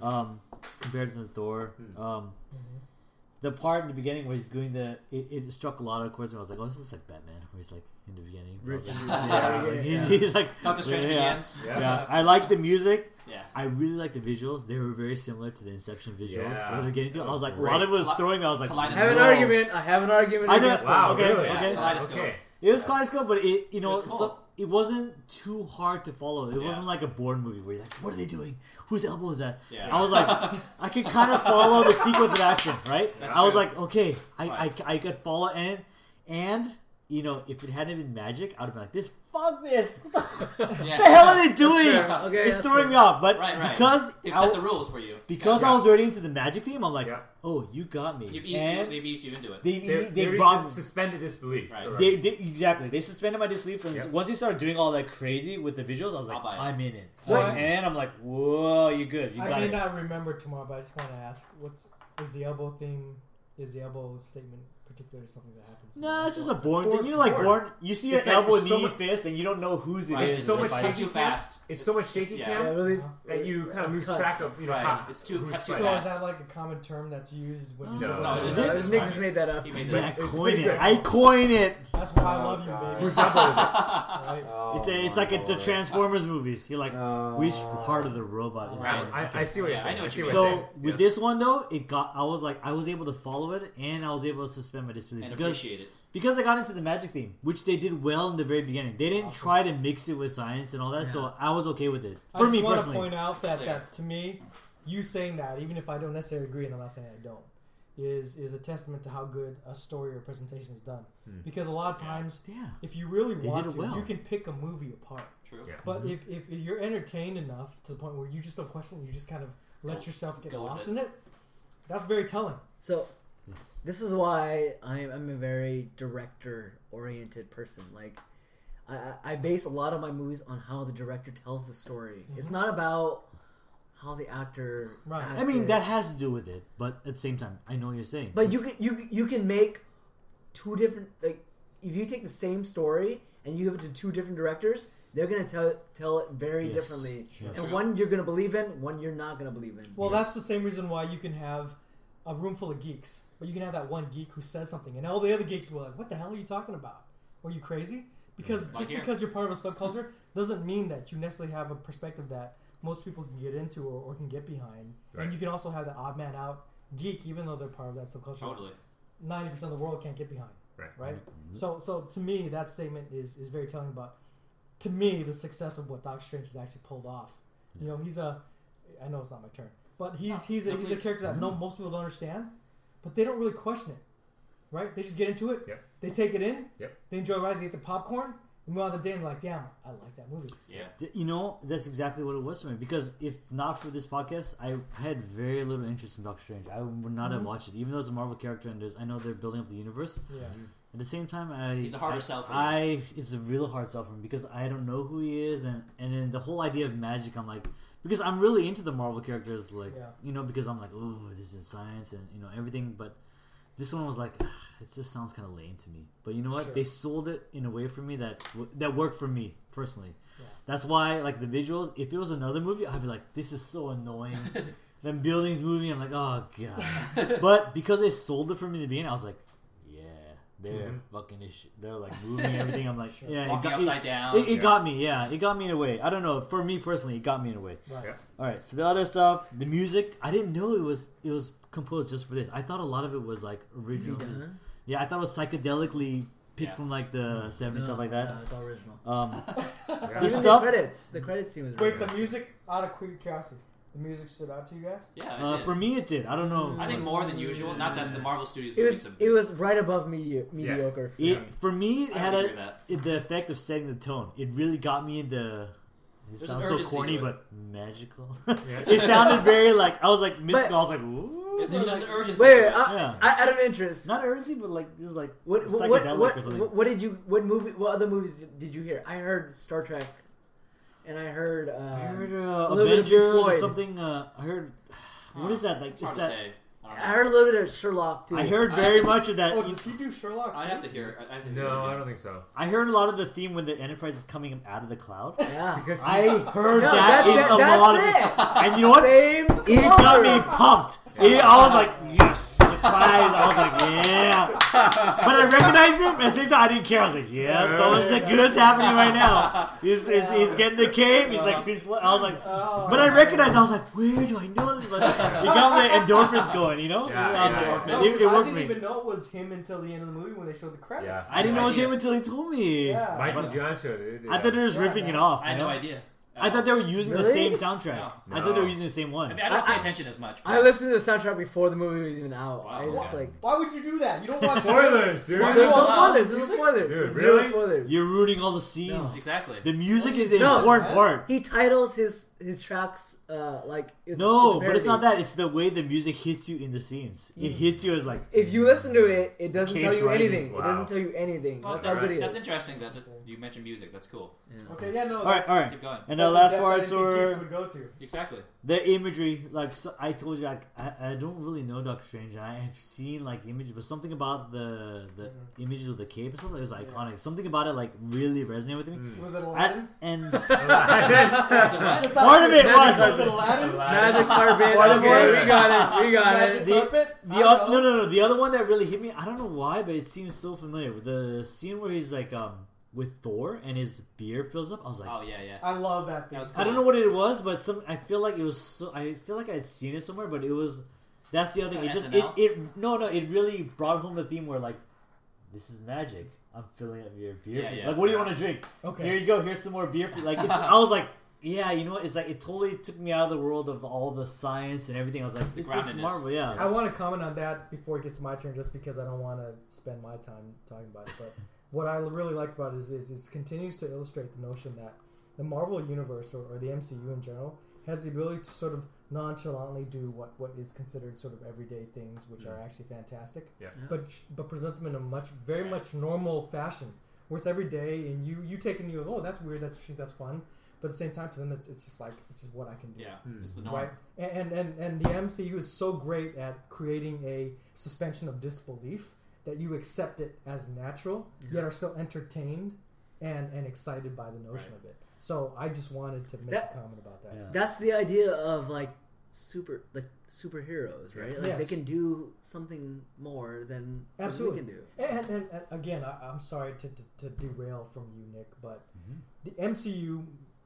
Um, compared to Thor, um, the part in the beginning where he's doing the it, it struck a lot of chords and I was like, oh, this is like Batman, where he's like in the beginning. I was like,
Yeah.
like,
Yeah.
He's, he's like
Doctor Strange
yeah,
Begins.
Yeah.
Yeah.
I like the music.
Yeah.
I really like the visuals. They were very similar to the Inception visuals.
Yeah.
Where they're getting to, I was like, a
Great.
lot of it was throwing me. I was like,
I
Kaleidoscope.
have an
whoa.
argument. I have an argument.
I know.
against
Wow,
Okay.
really?
Okay.
Yeah. Kaleidoscope.
Okay.
It was kaleidoscope, but it you know
It was cool.
so- it wasn't too hard to follow. It
Yeah.
wasn't like a Bourne movie where you're like, what are they doing? Whose elbow is that?
Yeah.
I was like, I could kind of follow the sequence of action, right?
That's
I was
true.
like, okay, I,
Right.
I, I could follow and and you know if it hadn't been magic, I'd have been like, this fuck this. What
Yeah.
the hell are they doing?
fair. Okay,
it's
that's
throwing
fair.
me off. But
Right, right.
because
They've
I,
set the rules for you.
because
Yeah.
I was already into the magic theme, I'm like,
Yeah.
oh, you got me.
They've eased you.
and
They've eased you into it.
they
They,
they,
they, already
brought
sus- suspended disbelief.
Right.
they, they exactly. They suspended my disbelief from
Yeah.
once they started doing all that crazy with the visuals. I was
I'll
like,
buy it.
I'm in it.
So
I'm
I-
in, and I'm like, whoa, you good? You
I
got
may
it.
not remember tomorrow, but I just want to ask: What's is the elbow theme? Is the elbow statement particularly something that happens? in
No,
the
it's just a
film?
born thing. You know,
Born.
like born. You see
It's
an
like
elbow,
so
knee,
much-
fist, and you don't know whose it is.
Right,
It's so
It's
much
like-
It's too
shaky cam.
fast.
It's so much shaky
yeah.
cam
Yeah, really.
that you kind
it's
of lose
cuts.
track of. You know,
Right.
how-
It's too-
who's
cuts too
right.
So
fast.
is that like a common term that's used when you?
No.
No, it's just
Uh,
it's
Nick
fine.
just made that up.
He made
But I
that.
coin
pretty
it.
good.
I coin it.
That's why I
Oh,
love
God.
you, baby.
Whose elbow is it?
Right?
Oh,
It's a, it's
my
like a, the
Lord.
Transformers movies. You're like,
Oh.
which part of the robot is?
Right.
going-
I, I see what
Yeah,
you're saying.
I know what
see
you
what
mean.
you're
So
saying.
with
Yes.
this one though, it got. I was like, I was able to follow it, and I was able to suspend my disbelief
And
because
appreciate it.
because they got into the magic theme, which they did well in the very beginning. They didn't try to mix it with science and all that, so I was okay with it
I
for
just
me
want to
personally.
point out that,
Clear.
that to me, you saying that, even if I don't necessarily agree, and I'm not saying I don't, is is a testament to how good a story or presentation is done. Because a lot of times,
Yeah,
if you really
Hmm. They
want
did
to,
it well. Mm-hmm.
you can pick a movie apart.
True.
Yeah.
But if, if you're entertained enough to the point where you just don't question, it, you just kind of let
Go-
yourself get
go with
lost
it.
in it. That's very telling.
So, this is why I'm, I'm a very director-oriented person. Like, I, I- I base a lot of my movies on how the director tells the story.
Mm-hmm.
It's not about how the actor.
Right.
acts
I mean
it.
that has to do with it, but at the same time, I know what you're saying.
But you can you you can make two different like if you take the same story and you give it to two different directors, they're gonna tell tell it very
Yes.
differently.
Yes.
And one you're gonna believe in, one you're not gonna believe in.
Well, that's the same reason why you can have a room full of geeks, but you can have that one geek who says something, and all the other geeks will be like, "What the hell are you talking about? Are you crazy?" Because
Like
just
here.
because you're part of a subculture doesn't mean that you necessarily have a perspective that most people can get into or, or can get behind.
Right.
And you can also have the odd man out geek, even though they're part of that subculture.
Totally.
Ninety percent of the world can't get behind.
Right.
Right. So, so to me, that statement is is very telling about to me the success of what Doctor Strange has actually pulled off. You know, he's a I know it's not my turn, but he's he's a
no,
he's a
please.
character that no most people don't understand, but they don't really question it, right? They just get into it.
Yep.
They take it in.
Yep.
They enjoy riding. They eat the popcorn. And move on with their day and they're like, damn, I like that movie.
Yeah.
Th- You know, that's exactly what it was for me. Because if not for this podcast, I had very little interest in Doctor Strange. I would not have watched it, even though it's a Marvel character and there's, I know they're building up the universe.
Yeah.
At the same time, I
He's a harder
I,
sell for you.
I it's a real hard sell for me because I don't know who he is, and and then the whole idea of magic. I'm like because I'm really into the Marvel characters, like
Yeah.
you know, because I'm like, oh, this is science and you know everything. But this one was like, "Ugh, it just sounds kind of lame to me. But you know what?
Sure.
They sold it in a way for me that w- that worked for me personally.
Yeah.
That's why like the visuals. If it was another movie, I'd be like, this is so annoying. then buildings moving, I'm like, oh god but because they sold it for me in the beginning, I was like, yeah, they're
Mhm.
fucking ish. They're like moving everything. I'm like, yeah, it
Mm-hmm. Walking
got,
upside
it,
down.
it, it got me. Yeah, it got me in a way. I don't know. For me personally, it got me in a way.
Right.
Yeah.
All right. So the other stuff, the music, I didn't know it was it was composed just for this. I thought a lot of it was like original.
Redone?
Yeah, I thought it was psychedelically picked
Yeah.
from like the 70s
No,
stuff like that.
No, it's all original.
Um,
Yeah.
This
Even
stuff-
the credits. The credits scene was
Wait,
original.
the music out of curiosity, the music stood out to you guys.
Yeah. it
uh,
did. Mm.
for me, it did. I don't know.
I think more than usual. Not that the Marvel Studios
It
movies
was
have
it was right above medi- mediocre.
It for me it
I
had
would
a
agree with
it, the effect of setting the tone. It really got me in the. It
There's an
sounds so
urgency
corny,
to it.
but magical. it sounded very like I was like mystical. I was like, ooh,
There's, there's an urgency.
Wait,
to
wait
it.
I,
yeah,
I, out of interest,
not urgency, but like it was like
what what
psychedelic
what,
or
what,
something.
what what did you what movie what other movies did, did you hear? I heard Star Trek, and I heard. Um,
I heard uh,
little bit of Pink
Avengers or
Floyd.
something. Uh, I heard what is that like?
It's hard
it's
to
that
say. I Um,
I heard a little bit of Sherlock too.
I heard very
I-
much of that.
Oh, does he do Sherlock?
I have
too?
to hear. it. I have to hear
No,
it.
I don't think so.
I heard a lot of the theme when the Enterprise is coming out of the cloud.
Yeah.
Because
I heard
No,
that
that's
in
it,
a
that's
lot
it.
of And you know what?
Same.
It got me pumped. It, I was like, yes, surprise. I was like, yeah. But I recognized it, but at the same time, I didn't care. I was like, yeah, someone's like, good, it's happening right now. He's, he's, he's getting the cape. He's like, peace. I was like,
Oh.
but I recognized, I was like, where do I know this? But it got the endorphins going, you know?
Yeah,
I was
yeah,
like,
yeah.
No,
It, it
I
worked
didn't
me.
even know it was him until the end of the movie when they showed the credits.
Yeah.
I didn't know it was
Yeah.
him until he told me.
Yeah.
Mike and John showed it.
I thought they were just
Yeah,
ripping
man.
it off.
I
you
had no
know?
idea.
I thought they were using the
Really?
same soundtrack.
No.
I thought they
No.
were using the same
I
one.
mean, I don't
I-
pay attention as much.
I listened to the soundtrack before the movie was even out.
Wow.
I just
Yeah.
like
Why would you do that? You don't watch
Spoilers, dude.
there's
There's
no
a-
spoilers. There's no spoilers.
Dude,
There's zero
really?
spoilers.
You're ruining all the scenes.
Exactly.
The music is the
No.
important
What?
part.
He titles his his tracks uh like it's,
No,
it's
but it's not
parody. Mm.
that. It's the way the music hits you in the scenes. It hits you as like,
If you listen to it, it doesn't
Cape's
tell you
rising.
anything. It
Wow.
doesn't tell you anything.
Oh,
that's,
that's,
how good it is.
that's interesting that that you mentioned music. That's cool.
Okay, yeah, no.
all right,
that's-
all right.
Keep going.
And the
that's
last
a
parts
depth I think geeks
were
would go to.
Exactly.
the imagery. Like so I told you, like, I, I don't really know Doctor Strange. And I have seen like images, but something about the the
Mm.
images of the cape and stuff that was iconic. Something about it like really resonated with
Mm.
me.
Was it
I,
Aladdin?
and
Is it right?
Just
part of it
magic
was-
carpet. Aladdin?
Magic carpet.
What it
okay,
was?
we got it. We got
Magic
it.
The-
carpet?
The
I don't
oth- no, no, no. The other one that really hit me, I don't know why, but it seems so familiar. The scene where he's like um with Thor and his beer fills up. I was like,
Oh yeah, yeah.
I love that thing.
That was cool.
I don't know what it was, but some I feel like it was. So, I feel like I'd seen it somewhere, but it was. That's the other thing. It just it,
SNL?
it no no. It really brought home the theme where like, this is magic. I'm filling up your beer.
Yeah,
for-
yeah.
Like, what do you want to drink?
Okay.
Here you go. Here's some more beer. For, like it's, I was like. Yeah, you know what? It's like it totally took me out of the world of all the science and everything. I was like,
The
it's just
groundedness.
Marvel, yeah.
I want to comment on that before it gets to my turn, just because I don't want to spend my time talking about it. But what I really like about it is, is it continues to illustrate the notion that the Marvel universe or, or the MCU in general has the ability to sort of nonchalantly do what, what is considered sort of everyday things, which are actually fantastic.
Yeah.
But sh- but present them in a much very much normal fashion, where it's everyday and you you take it and you go, oh that's weird, that's interesting, that's fun. But at the same time, to them, it's, it's just like this is what I can do.
Yeah, it's the norm.
Right, and, and and and the MCU is so great at creating a suspension of disbelief that you accept it as natural, yet are still entertained and and excited by the notion of it. So I just wanted to make
That-
a comment about that.
Yeah.
That's the idea of like super like superheroes, right? Like they
Yes.
can do something more than what
Absolutely.
we can do.
And, and, and again, I, I'm sorry to, to, to derail from you, Nick, but the MCU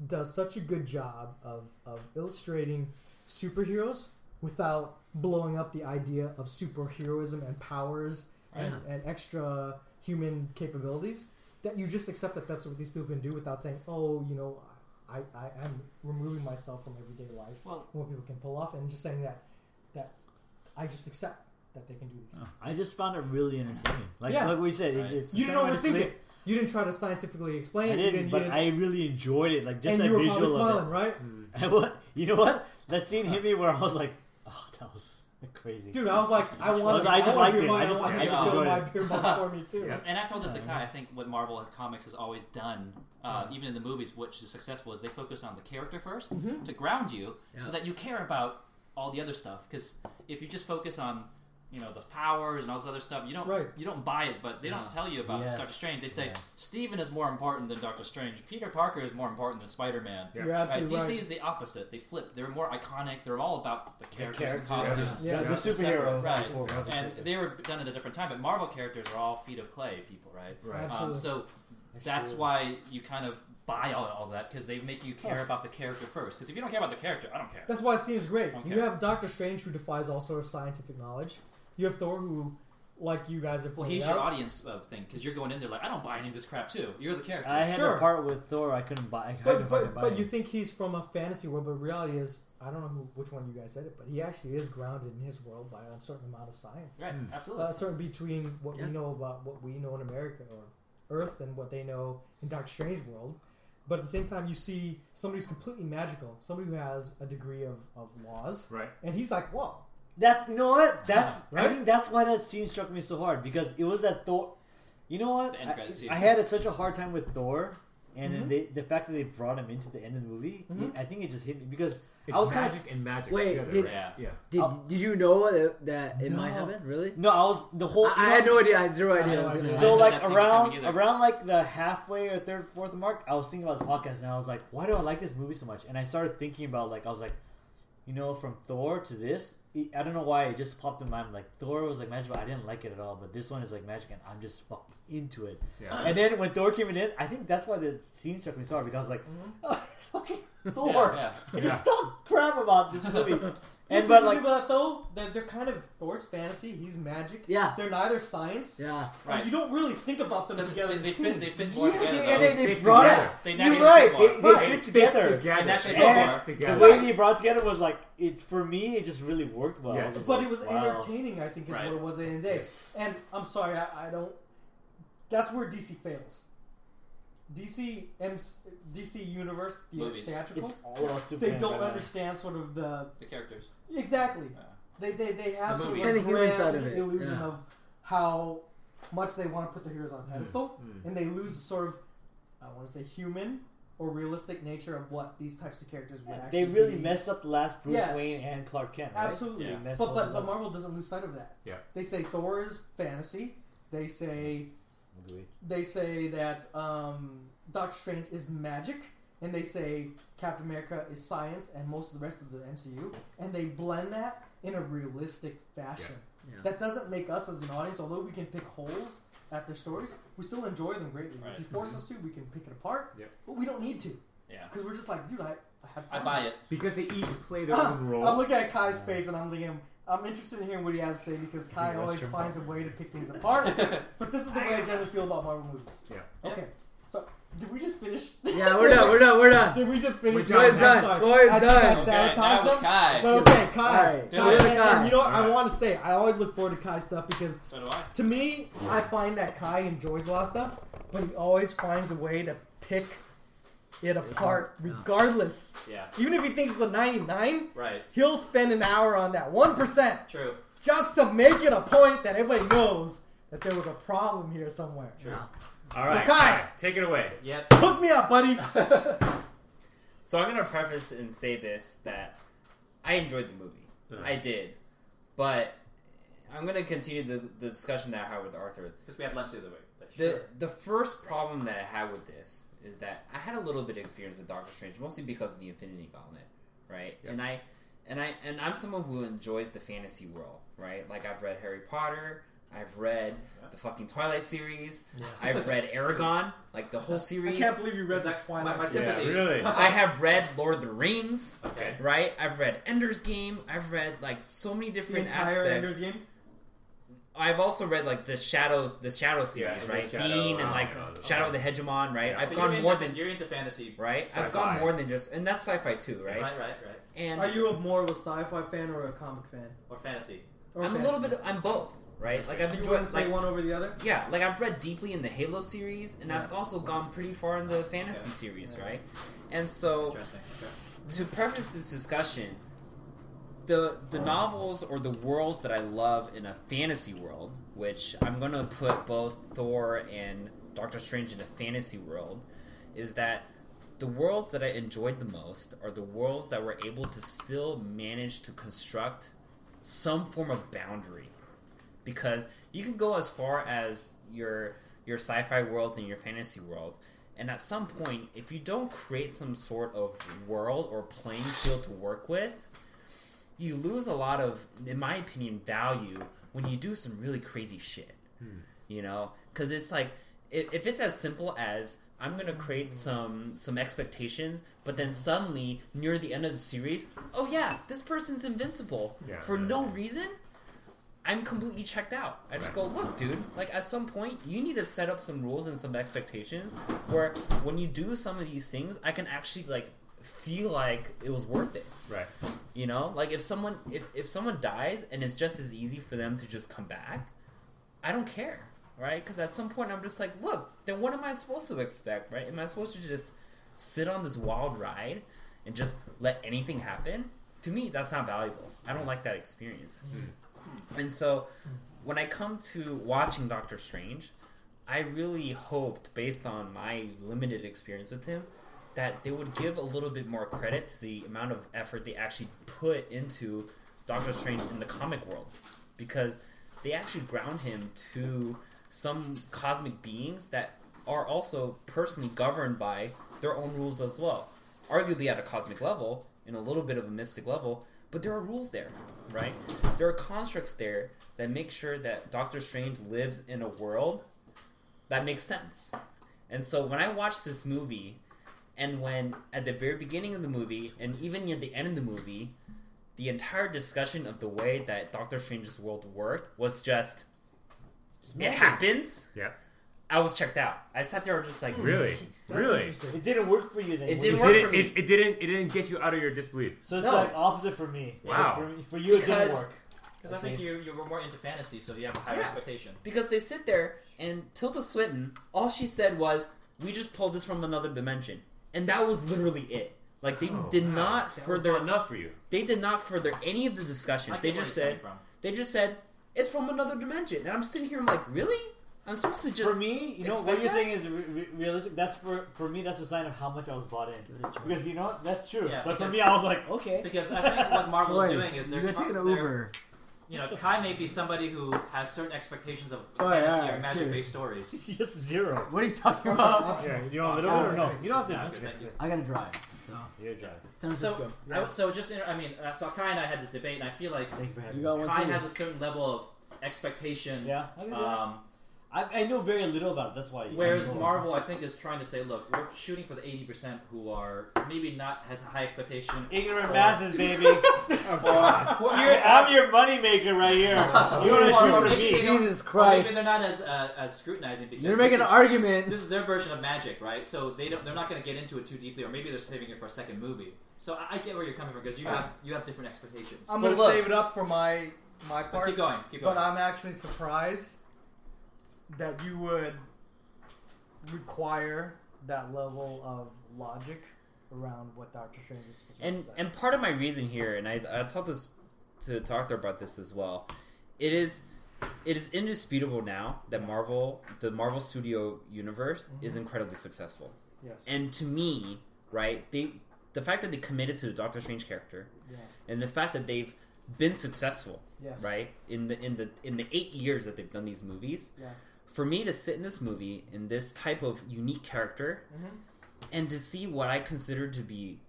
does such a good job of, of illustrating superheroes without blowing up the idea of superheroism and powers and, and extra human capabilities that you just accept that that's what these people can do without saying, oh, you know, I, I, I'm removing myself from everyday life,
Well-
what people can pull off, and just saying that, that I just accept that they can do these.
I just found it really entertaining. Like
Yeah.
like we said,
Right.
it, it's
You didn't
kind of
overthink
display-
it. You didn't try to scientifically explain
I
it. you
didn't,
you
but I really enjoyed it. Like just
and
that
you were probably
visual
smiling,
of it.
right?
And what you know what that scene hit me where I was like, oh, that was crazy.
Dude, I was like, I want
I just liked
want beer
it.
mug,
I just-
want
I
you to
just
fill
enjoyed
my
it.
beer mug for me too.
Yeah.
And I told this to Kai. I think what Marvel and comics has always done, uh, even in the movies, which is successful, is they focus on the character 1st to ground you, so that you care about all the other stuff. Because if you just focus on you know the powers and all this other stuff, you don't
Right.
you don't buy it. But they don't tell you about
Yes.
Doctor Strange. They say
Yeah.
Steven is more important than Doctor Strange. Peter Parker is more important than Spider Man.
Yeah.
You're
Right,
absolutely
DC
right.
is the opposite. They flip. They're more iconic. They're all about the characters and
characters,
costumes.
yeah. Yeah,
the superheroes.
Right.
Before, right.
And they were done at a different time, but Marvel characters are all feet of clay people, right?
Right.
Um,
Absolutely.
so that's why you kind of buy all, all that because they make you care about the character first. Because if you don't care about the character, I don't care.
That's why it seems great.
Okay.
You have Doctor Strange who defies all sort of scientific knowledge. You have Thor who, like you guys have
Well,
pointed
he's your
out,
audience uh, thing because you're going in there like, I don't buy any of this crap too. You're the character.
I had
Sure.
a part with Thor I couldn't buy. I had a
but,
hard time
but, but
buying.
you think he's from a fantasy world, but reality is, I don't know who, which one of you guys said it, but he actually is grounded in his world by a certain amount of science.
right, absolutely.
uh, certain between what
Yeah.
we know about what we know in America or Earth and what they know in Doctor Strange world. But at the same time, you see somebody who's completely magical, somebody who has a degree of, of laws,
Right.
and he's like, "Whoa,
That's you know what? That's I
Right?
think that's why that scene struck me so hard because it was that Thor. You know what?
The end credits
I-
scene.
I, had such a hard time with Thor and
Mm-hmm.
then they, the fact that they brought him into the end of the movie, it- I think it just hit me because
It's
I was kind of
magic and magic
Wait,
together,
did-
right?
Yeah.
yeah.
Did,
Oh.
did you know that, that it might
No.
happen? Really?
no, I was the whole.
I,
you
I
know,
had no idea. I had zero idea.
no
I was
idea.
gonna-
So
I
did
like
not see this
around
coming either.
around like the halfway or third fourth mark, I was thinking about this podcast and I was like, why do I like this movie so much? And I started thinking about like I was like, you know, from Thor to this, it, I don't know why it just popped in my mind. Like Thor was like magic, but I didn't like it at all. But this one is like magic, and I'm just fucking into it.
Yeah.
And then when Thor came in, I think that's why the scene struck me so hard because I was like, oh, fucking Thor,
Mm-hmm. yeah.
I just talk crap about this movie.
And
and
but
but like
about that though, that they're kind of Thor's fantasy. He's magic.
Yeah.
They're neither science.
Yeah.
And
Right.
you don't really think about them
So they,
together. in
they
a
fit.
scene.
They fit more
yeah,
together.
they, and
though.
they, they
Fit
brought
together.
it.
They
You're
naturally
right.
fit
They,
more.
It
they fit
fits
together.
And that's just
And
so far.
the way they brought together was like it for me. It just really worked well.
Yes.
I just
But
like,
it was
wow.
entertaining, I think, is
Right.
what it was in the day. And I'm sorry, I, I don't. That's where DC fails. DC M DC Universe the
Movies.
theatrical.
It's all about
they
Superman.
don't
Batman.
understand sort of the
The characters.
exactly.
Yeah.
They they they have
The
sort
And
movies.
of
the
this
human
grand
side of it,
illusion
yeah.
of how much they want to put their heroes on a pedestal,
Mm.
and they lose the sort of I want to say human or realistic nature of what these types of characters would actually.
They really
be.
messed up the last Bruce
Yes.
Wayne and Clark Kent. Right?
Absolutely.
Yeah.
Messed
But
both
but,
of
but
them
Marvel doesn't lose sight of that.
Yeah.
They say Thor is fantasy. They say
up. Agree.
they say that um, Doctor Strange is magic, and they say Captain America is science, and most of the rest of the MCU, and they blend that in a realistic fashion.
Yeah. Yeah.
That doesn't make us as an audience, although we can pick holes at their stories, we still enjoy them greatly. If
Right.
you force us to, we can pick it apart,
Yep.
but we don't need to
Yeah.
because we're just like, dude, I, I had
I
fun.
buy it.
Because they each play their
Ah,
own role.
I'm looking at Kai's face and I'm thinking, I'm interested in hearing what he has to say because Kai
that's
always
true.
finds a way to pick things apart. but this is the way I generally feel about Marvel movies.
Yeah.
Okay. So, did we just finish?
we're done. We're done. We're done.
did we just
We're
finish?
done.
I'm
done.
sorry.
Boys
I
done.
think
Okay, now
I sabotaged
with
them.
Kai.
But okay, Kai.
Alright.
Kai,
Do it,
and- and
Kai.
you know what? I
Alright.
want to say, I always look forward to Kai stuff because
So do I.
to me, I find that Kai enjoys a lot of stuff, but he always finds a way to pick it apart, regardless.
Yeah.
Even if he thinks it's a 99,
Right.
he'll spend an hour on that 1%
True.
just to make it a point that everybody knows that there was a problem here somewhere.
True.
All right,
Kai.
take it away.
Yep.
Hook me up, buddy.
So I'm gonna preface and say this that I enjoyed the movie.
Uh-huh.
I did, but I'm gonna continue the, the discussion that I had with Arthur.
Because we had lunch the other way. Like,
The
sure.
the first problem that I had with this is that I had a little bit of experience with Doctor Strange, mostly because of the Infinity Gauntlet, right? And I and I and I'm someone who enjoys the fantasy world, right? Like I've read Harry Potter, I've read
Yeah.
the fucking Twilight series, I've read Aragon, like the whole
I
series.
can't believe you read
Is
that
that
Twilight.
my- my
series.
Yeah,
sympathies.
really.
I have read Lord of the Rings,
Okay.
right? I've read Ender's Game. I've read like so many
the
different
entire
aspects.
Ender's Game.
I've also read like the shadows, the Shadow
Yeah,
series,
the
right?
Shadow,
Being and
uh,
like
uh,
Shadow of the Hegemon, right?
Yeah.
I've
So you're
gone
into-
more than
you're into fantasy.
right. I've
Sci-fi.
gone more than just, and that's sci-fi too, right?
Right. Right. Right.
And
Are you a more of a sci-fi fan or a comic fan?
Or fantasy.
Or
I'm a
fantasy?
little bit. I'm both, right? Like I've
You
enjoyed
wouldn't say
like.
one over the other.
Yeah, like I've read deeply in the Halo series, and I've also gone pretty far in the fantasy
Okay.
series,
Yeah.
right? And so,
Interesting. Okay.
to preface this discussion, the the novels or the world that I love in a fantasy world, which I'm going to put both Thor and Doctor Strange in a fantasy world, is that the worlds that I enjoyed the most are the worlds that were able to still manage to construct some form of boundary because you can go as far as your your sci-fi worlds and your fantasy worlds and at some point if you don't create some sort of world or playing field to work with you lose a lot of in my opinion value when you do some really crazy shit you know because it's like if, if it's as simple as i'm gonna create some some expectations but then suddenly near the end of the series oh yeah this person's invincible
Yeah.
for no reason i'm completely checked out i just go look dude like at some point you need to set up some rules and some expectations where when you do some of these things i can actually like feel like it was worth it
Right.
you know, like if someone if, if someone dies and it's just as easy for them to just come back, I don't care, right? Because at some point I'm just like, look, then what am I supposed to expect, right? Am I supposed to just sit on this wild ride and just let anything happen? To me, that's not valuable. I don't like that experience. And so, when I come to watching Doctor Strange, I really hoped, based on my limited experience with him, that they would give a little bit more credit to the amount of effort they actually put into Doctor Strange in the comic world, because they actually ground him to some cosmic beings that are also personally governed by their own rules as well. Arguably at a cosmic level and a little bit of a mystic level, but there are rules there, right? There are constructs there that make sure that Doctor Strange lives in a world that makes sense. And so when I watched this movie, and when at the very beginning of the movie, and even near the end of the movie, the entire discussion of the way that Doctor Strange's world worked was just it happens.
Yeah.
I was checked out. I sat there and just like
Really? really?
It didn't work for you then.
It
was
didn't
It
work
didn't,
for me.
It, it didn't. It didn't get you out of your disbelief.
So it's
No.
like opposite for me. It was
Wow.
For, me- for you, it didn't
Because-
work.
Because I think you you were more into fantasy, so you have a higher
Yeah.
expectation.
because they sit there and Tilda Swinton, all she said was, "We just pulled this from another dimension," and that was literally it. Like they
Oh,
did
wow.
not
That was
further.
not enough for you.
They did not further any of the
I
discussions.
get
They
where
just
you're
said.
coming from.
They just said it's from another dimension, and I'm sitting here. I'm like, really? I'm supposed to just
for me, you know what
expect
you're
that?
saying is re- re- realistic. That's for for me. That's a sign of how much I was bought in. Because you know that's true.
Yeah,
but for
because-
me, I was like, okay.
Because I think what Marvel is
Boy,
doing is they're
you're
try-
taking an
they're-
Uber.
You know, Kai may be somebody who has certain expectations of
Oh,
fantasy
yeah,
or magic-based stories.
Just zero.
What are you talking about?
Yeah, you want a little bit or no? You don't
Yeah,
have
okay.
to.
I gotta drive. So
You're driving.
San Francisco.
So, I, so just inter- I mean, uh, so Kai and I had this debate, and I feel like
Thank you for having
You
me.
got Oh, one
Kai
too.
has a certain level of expectation.
Yeah, I, guess
Um,
I, I know very little about it. That's why.
Whereas
I'm-
Marvel, I think, is trying to say, look, we're shooting for the eighty percent who are maybe not has a high expectation.
ignorant
Or-
masses, baby.
Oh,
Or, or-
You're, I'm your moneymaker right here. You want to
or- or
shoot for
maybe
me?
they don't-
Jesus
or maybe
Christ.
they're not as uh, as scrutinizing because
You're making
this
an
is-
argument.
this is their version of magic, right? So they don't, they're not going to get into it too deeply, or maybe they're saving it for a second movie. So I, I get where you're coming from because you have you have different expectations.
I'm
But
gonna
look-
save it up for my my
But
part.
keep going, keep going.
But I'm actually surprised that you would require that level of logic around what Doctor Strange is supposed to
and
represent.
and part of my reason here, and I I talked this to Doctor about this as well. It is it is indisputable now that Marvel, the Marvel Studio universe, is
Mm-hmm.
incredibly successful.
yes.
And to me, right, they the fact that they committed to the Doctor Strange character,
Yeah.
and the fact that they've been successful,
Yes.
right, in the in the in the eight years that they've done these movies,
Yeah.
for me to sit in this movie in this type of unique character,
Mhm.
and to see what I consider to be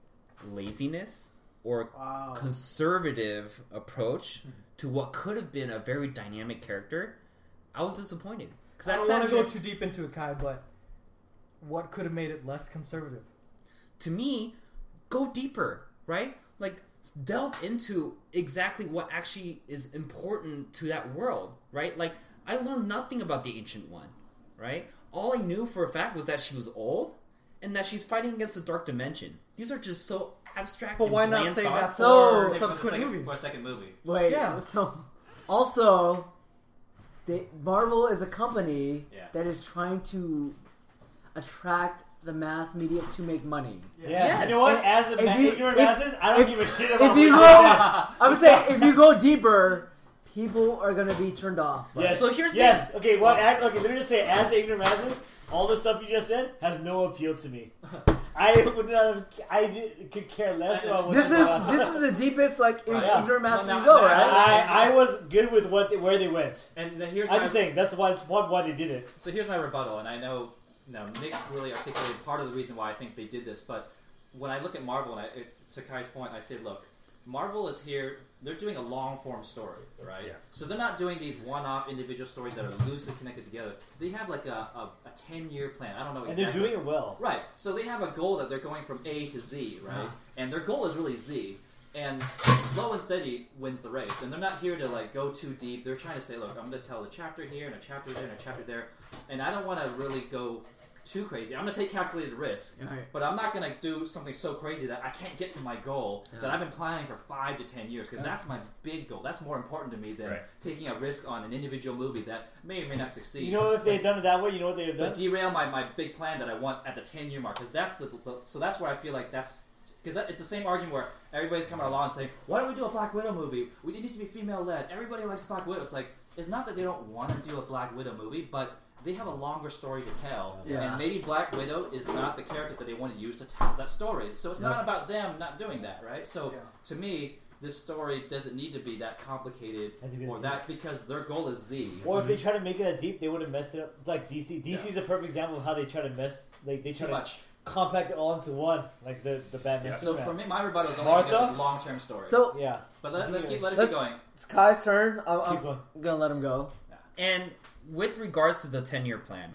laziness or
Wow.
conservative approach
Mm-hmm.
to what could have been a very dynamic character, I was disappointed. Because
I don't want to go too deep into it, Kai, but what could have made it less conservative?
to me, go deeper, right? Like delve into exactly what actually is important to that world, right? Like I learned nothing about the ancient one, right? All I knew for a fact was that she was old and that she's fighting against the dark dimension. These are just so abstract.
But
and
why not
bland
say that
thoughts.
for
Save it for the
subsequent
second-
movies?
for a second movie.
Wait.
Oh. Yeah.
So, also, they, Marvel is a company
Yeah.
that is trying to attract the mass media to make money.
Yeah.
Yes.
You know what? As a
If
man,
you-
ignorant
if-
masses, I don't
if-
give a shit about
If you
what
go,
you're saying.
I'm saying if you go deeper, people are gonna be turned off.
Yes.
So here's the-
yes. Okay. Well, I, okay. Let me just say, as an ignorant masses, all the stuff you just said has no appeal to me. I would not. Have, I did, could care less about what
This
you
is
brought
this
up.
is the deepest like
Right.
ignorant mass
Well,
you
now-
go,
now-
right?
I, I was good with what they, where they went.
And the, here's
I'm
my,
just saying that's why it's one why they did it.
so here's my rebuttal, and I know now Nick really articulated part of the reason why I think they did this, but when I look at Marvel, and I, it, to Kai's point, I say, look, Marvel is here. They're doing a long form story, right?
Yeah.
So they're not doing these one off individual stories that are loosely connected together. They have like a, a, a ten year plan. I don't know
And
exactly.
they're doing it well.
Right. So they have a goal that they're going from A to Z, right? And their goal is really Z. And slow and steady wins the race. And they're not here to like go too deep. They're trying to say, look, I'm going to tell a chapter here and a chapter there and a chapter there. And I don't want to really go too crazy. I'm going to take calculated risk,
Alright.
but I'm not going to do something so crazy that I can't get to my goal that
Yeah.
I've been planning for five to ten years because that's my big goal. That's more important to me than
Right.
taking a risk on an individual movie that may or may not succeed
You know, if they had done it that way, you know what they'd have done.
but derail my, my big plan that I want at the 10 year mark because that's the so that's where I feel like that's because that, it's the same argument where everybody's coming along and saying why don't we do a Black Widow movie we it needs to be female led everybody likes Black Widow it's like is not that they don't want to do a Black Widow movie, but they have a longer story to tell,
Yeah.
and maybe Black Widow is not the character that they want to use to tell that story. So it's not
Nope.
about them not doing that, right? So
Yeah.
to me, this story doesn't need to be that complicated
That's a good
or
idea.
that because their goal is Z.
Or if they try to make it that deep, they would have messed it up. Like DC, DC is a perfect example of how they try to mess. Like they
too
try to
much.
compact it all into one, like the the Batman.
So
Superman.
for me, my rebuttal is only because
Martha?
of long-term story.
So
yeah,
but let, let's keep let it
Let's-
be going.
it's Kai's turn. I'm,
keep
I'm
going.
gonna let him go.
And with regards to the 10 year plan,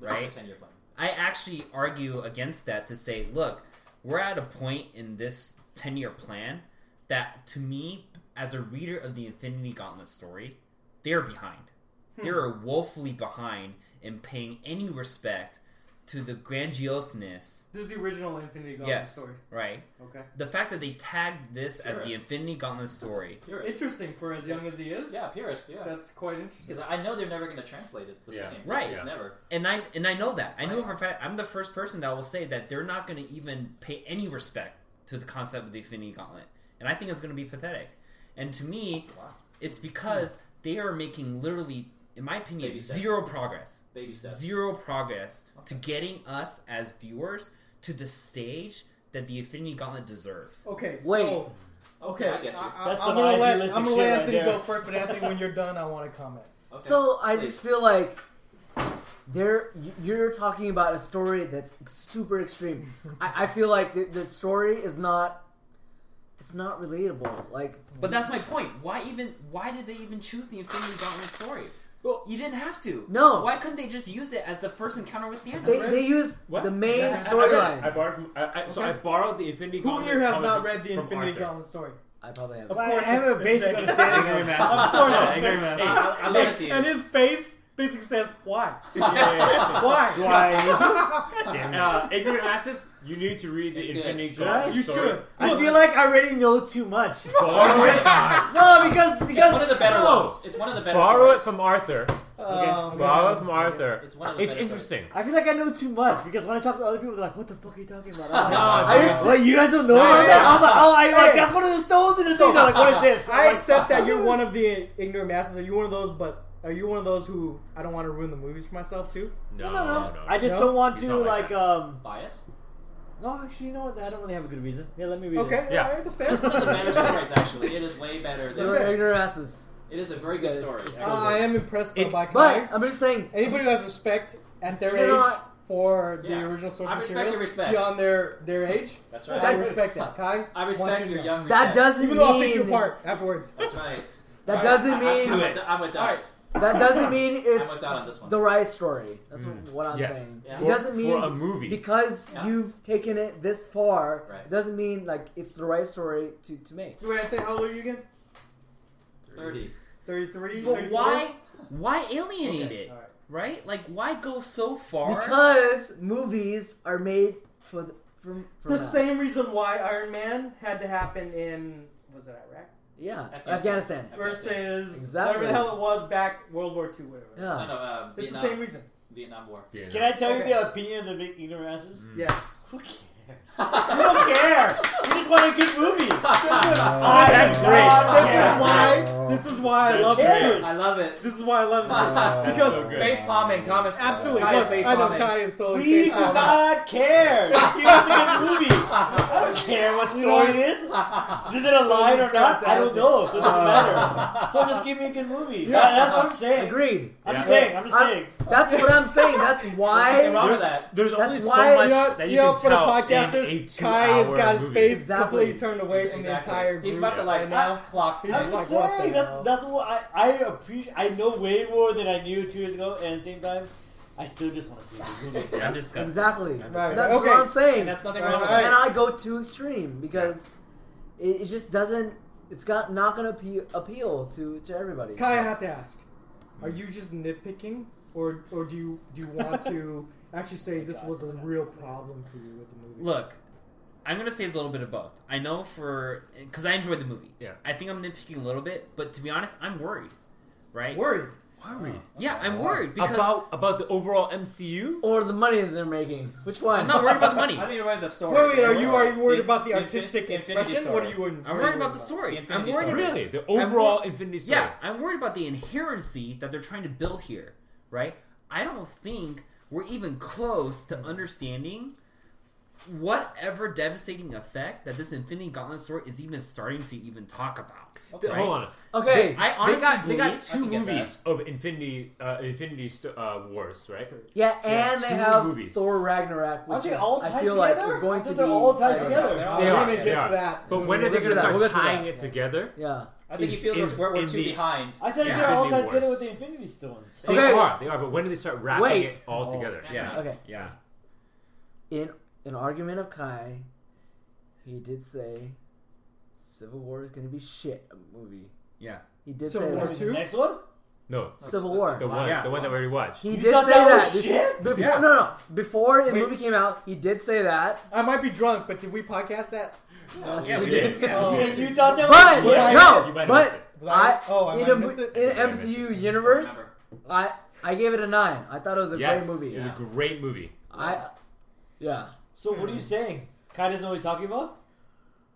There's also
Right.
a ten-year plan.
I actually argue against that to say, look, we're at a point in this 10 year plan that to me, as a reader of the Infinity Gauntlet story, they're behind. They're woefully behind in paying any respect to the grandioseness,
This is the original Infinity Gauntlet
Yes.
story.
right?
Okay.
The fact that they tagged this as the
Purist.
Infinity Gauntlet story.
Purist.
Interesting for as young as he is.
yeah, purist. Yeah.
That's quite interesting.
Because I know they're never going to translate it the
Yeah.
same.
Right.
It's
Yeah.
never.
And I and I know that. I know for a fact I'm the first person that will say that they're not going to even pay any respect to the concept of the Infinity Gauntlet. And I think it's going to be pathetic. And to me,
Wow.
it's because they are making literally in my
Hmm.
opinion
Baby steps.
zero progress.
Baby steps.
Zero progress to getting us as viewers to the stage that the Infinity Gauntlet deserves.
Okay.
Wait.
So, okay.
I get you.
I,
That's
am
some
gonna let,
idealistic
I'm gonna
shit
let
right
Anthony
there.
go first, but Anthony, when you're done, I want to comment.
Okay.
So I
Please.
just feel like there y- you're talking about a story that's super extreme. I, I feel like the, the story is not it's not relatable. Like
But that's my point. Why even why did they even choose the Infinity Gauntlet story?
Well-
you didn't have to.
No.
Why couldn't they just use it as the first encounter with Thanos?
they they use
What?
the main
I- I- I read it. I
storyline.
borrowed from. I, I, So I borrowed the Infinity.
Who
Gauntlet
here has
comic
not
books
read the
from
Infinity
Arthur.
Gauntlet story?
I probably have.
Of
Well,
course,
I have
it's-
a basic
it's-
understanding of
Of
math.
course,
Yeah,
it's-
Angry Math.
Hey, I, I love it to you.
and his face basically says, "Why?
Yeah, yeah, yeah.
Why?
Why?
Uh, ignorant asses, you need to read the
It's good.
Infinity
Should
Gauntlet.
You
story.
should."
I feel like I already know too much.
Borrow it,
No, because
it's one of
because
the better
No.
ones. It's one of the better.
borrow it
stories.
from Arthur.
Oh, man.
Borrow it from Arthur.
It's one of the
It's
better stories.
interesting.
I feel like I know too much because when I talk to other people, they're like, "What the fuck are you talking about?" I'm like,
I just
what you guys don't know about that? I was like, "Oh, I like that's one of the stones in the thing." They're like, "What is this?" I'm
I
like,
accept that you're one of the ignorant masses. Are you one of those? But are you one of those who I don't want to ruin the movies for myself too?
No, no, no. I just
No?
don't want
He's
to
not like
like, um.
Bias.
No, actually, you know what? I don't really have a good reason. Yeah, let me read it.
Okay,
Yeah.
all right, that's fair.
It's one of the better stories. Actually, it is way better.
you're
Than,
Okay.
ignorant asses.
it is a very good story.
It's
Uh,
actually.
I am impressed though,
It's-
by Kai.
But I'm just saying
Anybody who has respect at their
You know
age
what?
for the
Yeah.
original source
I respect
material
your respect.
beyond their their age,
That's
I
right.
That-
respect that. Kai,
I
want you
respect
to
your
know.
young.
that
Respect.
doesn't
Even
mean
though I'll pick you apart afterwards.
That's right.
that
I,
doesn't
I, I'm,
mean
with, I'm with Dot.
that doesn't mean
I'm with
it's
Dot on this one.
the right story. That's what I'm
Yes.
saying.
Yeah.
It doesn't mean
for a movie.
because
Yeah.
you've taken it this far
Right.
doesn't mean like it's the right story to, to make
Wait, Anthony, how old are you again?
Thirty.
33?
But why? Why alienate it?
all right.
Right? Like, why go so far?
because movies are made for the, for, for
The
that.
same reason why Iron Man had to happen in, was it Iraq?
yeah Afghanistan,
Afghanistan.
Versus
Exactly.
whatever the hell it was back World War II, whatever.
yeah
No, no. Uh,
It's the
Vietnam.
same reason.
Vietnam War.
Can I tell
Okay.
you the opinion of the big ignorant asses?
Hmm.
Yes.
Who cares? you don't care. You just want a good movie.
Oh, that's great.
this
Yeah.
is why. This is why I
Who
love this
cares?
movie.
I love it.
This is why I love this movie. because
so good.
Face bombing comments.
absolutely,
Kai is
look,
face
I know
bombing.
Kai is totally.
We do
face down.
not care. Just give us a good movie. I don't care what story it is. Is it a line or not? I don't know, so it doesn't matter. So just give me a good movie. That- that's what I'm saying.
agreed
I'm
Yeah.
just saying. I'm just
I'm-
saying.
that's what i'm saying that's
Nothing
why
wrong with that.
There's
That's
only so
why-
much
You know,
that
you
you
know,
can
for the
tell in a
podcasters, Kai has
two-hour
got his
movie.
face
Exactly.
completely turned away from the
Exactly.
entire group.
He's about to like now clock.
He's
I'm
like,
just
what the
saying.
hell?
That's that's what I I appreciate. I know way more than I knew two years ago, and at the same time, I still just want to see this movie.
I'm disgusted.
exactly
Right.
that's
Okay.
what i'm saying
And that's nothing
Right,
wrong with
right.
that.
and i go too extreme because it, it just doesn't it's got not gonna appeal, appeal to to everybody
Kai, I have to ask: Are you just nitpicking, or or do you do you want to actually say this was a real problem for you with the movie?
Look, I'm gonna say it's a little bit of both. I know for because I enjoyed the movie.
Yeah.
I think I'm nitpicking a little bit, but to be honest, I'm worried. Right?
worried.
Worried.
Yeah, I'm worried because
about about the overall MCU.
or the money that they're making. Which one?
I'm not worried about the money.
I think you're right. The story.
Wait, wait. Are you are you worried
In-
about the
Infin-
artistic
Infinity
expression? What are
Story.
you worried?
I'm worried about the story.
Infinity
I'm worried.
Story.
About,
Really, the overall Infinity Story.
yeah, I'm worried about the inherency that they're trying to build here. Right? I don't think we're even close to understanding whatever devastating effect that this Infinity Gauntlet story is even starting to even talk about.
Th-
Right?
Hold on.
Okay.
I honestly
they got they got
I
two
can get
movies of Infinity uh, Infinity Sto- uh, Wars, right?
yeah, and they
Yeah, two
have
movies.
Thor Ragnarok, which
Aren't they
is-
all
I
tied
feel
together?
like is going
I
to
thought
be
they're all tied
I-
together.
They're all
We're
tied
gonna
together.
get to that.
But when are
We'll
they
get
going
to
to
that,
start
we'll get to
tying
that,
it together?
Yeah.
I think
is-
he feels
is
we're, we're
in
too
the-
behind.
I think
Yeah.
they're all tied
Infinity
together
Wars.
with the Infinity Stones.
They
Okay.
are. They are. But when do they start wrapping
Wait.
it all together? Oh, Yeah.
Okay.
Yeah.
In an argument of Kai, he did say Civil War is going to be shit a movie.
Yeah.
He did
So
say
War
that.
Two? next one.
No.
Civil War.
The one.
Yeah.
The one that we already watched.
He
You
did
thought
say
that
that.
was shit?
Before,
Yeah.
No, no. Before the
Wait.
movie came out, he did say that.
I might be drunk, but did we podcast that? Oh.
Uh,
Yeah,
so
we
he
did. Yeah.
Yeah, you thought that
But
was
Was I-
shit.
no,
You might have missed
but
it.
Was I-
I,
oh, I might
in, a,
have
mo-
missed it.
in
I might have missed
MCU
it.
universe, I I gave it a nine. I thought it was a
yes.
great movie.
It was
Yeah.
a great movie.
I, yeah,
So what are you saying? Kai doesn't know what he's talking about.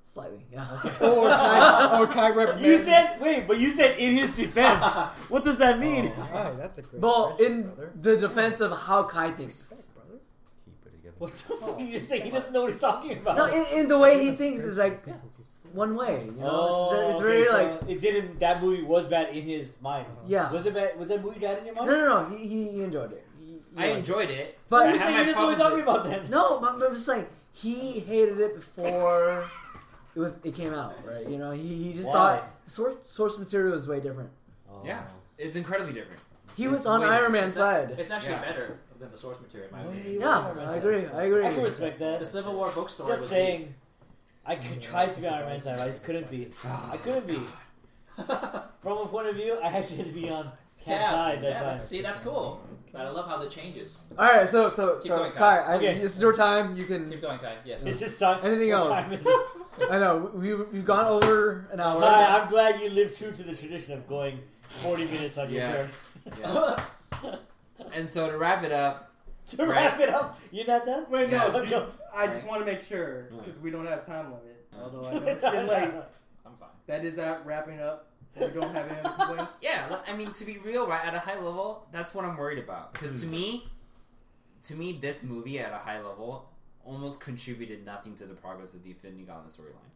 slightly. Yeah.
or Kai, or Kai represents.
You said wait, but you said in his defense. what does that mean?
Oh.
Wow, that's a great
Well,
question,
in
brother.
the defense of how Kai thinks.
brother.
Keep it together.
What the fuck are you saying? He doesn't know what he's talking about.
No, in, in the way he thinks is like one way. You know,
Oh,
it's, it's
okay,
very
so
like
it didn't. That movie was bad in his mind.
Yeah.
Was it bad? Was that movie bad in your
no,
mind?
no, no. He, he he enjoyed it. He- he
I
liked it.
enjoyed it.
So
But
you're
I had
saying
my
he doesn't know what he's talking
problems
about then?
no, but but I'm just saying he hated it before it was it came out. Right? You know, he, he just
Why?
thought source source material is way different.
Yeah.
Oh.
It's incredibly different.
He
It's
was on
way
Iron
different.
Man's side.
It's actually
Yeah.
better than the source material, in my
Way
opinion.
Yeah, I agree. I agree.
I can respect
The
that.
Civil War book story
Just
was
saying, I could try to be on Iron Man's side, but I just couldn't be. I couldn't be. From a point of view, I actually had to be on Cat's
Yeah,
side that
yeah,
time.
see, that's cool. But I love how the changes.
All right, so so
Keep
so
going, Kai.
Kai, I,
Okay.
this is your time. You can.
Keep going, Kai. Yes.
It's just time.
Anything
what
else?
time is it?
I know we we've gone over an hour.
Hi, I'm glad you lived true to the tradition of going 40 minutes on your
Yes. Yes. and so to wrap it up,
turn. To wrap it up, you're not done?
Wait,
Yeah.
no.
Okay.
do you- I just want to make sure because we don't have time limit. Although Oh, I know it's been late.
I'm fine.
That is that wrapping up. We don't have any other complaints.
yeah, l- I mean to be real, right at a high level, that's what I'm worried about. Because to me, to me, this movie at a high level almost contributed nothing to the progress of the Infinity Gauntlet storyline.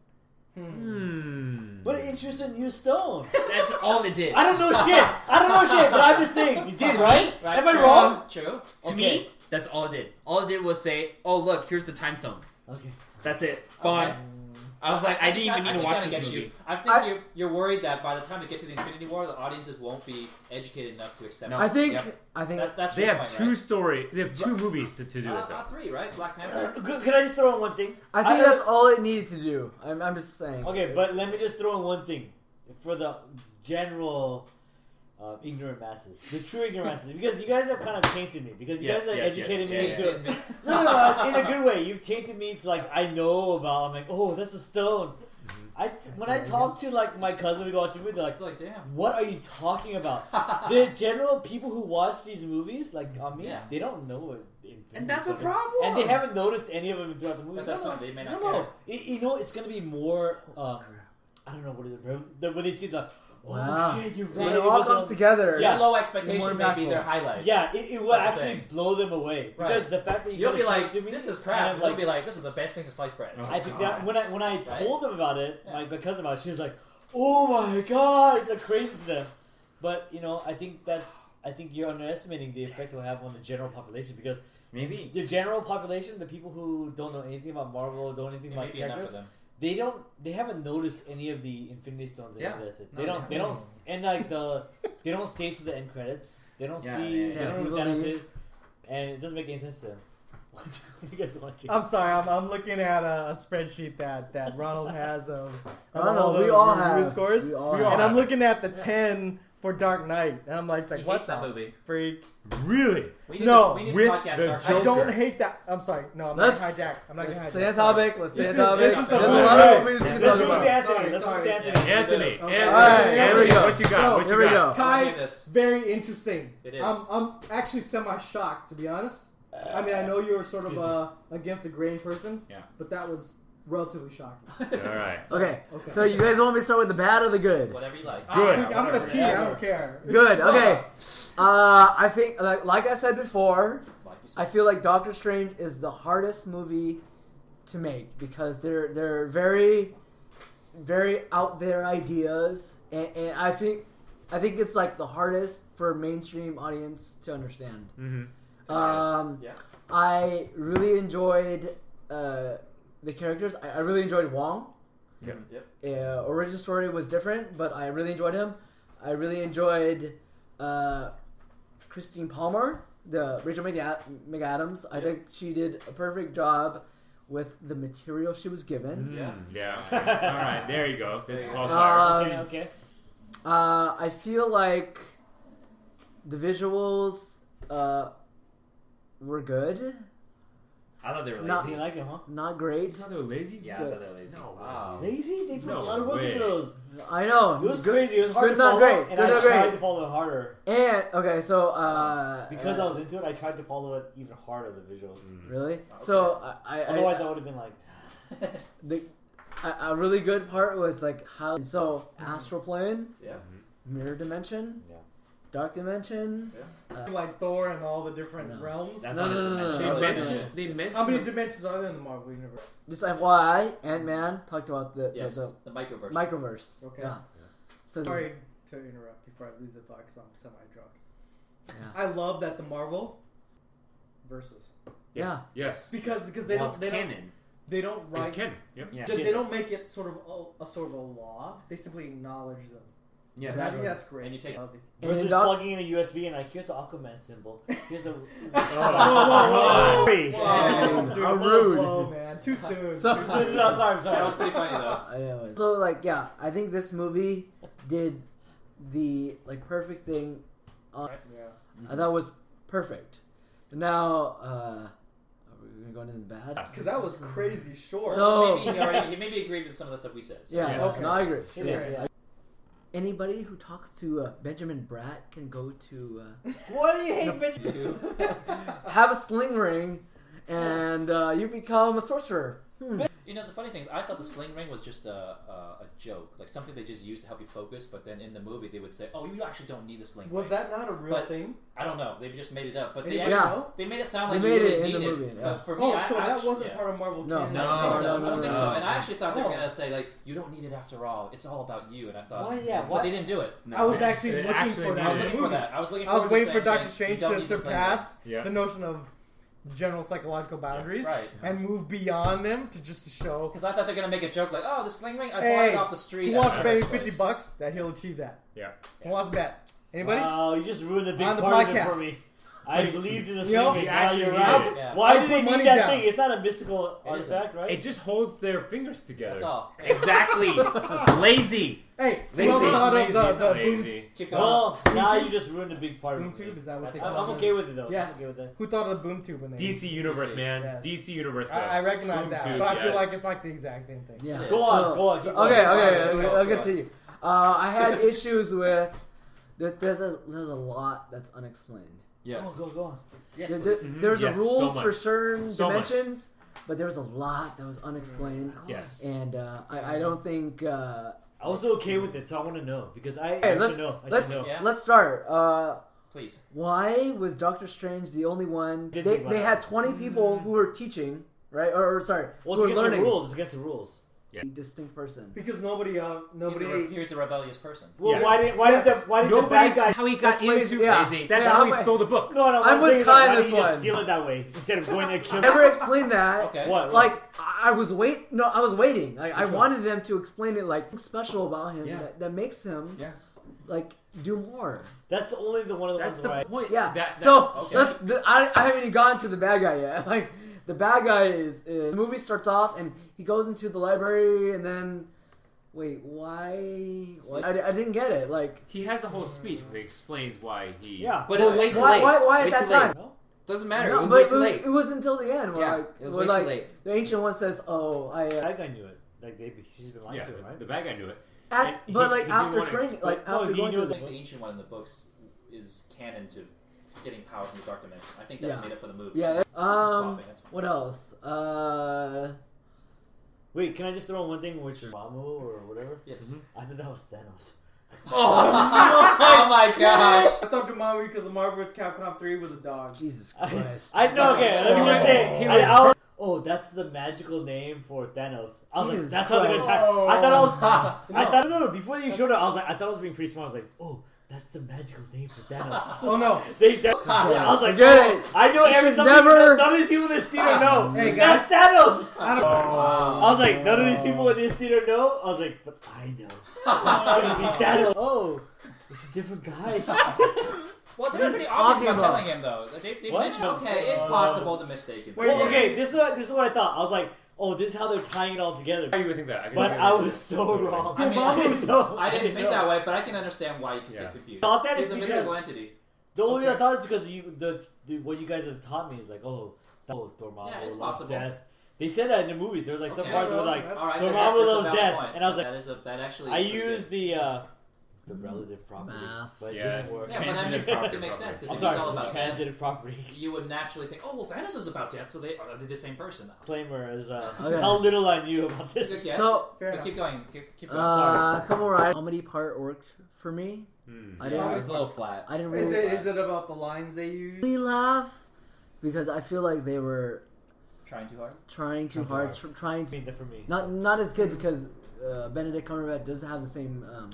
Hmm.
But it interests a new stone.
That's all it did.
I don't know shit. I don't know shit, but I'm just saying. You did,
To
right?
me,
Right,
Am I
true,
wrong?
True.
to
Okay.
me, that's all it did. All it did was say, "Oh look, here's the time stone."
Okay.
That's it. Fine. I was like, I, didn't even need to
think
watch
kinda
this
get
movie.
You. I think
I-
you're, you're worried that by the time we get to the Infinity War, the audiences won't be educated enough to accept.
No.
it.
I think
Yep.
I think
that's that's
They
your
have
point,
two story. They have two movies to, to do
Right?
it
Uh, uh,
though.
three, right? Black
Uh,
Panther.
c- Could I just throw in one thing?
I think
I-
that's all it needed to do. I'm, I'm just saying.
Okay, but let me just throw in one thing for the general uh, ignorant masses, the true ignorant masses, because you guys have kind of tainted me because you
Yes,
guys have
yes,
educated
yes,
me
yes,
into no, no, no, in a good way. You've tainted me to like I know about. I'm like, oh, that's a stone. I when I talk to like my cousin, we go watch a movie. They're like,
Like damn.
what are you talking about? the general people who watch these movies, like on me,
Yeah.
they don't know what. Infinity
And that's a
Stones is.
problem.
And they haven't noticed any of them throughout the movie.
That's
No,
that's
no,
fine. They may
no,
not
no.
care.
It- you know, it's gonna be more. Um, I don't know what is it. The, when they see the, oh
Wow.
shit, you're
So
right.
it all
was
comes
on-
together.
Yeah.
Your low
More
expectation may be
impactful.
their highlight.
Yeah, it, it will
That's the
actually
thing.
blow them away
Right.
because the fact that you
You'll
kinda
be
showed it
like,
to me,
this is
kind
crap.
of
You'll
like-
be like, this is the best thing since sliced bread.
I think that when I when I
Right?
told them about it,
Yeah.
my my cousin about it, she was like, "Oh my god, it's like crazy stuff." But you know, I think that's I think you're underestimating the effect it'll have on the general population because
Maybe.
the general population, the people who don't know anything about Marvel, don't know anything
It
about
may
the
be enough for
characters,
them.
they don't they haven't noticed any of the Infinity Stones. Any
Yeah.
of this.
No,
They don't.
they
They don't. And like the they don't stay to the end credits. They don't
Yeah,
see.
yeah,
They
yeah.
don't know who
People
Thanos
leave.
is, and it doesn't make any sense to them. What do you guys want to?
I'm sorry. I'm, I'm looking at a, a spreadsheet that, that Ronald has of, of
Ronald,
all the
we all
review
have.
scores,
We all
We
have.
and I'm
have.
looking at the ten
for Dark Knight, and I'm like, it's
He
like
hates
what's
that movie.
Freak.
Really?
We need
No,
to, we need
with
to podcast
the
Dark
I
Knight.
don't hate that. I'm sorry. No, I'm
Let's-
not hijack. I'm not gonna hijack.
Let's stay on
Sorry.
topic. Let's stay on
This is-
topic.
this is the
There's a
point.
lot of movies we can
Let's
talk
move
about.
to Anthony.
Sorry,
Let's move
sorry.
to Anthony.
Anthony,
Okay.
Anthony,
All right, here
Anthony,
we go.
what you got?
No,
what you
here we
got?
go.
We'll do
Kai,
this.
very interesting.
It is.
I'm, I'm actually semi shocked, to be honest. I mean, I know you're sort of uh, against the grain person,
Yeah.
but that was relatively shocking.
All right.
Okay.
Okay.
So you guys want me to start with the bad or the good?
Whatever you like.
Good.
I'm gonna pee. I don't care.
Good. Okay. Uh, I think, like, like I said before,
Like you said.
I feel like Doctor Strange is the hardest movie to make because they're they're very, very out there ideas, and, and I think I think it's like the hardest for a mainstream audience to understand.
Mm-hmm.
Um,
yeah.
I really enjoyed uh, the characters. I, I really enjoyed Wong.
Yeah.
Yep.
Uh, origin story was different, but I really enjoyed him. I really enjoyed uh, Christine Palmer, the Rachel McA- McAdams. I
Yep.
think she did a perfect job with the material she was given.
Yeah.
Mm, yeah. All right. There you go. This
There
is
you
all
go.
fire.
Um,
Okay, okay.
Mm-hmm.
Uh, I feel like the visuals uh, were good,
I thought they were lazy.
Not-
So you like him, huh?
not great.
It's not they were lazy. Mm.
yeah, I thought they were lazy.
No,
Wow.
Lazy? They put
No
a lot of work
way.
into those.
I know
It was crazy. It was hard
Good,
to
not
follow,
great.
and
Good,
I
not
tried
great.
to follow it harder
And okay, so uh,
because
uh,
I was into it. I tried to follow it even harder. The visuals.
Mm. Mm-hmm.
really so I, I,
Otherwise, I,
I,
would have been like,
the, a, a really good part was like how so astral plane,
Yeah.
mirror dimension,
Yeah.
dark dimension.
Like Thor and all the different
No.
realms.
That's
No,
not
no,
a
no, no,
dimension.
no,
They
no,
mentioned.
no.
They mentioned.
How many dimensions are there in the Marvel universe?
Just FYI, Ant Man talked about the,
Yes.
the,
The, microverse.
the microverse.
Okay.
Yeah. So the-
Sorry to interrupt before I lose the thought because I'm semi drunk.
Yeah.
I love that the Marvel versus
yeah.
Yes.
because because they
Well, it's
don't they don't
canon.
they don't
It's
write
Ken. Yep.
Yeah.
they, they don't make it sort of a, a sort of a law. They simply acknowledge them.
Yeah.
And I think that's great.
And you take-
I love it.
And
versus
the doc-
plugging in a USB and like, here's the Aquaman symbol. Here's a.
whoa,
Wow.
Dude,
How
whoa,
rude.
whoa, man. Too soon.
So-
Too
sorry,
soon.
I'm
That was
sorry.
pretty funny though.
I know. So like yeah, I think this movie did the like perfect thing. On,
Yeah.
Mm-hmm.
I thought it was perfect. Now uh, are we gonna go into the bad?
Yes.
Because that was crazy short.
So-
maybe he already he maybe agreed with some of the stuff we said. so-
Yeah,
Yeah.
okay. no, I agree.
Yeah,
Sure.
yeah.
Anybody who talks to uh, Benjamin Bratt can go to
What do you hate, bitch?
You-
uh, have a sling ring, and uh, you become a sorcerer. Hmm.
You know the funny thing is, I thought the sling ring was just a, a, a joke, like something they just used to help you focus. But then in the movie, they would say, "Oh, you actually don't need the sling
Was
ring."
that not a real
But-
thing?
I don't know. They just made it up, but they
Anybody
actually,
Yeah.
know?
they made it sound like
They
you
made
really
it in
need
the
it.
movie,
But
yeah.
for me,
Oh,
I
so that
actually-
wasn't
yeah.
part of Marvel
No.
canon.
No,
I
I don't
think so.
think so. I don't think so.
no,
And I actually thought they were
Oh.
gonna say like, "You don't need it after all. It's all about you." And I thought,
Why, yeah,
but
why-
they didn't do it.
I was actually
It
looking
actually
for
I was
needed
that.
looking for that. I was looking.
I was
forward to
waiting for
saying, like,
Doctor Strange
you don't
to
need the sling ring.
surpass
Yeah.
the notion of general psychological boundaries
right.
and move beyond them to just to show
Because I thought they were gonna make a joke like, "Oh, the sling ring, I bought
Hey,
it off the street."
who
at
wants to
my
pay me
first
fifty
place."
bucks that he'll achieve that.
Yeah.
Who wants to bet? Anybody?
Wow, Uh, you just ruined a big
On the
part of it
podcast.
for me. I believed in the
You know,
sling
he
ring. Wow,
actually
you're
needed
right.
it.
Yeah.
Why
I
did
put
they
money
need that
down.
thing? It's not a mystical
It isn't.
artifact, right?
It just holds their fingers together.
That's all.
Exactly. lazy.
hey,
Lazy.
well thought of the, the boom,
Lazy.
Keep going.
well, now you just ruined a big part
boom
of it.
tube. Is that what they
That's-
I'm,
call
I'm
it?
okay with it though.
Yes.
I'm okay with that.
Who thought of the boom tube when they?
DC Universe,
Yes.
man.
Yes.
DC Universe.
I, I
though.
recognize
Boom
that,
tube,
but I feel
yes.
like it's like the exact same thing.
Yeah.
Yes.
Go on,
So-
go on. keep going.
Okay,
Sorry.
okay, okay,
Go,
I'll
go.
continue. Uh, I had issues with. There, there's, a, there's a lot that's unexplained.
Go,
Yes.
go, go on.
Yes.
There-
please.
there-
Mm-hmm.
Mhm.
There's
Yes, so
rules
much.
for certain
So much.
dimensions, but there was a lot that was unexplained.
Oh
Yes.
And uh, I, I don't think. Uh,
I was okay with it, so I want to know because I,
Hey,
I
let's-
should know. I
let's-
should know.
Yeah.
Let's start. Uh,
Please.
why was Doctor Strange the only one? They,
Didn't think about
they had
that.
20
Mm.
people who were teaching, right? Or, or sorry,
Well, it's
who were
against
learning.
the rules. It's against the rules.
A distinct person.
Because nobody, uh,
He's
nobody.
a, re- he's a rebellious person.
Well,
Yeah.
why did why did the why did the
Nobody
bad guy?
How he got
That's lazy,
into
yeah.
lazy.
That's
Yeah,
how he
I'm-
stole the book.
No, no. what
I'm
I'm
with
saying is,
Kai
like, why
this
did you
one.
just steal it that way instead of going to kill?
Never explained that.
Okay.
What?
Like I I was wait no I was waiting like I
Which one?
wanted them to explain it like what's special about him
Yeah.
that, that makes him
Yeah.
like do more
That's only the one of the
That's
ones
the
where I
point.
yeah
That, that,
so
okay.
let's- the, I, I haven't even gotten to the bad guy yet like uh, the bad guy is, is the movie starts off and he goes into the library and then
Wait, why? why
I, I didn't get it. Like,
He has a whole speech where he explains why he.
Yeah.
But it was way too
why,
late.
why, why
Way
at that
too late.
time?
Doesn't matter.
No,
it was
but
way too
it, was,
late.
it was until the end. Where
Yeah,
like,
it was way
where,
too
like,
late.
The ancient one says, "Oh, I." Uh,
That guy knew it. Like they, she's been lying
Yeah,
to him, right?
the bad guy knew it.
at,
he-
but
he
like
didn't
after
wanna
training,
explain-
like
Oh,
no,
after
he
going
knew
through
I
that-
the,
think the ancient one in the books is canon to getting power from the dark dimension. I think that's
Yeah.
made up for the movie.
yeah.
Just some
Um,
swapping, that's fine.
what else? Uh,
Wait, can I just throw in one thing, which is Mamu or whatever?
Yes.
I thought that was Thanos.
Oh my gosh!
I thought Dormammu because of Marvel vs. Capcom 3 was a dog.
Jesus
I,
Christ!
I know. Okay, let me just say.
He
I-
was-
I was- oh, that's the magical name for Thanos. I was
Jesus
like, that's how they're gonna
Christ.
attack. I thought I was. I thought no, no. Before they showed it, I was like, I thought I was being pretty smart. I was like, oh, that's the magical name for Thanos.
Oh no.
They, they, I was like,
Forget
oh, I know
You
every
should
some of these-
never- Ah.
none of these people in this theater know.
Hey,
That's Thanos.
I
Oh,
don't
I was like, none of these people in this theater know. I was like, but I know. It's gonna be Thanos. Oh, it's a different guy.
Well, they're pretty
talking
obvious about
about?
telling him though. They, they
What?
mentioned okay, it's possible to mistake it.
Wait,
well, okay, this is what, this is what I thought. I was like, oh, this is how they're tying it all together.
Why do you would think that? can
But
see
I
that.
was so wrong.
I mean,
didn't know.
I didn't think
know.
that way, but I can understand why you could
Yeah.
get confused.
Thought that
He's
is
a
because-
mystical entity.
The only reason I thought is because you, the, the what you guys have taught me is like, oh, that, oh, Dormammu
Yeah, it's
loves
possible.
death. They said that in the movies. There was like some
Okay.
parts where like
That's-
All right,
Dormammu
that's, that's
loves
a valid
death,
point.
and I was like,
that is a that actually.
I
is pretty
used
good.
the uh, the relative property,
Mass.
but it
Yes.
didn't work.
Yeah, but I mean,
Transitive
it
property,
makes sense because
I'm
if it's
sorry,
all about death,
transitive property.
you would naturally think, oh, well, Thanos is about death, so they are they the same person. Now?
Disclaimer is uh,
Okay.
how little I knew about
Good
this.
guess.
So,
Fair
but
enough.
keep going. Keep, keep going. Sorry.
uh, come on, uh, comedy part worked for me.
Hmm.
I
Yeah,
didn't.
it
It
was
was a little flat.
I didn't really.
Is it, is it about the lines they use?
really laugh because I feel like they were
Trying too hard.
trying too hard, tr- trying
I
to
mean, for me.
not not as good because uh, Benedict Cumberbatch doesn't have the same um,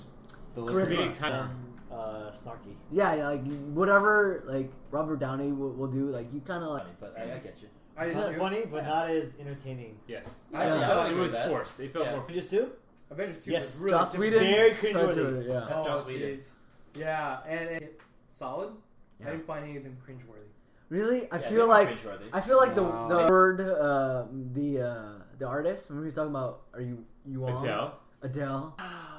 Comedic
charisma. Yeah.
timing.
Uh, snarky.
yeah, yeah, like whatever like Robert Downey will, will do, like you kind of like
Funny, but I, I get you.
I did
Not
too.
funny, but
Yeah.
not as entertaining.
Yes.
I
Yeah.
just
Yeah.
thought
It
agree with
was
that.
forced. It felt
Yeah.
more.
Avengers two.
Avengers 2
Yes.
was really
Joss
different.
Whedon.
Very
tried
cringeworthy.
to- yeah.
Oh,
Joss Whedon.
jeez. Yeah, and, and solid.
Yeah.
I didn't find any of them cringeworthy.
Really, I
Yeah,
feel
they're
like
cringeworthy.
I feel like
Wow.
the the word uh, the uh, the artist when we was talking about are you you on
Adele.
Adele?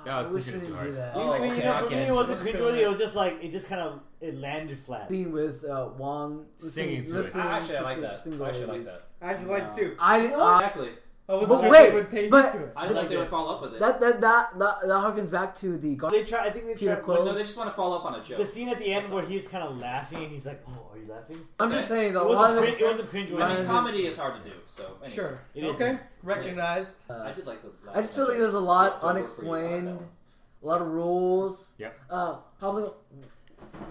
Yeah, I
I
was
wish they
pushing it too
didn't do
hard.
that.
Oh,
I mean,
okay,
you know,
I'll
for
get
me, it
into
wasn't
it.
cringeworthy. It was just like it just kind of it landed flat.
Scene with uh, Wong
Singing to it.
listening
I actually
to
like
sing-
that.
single
I actually like
ladies.
that.
I actually liked it too.
I uh,
Exactly.
I wasn't
But
sure
wait,
they would pay
but-
into it.
I didn't
But
think they
they
would follow up with it.
That that that that, that harkens back to the gar-
They try. I think they
Peter
try.
Quill.
no, they just want to follow up on a joke.
The scene at the end where he's kind of laughing and he's like, "Oh, are you laughing?"
I'm just saying
It
though. A lot
wasn't.
of
Cring-
the,
it wasn't cringeworthy.
I mean,
Yeah.
comedy is hard to do. So anyway.
Sure.
It is.
okay. Recognized.
I
uh,
did like the.
I just feel like there's a lot unexplained, a lot of rules.
Yep.
Uh, probably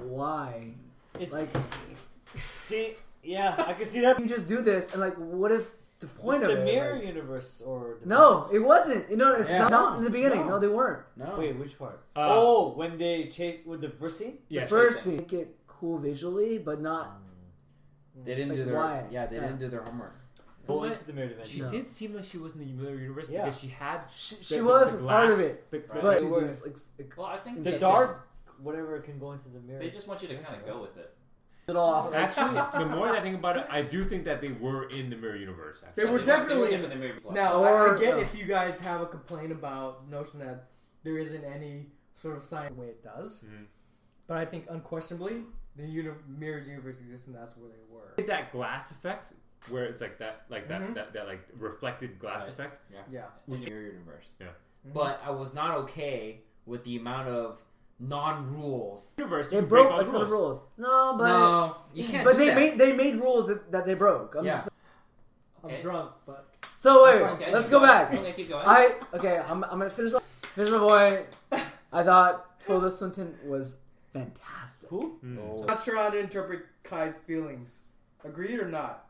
why
It's
Like-
see, yeah, I can see that.
you just do this and like what is the point
it's
of
the
it?
mirror
Like,
universe or the
no, it wasn't. You know, it's
Yeah.
not, not in the beginning. No,
No.
they weren't.
No.
Wait, which part?
Uh,
oh, when they chase with the first scene.
Yes. Mm.
First, they make it cool visually, but not.
They didn't
Like,
do their
why?
yeah. They
Yeah.
didn't do their homework.
Go
What?
into the mirror
She
dimension.
No.
did seem like she was in the mirror universe
Yeah.
because she had. She,
She was part of it,
The,
Right.
But
It works.
it's- it's-
Well, I think
The
they
The
Yes.
dark, whatever, can go into the mirror.
Just, they just want you to kind of go with it.
it all.
Actually, the more that I think about it, I do think that they were in the mirror universe. Actually.
They were
They
definitely
they were in the mirror. block.
Now,
Or-
I, I get
no.
if you guys have a complaint about notion that there isn't any sort of science the way it does,
Mhm.
but I think unquestionably the uni- mirror universe exists and that's where they were.
Did that glass effect where it's like that, like that,
Mhm.
that, that, like reflected glass
Right.
effect.
Yeah,
in the mirror universe.
Yeah.
Mhm.
But I was not okay with the amount of non-rules.
Universe.
They
you
broke
break all
a ton of rules. No, but
no, you can't.
but
do
they
that.
made they made rules that, that they broke. I'm
Yeah.
just,
Okay.
I'm drunk, but
so wait,
Okay,
let's
keep
go
going.
back.
Okay, keep going.
I okay. I'm, I'm gonna finish my finish my boy. I thought Tilda Swinton was fantastic.
Who?
Mm.
Oh.
not sure how to interpret Kai's feelings. Agreed or not?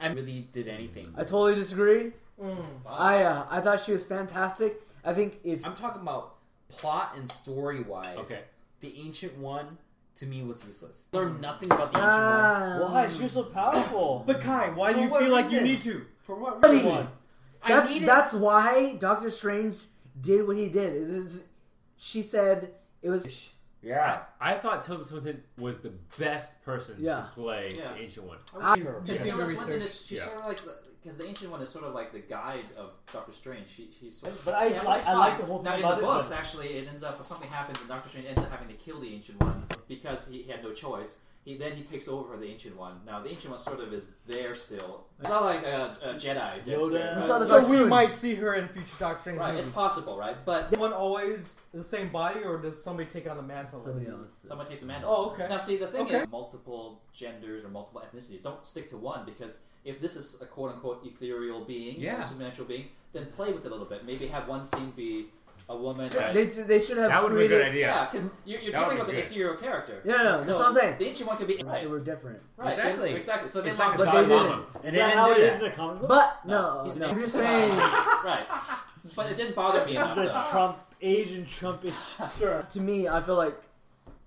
I really did anything.
I totally disagree.
Mm.
Wow.
I uh, I thought she was fantastic. I think if
I'm talking about plot and story wise.
Okay.
The ancient one to me was useless. Learned nothing about the ancient one.
Ah,
Why? She was so powerful.
But Kai, why
For
do you
what
feel like you
reason?
need to?
For what
Buddy.
reason? I
that's
needed.
that's why Doctor Strange did what he did. It is- she said it was
yeah.
I thought Tilda Swinton was the best person
Yeah.
to play
Yeah.
the Ancient One.
Because
Yeah.
Tilda
Yeah.
Swinton is she's
Yeah.
sort of like because the ancient one is sort of like the guide of Doctor Strange. She, she's sort of,
But I
Yeah,
like-
it's
I
fine.
like the whole
now,
thing
in the
about it,
books. Actually, it ends up something happens, and Doctor Strange ends up having to kill the ancient one because he had no choice. He then he takes over the ancient one. Now the ancient one sort of is there still. It's not like a, a Jedi. Dead
Yoda.
Space,
You
right?
saw the
So we might see her in future Doctor Strange
Right, it's
movies.
possible, right? But
Is one always the same body, or does somebody take on the mantle?
Somebody else.
someone takes a mantle.
Oh, okay.
Now, see, the thing
Okay.
is, multiple genders or multiple ethnicities don't stick to one because if this is a quote unquote ethereal being
Yeah.
or supernatural being, then play with it a little bit. Maybe have one scene be a woman. that-
They, they should have
That would be a
created.
good idea.
yeah, because you're, you're
That would
dealing with
be
an
good.
ethereal character.
Yeah, no, no,
so
that's what I'm saying.
The ancient one could be
They
right,
were different.
right,
Exactly.
exactly. So they
It's like
like
a
But
Dalai
they
Lama.
didn't.
Is
And
that
then
how it
do
is
that.
in the comic book?
But no,
he's
I'm
not.
just saying.
right, but it didn't bother me enough.
the
though.
Trump Asian Trumpish. sure.
to me, I feel like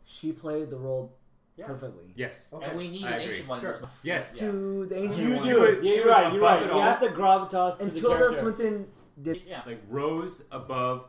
she played the role
Yeah.
perfectly.
Yes.
And we need
I
an
agree.
ancient one. in this-
Yes.
Yeah.
To the ancient
You
one.
do it.
She
Yeah, you're
was
right.
on
You're
Buffett
right. You
all-
have the gravitas to
And
the
Tilda
character.
Swinton did.
Yeah.
Like rose above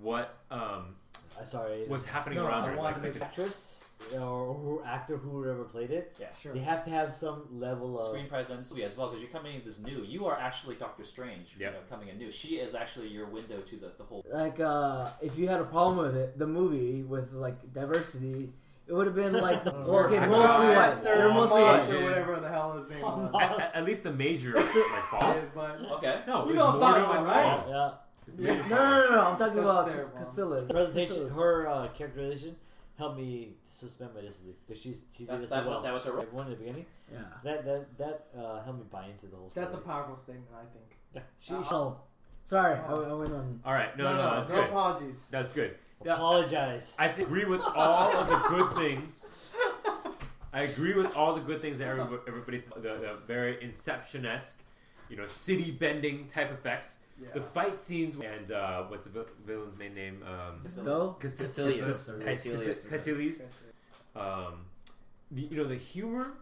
what um,
Uh, sorry.
was happening
No,
around
I
her.
want
Like,
to make-
actress or who, actor, whoever played it?
Yeah.
Sure.
They have to have some level of.
screen presence yeah, as well because you're coming in this new. You are actually Doctor Strange,
Yep.
you know, coming in new. She is actually your window to the, the whole.
Like, uh, if you had a problem with it, the movie with like diversity, it would have been like, the, well, okay,
I
mostly
thought
white.
Esther
You're mostly
Moss
white.
or
white.
whatever the hell his name was.
at, at- at least the major like fall.
Yeah, but
Okay.
No,
You
it was
know what I'm talking
Mordo
about,
and
right?
Fall.
yeah.
It was the major
No,
fall.
no, no, no. I'm talking
Go
about
there,
Cas-
Mom.
Casillas.
presentation,
Casillas.
her uh, characterization helped me suspend my disbelief because she's she did
That's
it so
that
well.
one- that was her-
everyone in the beginning.
Yeah.
That that that uh, helped me buy into the whole.
that's a
story.
powerful statement, I think.
She,
Oh, sorry, I, I went on.
All right. No, no, no. That's
no
good.
apologies.
That's good.
she apologized.
I agree with all of the good things. I agree with all the good things that everybody, everybody's the, the very Inception esque, you know, city bending type effects. The
Yeah.
fight scenes and uh, what's the vil- villain's main name? Um,
Go.
Cas-
Caecilius.
Cas-
Caecilius.
Caecilius. Um, the, you know the humor.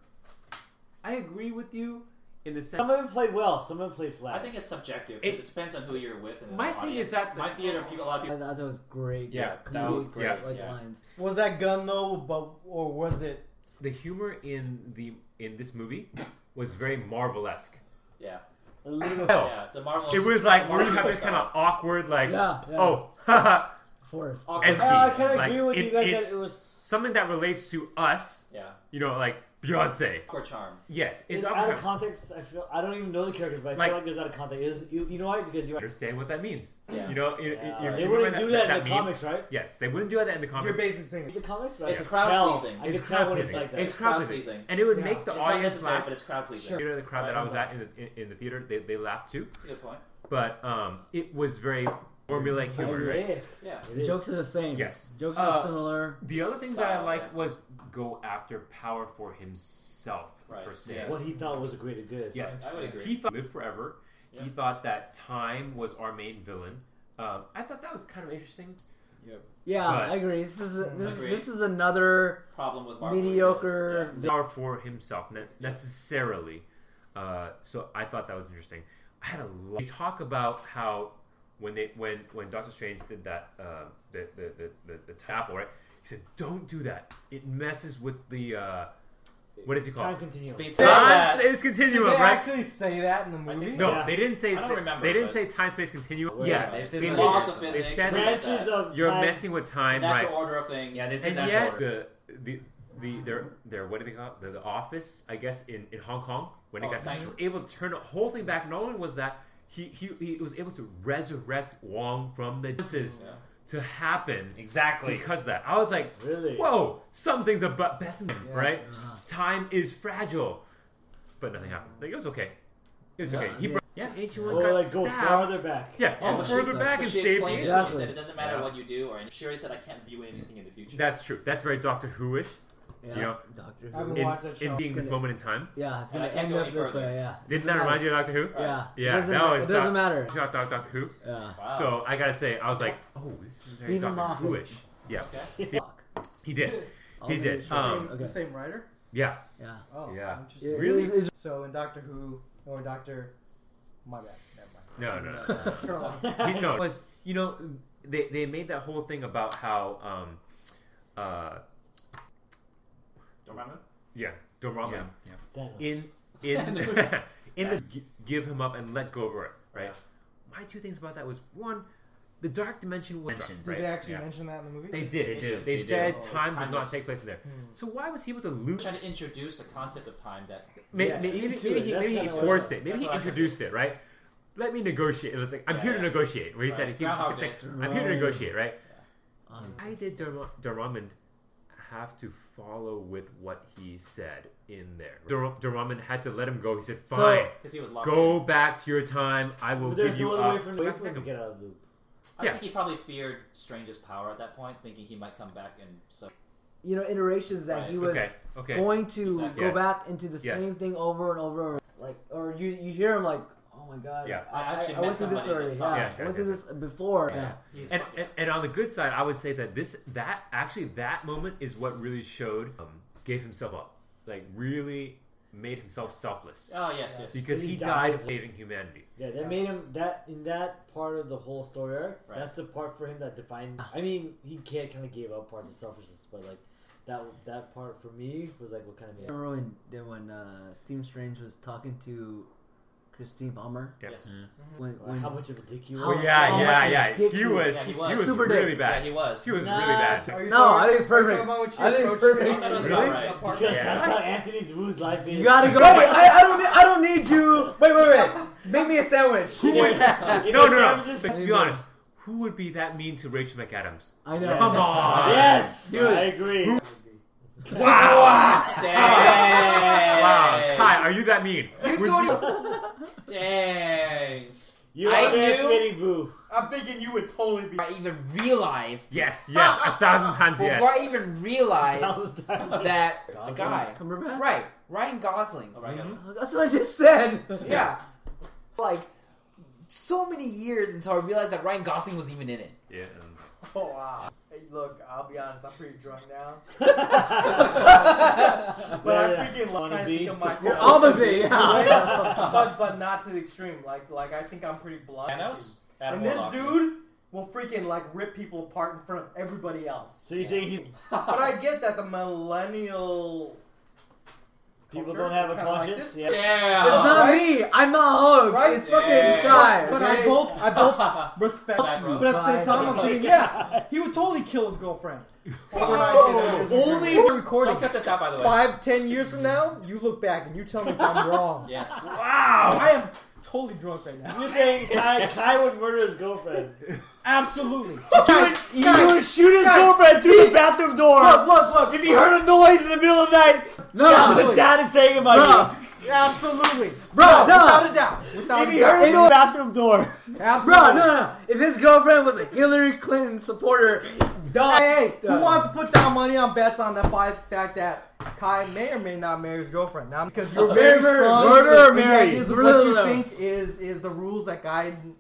I agree with you in the sense.
some of them played well. Some of them played flat.
I think it's subjective. 'cause
It's-
it depends on who you're with. And
My
the
thing
audience.
is that the-
my theater people, a lot of
I
people.
thought that was great.
Yeah,
like,
that was
comedic,
great,
Like
yeah.
lines.
Was that gun though, but or was it?
The humor in the in this movie was very Marvel esque.
Yeah.
a little bit.
Hell,
Yeah. It's a Marvel.
Oh. It was like where
Marvel
you have this kind of awkward, like,
Yeah, yeah.
oh, haha,
Force.
style.
and-
Uh, I kind of
Like,
agree with
it-
you guys
it-
that it was
something that relates to us,
Yeah.
you know, like Beyonce.
Awkward charm.
Yes,
it's
it's
out
awkward.
of context. I feel I don't even know the characters, but I
Like-
feel like it's out of context. It was, you, you know why? Because you.
understand what that means.
Yeah.
You know, it, it-
Yeah.
you
they
remember
wouldn't do that, in the
meme?
comics, right?
Yes, they wouldn't do that in the
Your
comics.
basic singer.
The comics, but
It's
I could
crowd
tell.
pleasing.
I could
It's
tell
crowd
when it's
pleasing.
like that.
It's crowd pleasing,
Crowd-pleasing.
and it would
Yeah.
make the
It's not
audience
necessary,
laugh.
but it's crowd pleasing.
You know, the crowd that I was at in
Sometimes.
the, in, in the theater, they, they laughed too.
That's a good point.
But um, it was very formulaic humor,
Yeah,
right?
it
Yeah.
The
is.
jokes are the same.
Yes.
Jokes
Uh,
are similar.
The other thing that I
Style,
like
yeah.
was go after power for himself
Right,
per se.
yeah.
What he thought was great and good.
Yes,
I would agree.
He thought live forever. He
Yeah.
thought that time was our main villain. Um, I thought that was kind of interesting.
Yeah,
but-
I agree. This is a, this is,
Agree.
this is another
Problem with Marvel.
mediocre.
Power for himself ne- necessarily. Uh, so I thought that was interesting. I had a lot. They talk about how when they when when Doctor Strange did that uh, the, the, the the the apple right, he said don't do that. It messes with the uh, what is it
Time
called?
continuum.
Space
Time
combat.
space
Did
continuum,
they
right?
actually say that in the movie?
think
No,
Yeah.
they didn't say.
I don't
they,
remember,
they didn't
but-
say time space continuum.
Wait,
Yeah,
This
they,
is
did.
laws of
They
physics.
said
Branches of
you're
time.
messing with time,
Natural
right?
order of things.
Yeah, this is
and
natural
yet
order.
the the the their their what do they call it? The, the office, I guess, in, in Hong Kong when it
Oh,
got
thanks.
was able to turn the whole thing back. Not only was that he he, he was able to resurrect Wong from the chances
Yeah.
to happen
Exactly.
because of that I was like,
Really?
whoa, something's about Batman,
Yeah.
right?
Uh-huh.
Time is fragile, but nothing happened. Like, it was okay. It was okay. He
yeah.
brought, yeah, ancient one
Or
Oh,
got
like go
stabbed.
farther back.
Yeah, and
but she-
further back
But
and
she
save
explained
the
it.
Yeah.
She said it doesn't matter
Yeah.
what you do, or and she already said I can't view anything in the future.
That's true. That's very Doctor Who-ish
Yeah.
You know,
Doctor
I haven't
Who.
in,
watched that show.
in being this
Gonna-
moment in time.
Yeah, it's
And
gonna
I can't
end
go
up
any
this
further.
way. Yeah. It
Didn't
doesn't
that remind
matter.
you of Doctor Who?
Yeah.
Yeah,
It doesn't,
no,
ma-
it's
it doesn't
not-
matter.
Shout out Doctor, Doctor Who.
Yeah.
Wow.
So I gotta say, I was like, oh, this is very
Stephen
Doctor
Moffat.
Who-ish. Yeah,
Okay.
Fuck.
he did.
All
He
these
did.
shows.
Um,
the
Oh, okay.
same writer.
Yeah,
Yeah.
Oh,
Yeah.
Interesting.
It
Really?
is- is-
So in Doctor Who or Doctor, my bad, never mind.
no, no, no.
Sherlock.
he, no, it was you know they they made that whole thing about how um uh
Dormammu?
Yeah, Dormammu.
Yeah, yeah.
in in in the gi- give him up and let go over it. Right. My two things about that was one, the dark dimension was
Mentioned.
Did
right.
they actually
yeah.
mention that in the movie?
They did.
They do,
They,
they do.
said
Oh,
it's
time does not
timeless.
take place in there. So why was he able to lose?
Trying to introduce a concept of time that
May-
Yeah,
may- maybe,
into
maybe
it.
he,
That's
maybe he
kinda what I
forced
thought.
it. Maybe
That's
he
what I
introduced it, right? Let me negotiate. It's like I'm
Yeah,
here to
yeah.
negotiate. Where he said
Right.
he
Groundhog
kept saying,
Day.
"I'm here to
Right.
negotiate," right?
Um,
Why did Dur- Duramond have to follow with what he said in there? Dur- Duramond had to let him go. He said,
So-
"Fine,
because he was locked.
go back to your time. I will
But there's
give you
no other
up."
way for him, way for him to get out of the loop.
I
Yeah.
think he probably feared Strange's power at that point, thinking he might come back and so.
you know, iterations that
Right,
he was
okay, okay.
going to
Exactly.
go
Yes.
back into the
Yes.
same thing over and over, and over. like, or you you hear him like, oh my god,
Yeah.
I,
I
I,
actually
I went
met
through this
somebody
already, yeah,
that saw
it. Yes,
I went
yes,
through this before, yeah.
He's
and,
fucking-
and and on the good side, I would say that this that actually that moment is what really showed um, gave himself up, like really made himself selfless
oh yes, yes.
because
He
he, died
dies.
saving humanity.
Yeah, that made him that in that part of the whole story arc.
Right.
That's the part for him that defined. I mean, he can't kind of gave up parts of selfishness, but like that that part for me was like what kind of
I
made.
remember when then when uh, Stephen Strange was talking to Christine Palmer
Yeah.
Yes.
Mm-hmm.
when when
How much of a dick he was.
How-
Oh, yeah,
how
yeah,
much
yeah.
dick
He
he-
was,
Yeah,
he
he
was,
was.
Super
really
dick.
Yeah,
bad.
he was.
he was
Nah,
really bad.
Are you
No,
talking-
I think it's
are you talking
perfect.
about when she
I think it's
approached him
perfect.
at the
Really?
apartment?
Because
Yeah.
that's how Anthony's Wu's life is.
you gotta go. Wait, I, I don't need, I don't need you. Wait, wait, wait.
Make me a sandwich.
Who would-
No,
if
no, no.
it's savages-
Let's be honest. Who would be that mean to Rachel McAdams?
I know.
Come on.
Yes,
Dude.
I agree.
Wow.
Dang.
Wow. Kai, are you that mean?
You
Would
told him.
Dang.
You're
I knew-
underestimating Wu.
I'm thinking you would totally be.
I even realized.
Yes, yes, a thousand times
Before
yes.
I even realized that the guy,
Cumberbatch.
right, Ryan Gosling,
All
Mm-hmm.
right, guys.
That's what I just said.
yeah, like so many years until I realized that Ryan Gosling was even in it.
Yeah.
Oh, wow. Hey, look, I'll be honest. I'm pretty drunk now. But I'm thinking like,
Wanna
trying to
be?
think of myself.
You're opposite. Yeah.
but but not to the extreme. Like like I think I'm pretty blind.
Thanos.
to-
Adam
And this
Warlock.
dude will freaking like rip people apart in front of everybody else.
So you're saying he's
But I get that the millennial
people
culture
don't have
is
a
kinda like
conscience?
this.
yeah.
Yeah.
It's not
Right?
me. I'm not Hulk.
Right?
It's fucking
Yeah.
Kai.
But
okay?
I both I both respect
Back
you.
row.
But at the same time, I'm thinking, yeah, he would totally kill his girlfriend.
Only if we're
Don't
recording.
cut this out, by the way.
Five, ten years from now, you look back and you tell me if I'm wrong.
Yes.
I am totally drunk right now.
You're saying Kai, Kai would murder his girlfriend.
Absolutely.
He would shoot his girlfriend through the bathroom door.
Look, look, look.
If he heard a noise in the middle of the night,
No,
that's what dad is saying about
Absolutely.
bro,
Without
no,
a doubt.
you.
Without
If
a
he
doubt.
heard a noise bathroom door,
bro, no, no. If his girlfriend was a Hillary Clinton supporter,
Duh. Hey, hey,
Duh.
who wants to put down money on bets on the fi- fact that Kai may or may not marry his girlfriend? Now, because you're very
Murder,
strong.
murder or
in the
marry?
ideas of
No,
What
no,
you
no.
think is is the rules that guide you?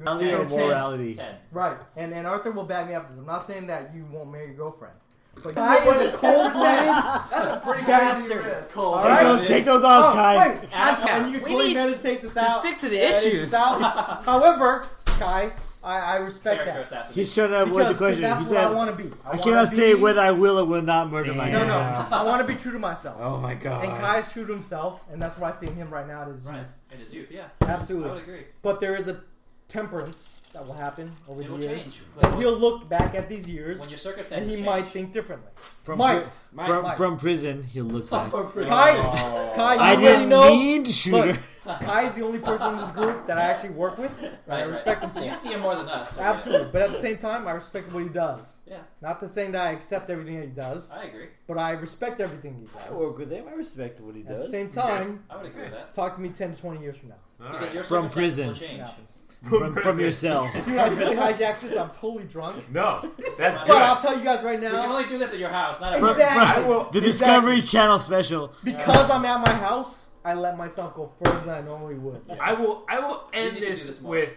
Morality or
and-
morality.
Ten.
Right, and and Arthur will back me up. because I'm not saying that you won't marry your girlfriend. But
Kai
Kai
is
is a cold-blooded
Pretty
bastard. All
take,
right. Oh,
those, take those odds, Kai.
wait,
Adam,
and you can
we
totally
need
meditate this
to
out.
stick to the
Edit this
issues.
out. However, Kai, I, I respect
Character
that.
assassination.
He's trying to avoid the
Because
question.
that's
He
what
said,
I want to be. I,
I
wanna
cannot
be,
say whether I will or will not murder my
No,
Damn.
girlfriend.
no. I want to be true to myself.
Oh my god!
And Kai's true to himself, and that's why I see him right now. Is
Right. In his youth, yeah. I would
absolutely.
agree.
But there is a temperance that will happen over
It will
the years,
change.
and he'll look back at these years,
When your circumstances
and he
change.
might think differently.
From
Mike,
from,
Mike.
from prison, he'll look back.
Oh.
Kai, Kai, you
I
already
didn't
know.
mean to shoot her.
Look, Kai is the only person in this group that I actually work with. and I
Right,
respect
right.
him
So
for.
you see him more than us. so yeah.
Absolutely, but at the same time, I respect what he does.
Yeah.
Not to saying that I accept everything that he does,
I agree.
but I respect everything he
I
does.
work with him. I respect what he
At the
does.
same time,
I would agree with that.
talk to me 10, 20 years from now.
All
Because
right.
your
From
circumstances will
prison.
It
Change.
happens.
From, from your cell.
Dude, I really hijacked this. I'm totally drunk.
No, that's
But
good.
I'll tell you guys right
You can
now,
only do this at your house, not at
From,
work.
Exactly.
from the Discovery Channel special.
because I'm at my house, I let myself go further than I normally would.
I will. I will end
need to do
this
this more.
with.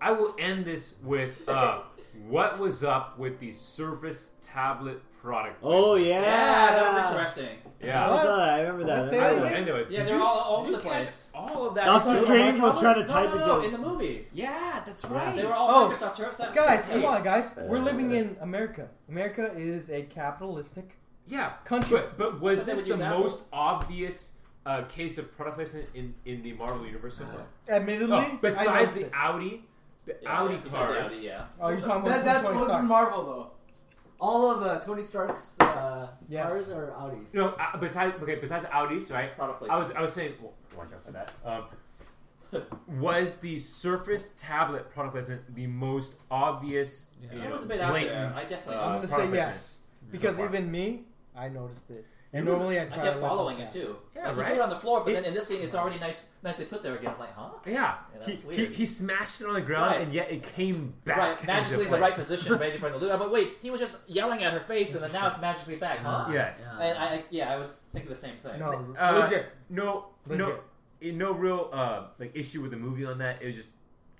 I will end this with. Uh, what was up with the Surface tablet product?
Oh,
placement?
yeah.
Yeah, that was interesting.
I,
yeah.
was on it. I remember that.
What's it?
I
I
remember
will
that.
end it.
Oh, Yeah, they're all, all over the place.
All of that.
Doctor Strange was trying to
No,
type
no,
it
no,
down.
in the movie.
yeah, that's
They
right.
were all
Oh.
Microsoft terms.
Guys, come on, guys. We're living in America. America is a capitalistic
Yeah,
Country.
but, but was
But they
this
would use
the
Apple.
most obvious uh, case of product placement in, in the Marvel universe so
Uh,
far?
Admittedly,
Oh,
I
besides
noticed
the
it.
Audi, the
Yeah,
Audi
yeah, besides the
cars.
Audi, yeah.
Oh, you're talking
That,
about
that
Tony
wasn't
Stark.
Marvel though. All of uh, Tony Stark's uh,
Yes.
cars are Audis.
No, uh, besides okay, besides Audis, right?
Product placement.
I was I was saying, well, watch out for that. Um, was the Surface tablet product placement the most obvious? you
It
know,
was a bit out there.
blatant,
I definitely-
uh,
I'm
I'm
product
gonna say
placement?
yes because
far.
even me, I noticed it. And
It was-
normally I
I
try
kept
to let
following
them
it too.
Yeah,
like, He
right?
put it on the floor, but
It-
then in this scene, it's already nice, nicely put there again. I'm like, huh?
Yeah,
Yeah,
he,
that's
he
weird.
he smashed it on the ground,
Right.
and yet it came back
right,
into
magically in the
place.
right position, ready for him to lose. But wait, he was just yelling at her face, and then now it's magically back, huh?
Yes.
And I, yeah, I was thinking the same thing.
pass. No,
Uh,
legit.
No, no,
Legit.
eh, no real uh, like issue with the movie on that. It was just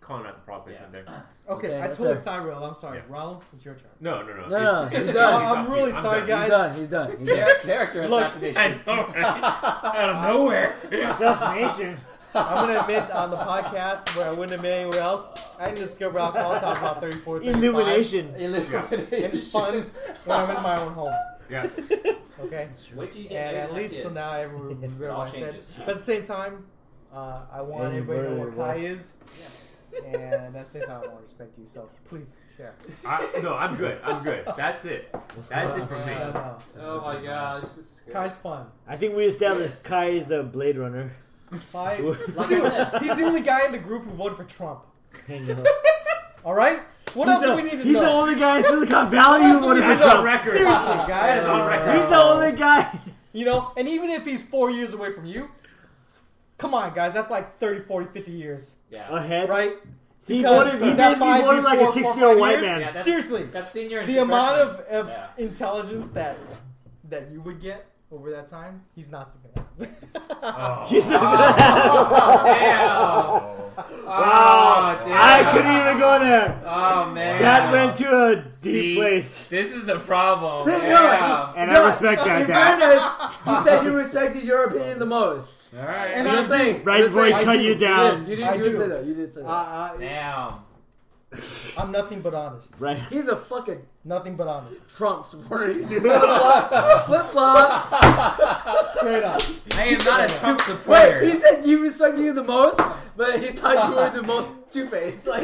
calling out the product placement there.
Okay,
Okay,
I
that's
told
it.
Cyril. I'm sorry,
Yeah.
Ronald. It's your turn.
No, no,
No,
no. it's-
no,
it's-
he's done.
it's
I'm
up to
really
you. I'm
sorry,
done.
guys.
He's done. He's done. He's done.
Char- character
Look,
assassination.
I know, right? Out of nowhere.
Assassination.
I'm gonna admit on the podcast where I wouldn't admit anywhere else. I didn't discover alcohol until I was about 34, 35.
Illumination.
And fun when I'm in my own home.
Yeah.
Okay.
Wait till you get
And
married
at
and have
least
kids.
for now, everyone will
It all
realize it.
changes.
But at the same time, uh, I want
Hey,
everybody to know
where-
what
where-
Kai is. And that's the same time I want to respect you. So please share.
I, no, I'm good. I'm good. That's it. That's it for me.
No, no.
Oh my gosh. this is great.
Kai's fun.
I think we established
Yes.
Kai is the Blade Runner.
Kai,
Like I said,
he's the only guy in the group who voted for Trump.
Hang on.
All right. What
he's
else
the,
do we need to
he's the
know?
only guy in Silicon Valley who voted for
That's on
Trump.
record.
Seriously, guys.
That's on record.
He's the only guy.
You know, and even if he's four years away from you, come on, guys, that's like 30, 40, 50 years,
yeah.
Ahead.
right?
See, he
Because
voted, he
that
basically
five
voted like
before
a
four,
six-year-old
five
white
years?
man.
Yeah, that's,
seriously.
That's senior and
The
to
amount
freshman.
of, of
Yeah.
intelligence that that you would get over that time, he's not the man.
Oh.
He's not gonna
Oh,
Damn.
Wow.
Oh, damn.
I couldn't even go there.
Oh man.
That went to a deep
See?
place.
This is the problem.
See, no,
Damn.
And
No,
I respect that.
In
that.
fairness, you said you respected your opinion the most.
All right.
And
I
I'm
do.
saying
Right
I'm
before
saying
he
I
cut
do.
you down.
You
I
didn't, you didn't
do.
say that. You didn't say that.
Uh, uh,
Damn.
I'm nothing but honest.
Right.
He's a fucking
Nothing but honest.
Trump supporter. Flip flop.
Straight up.
I am not a Trump supporter.
Wait, he said you respected you the most, but he thought you were the most two faced. Like,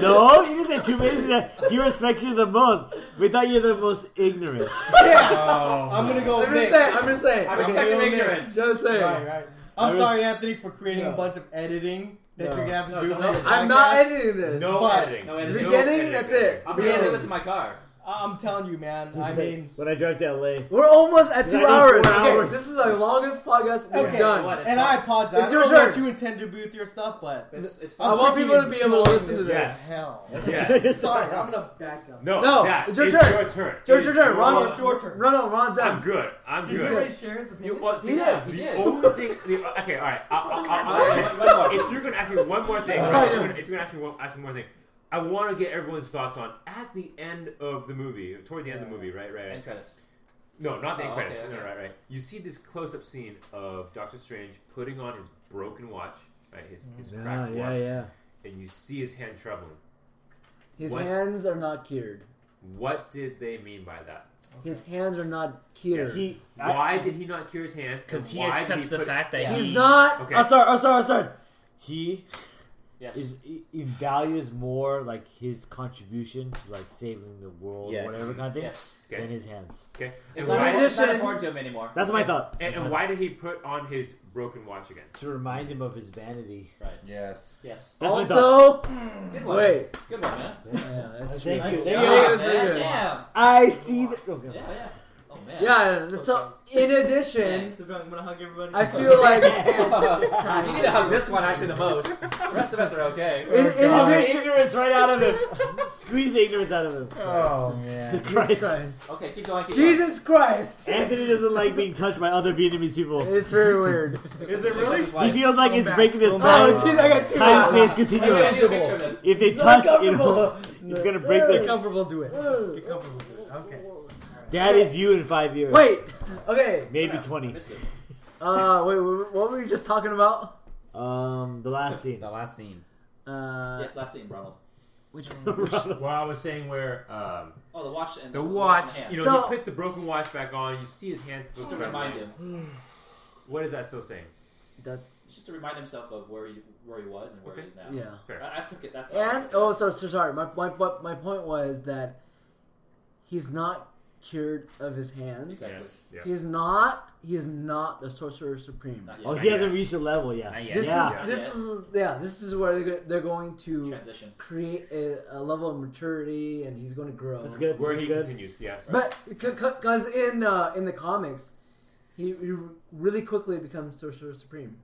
No, he didn't say two minutes. He said He respects you the most. We thought you're the most ignorant.
Oh.
I'm gonna go
I'm
Nick.
just saying. I'm just saying.
I
I'm
respect your
Okay.
ignorance.
just saying.
Right, right. I'm
I was-
sorry, Anthony, for creating a
No.
bunch of editing that
No.
you're gonna have to
No,
do.
don't
for your
edit.
I'm not
podcast.
editing this.
No
Fine.
editing.
No
No
editing.
Beginning, that's it.
I'm
Beginning.
gonna do this in my car.
I'm telling you, man. I mean,
when I drive to LA,
We're almost at two
Yeah, I need
hours.
four
Okay,
hours.
this is the longest podcast we've
Okay.
done.
So what? It's
and I
fine.
apologize.
It's
I don't
your
know what
turn.
you intend to do with your stuff, but
It's, it's
I
fun.
want people to be able to listen to
enjoying
this.
as Hell.
Yes.
Sorry, I'm gonna back up.
No,
No,
Zach,
it's your
it's
turn.
your turn.
George, your turn. Ron,
Well, it's your turn.
No, no, Ron's
I'm
done.
good. I'm
Did you
good.
already share
Oh,
his
You,
opinion?
well, see,
He did,
the
he did.
only thing. The, okay, all right. I, I, I, I, if you're gonna ask me one more thing, right, if, you're gonna, if you're gonna ask me one, ask me one thing, I want to get everyone's thoughts on at the end of the movie, toward the end of the movie, right, right, right.
End credits.
No, not the
Oh,
end credits.
okay,
No,
okay.
right, right. You see this close-up scene of Doctor Strange putting on his broken watch, right? His, his
yeah,
cracked watch,
yeah, yeah.
and you see his hand trembling.
His
What?
hands are not cured.
What did they mean by that?
His hands are not cured.
Yes.
He, I,
Why did he not cure his hand?
Because he
And why did
accepts the
put-
fact that
He's
he-
not.
Okay.
I'm sorry, I'm sorry, I'm sorry. He
Yes.
is he- he values more like his contribution to like saving the world,
Yes.
or whatever kind of thing,
yes.
Okay.
than his hands.
Okay.
It's
And
not,
why,
Right.
it's not important to him anymore.
That's my thought.
and, and why did he put on his broken watch again?
To remind him of his vanity.
Yes.
Yes.
That's my thought.
also,
Good one.
wait.
Good one, man. Oh,
Yeah, that's true.
Thank
Nice job,
you. Thank
man. That's
you.
man.
pretty good.
Damn.
I see the. Okay.
Yeah, yeah. Oh man.
Yeah. So, in addition,
I'm gonna hug everybody.
I feel like
You need to hug this one actually the most. The rest of us are okay.
in, in
Oh,
addition,
ignorance right out of him. Squeeze the ignorance out of him.
Oh man.
Christ.
Okay, keep going. Keep
Jesus Christ,
Anthony doesn't like being touched by other Vietnamese people.
it's very weird.
Going. Is it really?
He feels like it's breaking his
Oh,
time,
jeez, I got two.
time space
Wait, wait, I
continuum.
need a picture of this.
If they
So
touch, you know,
uncomfortable.
it's gonna break their.
comfortable do it.
Ugh.
Get comfortable do it. Okay.
That is you in five years.
Wait. Okay.
Maybe
Yeah, I
20.
missed it.
Uh, wait, wait. What were we just talking about?
Um, the last scene.
The last scene.
Uh,
Yes, last scene, Ronald.
Which
well, I was saying where um,
Oh, the watch and
the
and
watch,
hand.
you know,
So-
he puts the broken watch back on. You see his hands. still
just to
stuck
remind
around.
him.
What is that still saying?
That's
It's just to remind himself of where he where he was and where he is now.
yeah.
Fair.
I, I took it. That's how I
And
took it.
oh, so, so sorry. My, my but my point was that he's not cured of his hands.
Exactly.
Yeah.
He's not. He is not the sorcerer supreme.
Not yet.
Oh, he hasn't reached a level yet.
Not yet.
This
Yeah.
is this is yeah. This is where they're, go- they're going to
transition.
create a, a level of maturity, and he's going to grow.
That's good.
Where
That's
he
good.
continues. Yes.
But because in uh, in the comics, he, he really quickly becomes sorcerer supreme.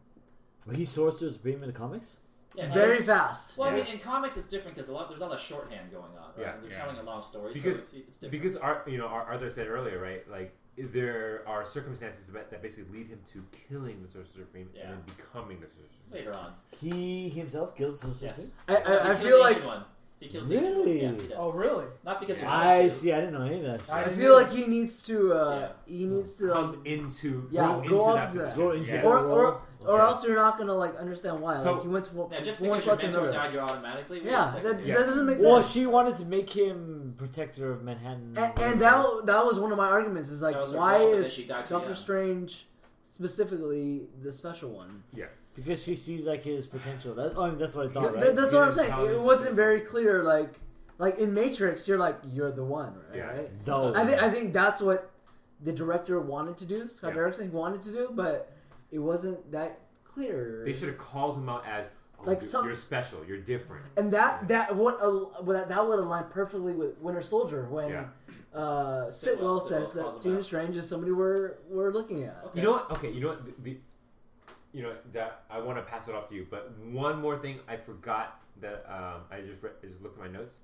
Well, He sorcerer's Supreme in the comics.
Yeah,
Very
it's-
fast.
Well, I mean,
Yes.
in comics it's different because a lot there's a lot of shorthand going on. Right?
Yeah,
They're
yeah.
telling a long story,
Because-
so it's different.
because Ar- you know Ar- Arthur said earlier, right? Like there are circumstances that that basically lead him to killing the Sorcerer Supreme
Yeah.
and then becoming the Sorcerer Supreme.
later on,
He himself kills the sorcerer.
yes.
Supreme?
I,
He
I, I
kills
feel
the
like
ancient one. he kills the ancient
Really?
One. Yeah, he does.
Oh, really?
Not because he
I
wants to.
see. I didn't know any of that. shit.
I
didn't
feel
either.
like he needs to uh, he needs to like,
Come into
Yeah,
grow
grow
into
up
that
to that.
position.
Grow into
yes.
that.
or or, or
Yes.
else you're not gonna like understand why.
So-
like he went to
Now, just
one
because your
spot to
mentor
another.
died, you're automatically. wait a
yeah, that,
second
that
here.
Yeah.
doesn't make sense.
Well, she wanted to make him protector of Manhattan.
and, and that wa- that was one of my arguments. Is like
That was her
why
problem that
is
she died too
Doctor
young.
Strange specifically the special one?
because she sees like his potential. That, oh, I mean, that's what I
Th-
thought.
th-
Right?
that's what I'm
Peter's
saying. It
powers-
wasn't very clear. Like like in Matrix, you're like you're the one, right?
Yeah.
right?
Though
I, th- I think that's what the director wanted to do. Scott
Yeah.
Derrickson wanted to do, but it wasn't that clear.
They should have called him out as oh,
Like
you're,
some-
you're special, you're different.
and that that what al- well, that, that would align perfectly with Winter Soldier when
Yeah.
uh, Sitwell
Sitwell- Sitwell
says that
calls him
Stephen
out.
Strange is somebody we're we're looking at.
Okay.
You know what? Okay, you know what? The, the, you know that I want to pass it off to you, but one more thing I forgot that um, I just re- I just looked at my notes.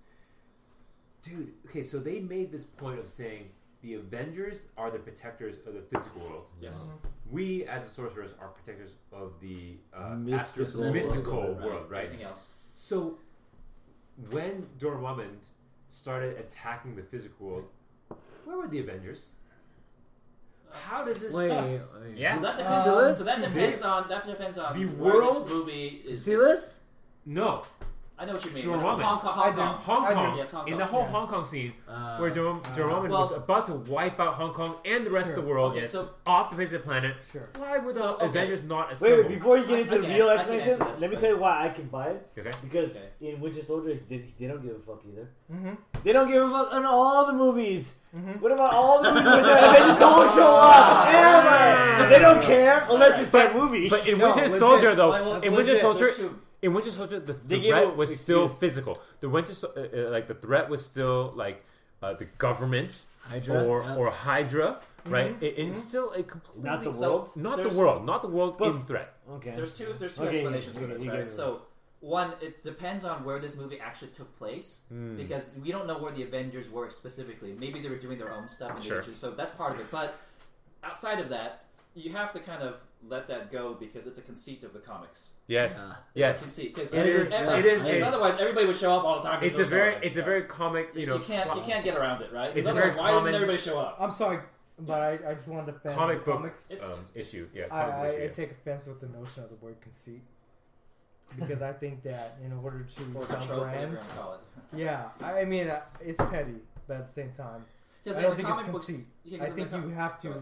Dude, okay, so they made this point of saying the Avengers are the protectors of the physical world.
Yes.
Mm-hmm.
We, as the sorcerers, are protectors of the uh,
Mystical
astral-
world.
mystical world, right?
Anything else?
So, when Dormammu started attacking the physical world, where were the Avengers? How does this?
Wait, wait.
Yeah.
So that depends.
Um,
so that depends on that depends on
The
where
world-
this movie is.
See this?
No,
I know what you mean.
Dormammu.
Hong Kong,
I
Hong
do.
Kong.
Hong
I do.
Kong.
Yes, Hong
In
Kong.
the whole
Yes.
Hong Kong scene,
Uh,
where Jerome, Jerome was
well-
about to wipe out Hong Kong and the rest of the
Sure.
world
Okay, so-
off the face of the planet.
Sure.
Why were the
So, okay.
Avengers not
Wait,
assembled?
wait, before you
I-
get
I
into the
can
real
ans- I can
explanation,
answer this,
let me
but-
tell you why I can buy it.
Okay.
Because
Okay.
in Winter Soldier, they, they don't give a fuck either.
Mm-hmm.
They don't give a fuck on all the movies.
Mhm.
What about all the movies where the Avengers don't show up ever? They don't care unless it's that movie.
But in
No,
Winter
legit.
Soldier, though,
Wait, well, legit,
in Winter Soldier,
There's two.
in Winter Soldier, the,
They
the
gave
threat
a-
was still
excuse.
physical. The Winter, Sol- uh, uh, like the threat was still like uh, the government
Hydra,
or
yeah.
or Hydra, right? It, it's still a completely
Not the
so-
world?
not
There's-
the world, not the world
But-
in threat.
okay.
There's two. There's two
Okay,
explanations
you-
for
you
this,
get it.
right? So, one, it depends on where this movie actually took place
Hmm.
because we don't know where the Avengers were specifically. Maybe they were doing their own stuff, in the
Sure.
Avengers, so that's part of it. But outside of that, you have to kind of let that go because it's a conceit of the comics.
Yes,
Yeah.
It's a
yes.
conceit because
It is-
it is-
because otherwise everybody would show up all the time. 'cause
It's a
there's no
very,
one.
it's a very comic, you know,
you can't you
plot.
can't get around it, right? 'Cause
It's a
otherwise,
very
why doesn't
common-
everybody show up?
I'm sorry, but I, I just wanted to defend
Comic
the
book.
comics.
It's,
um, issue. Yeah,
I, I,
comic issue.
I take offense with the notion of the word conceit because I think that in order to
or a
sell
trope, whatever you
brands,
want to call it.
yeah, I mean uh, it's petty, but at the same time,
Because
I
in
don't
the
think it's
comic books,
conceit.
yeah, 'cause
I
in the
think you
com-
have to
Sorry.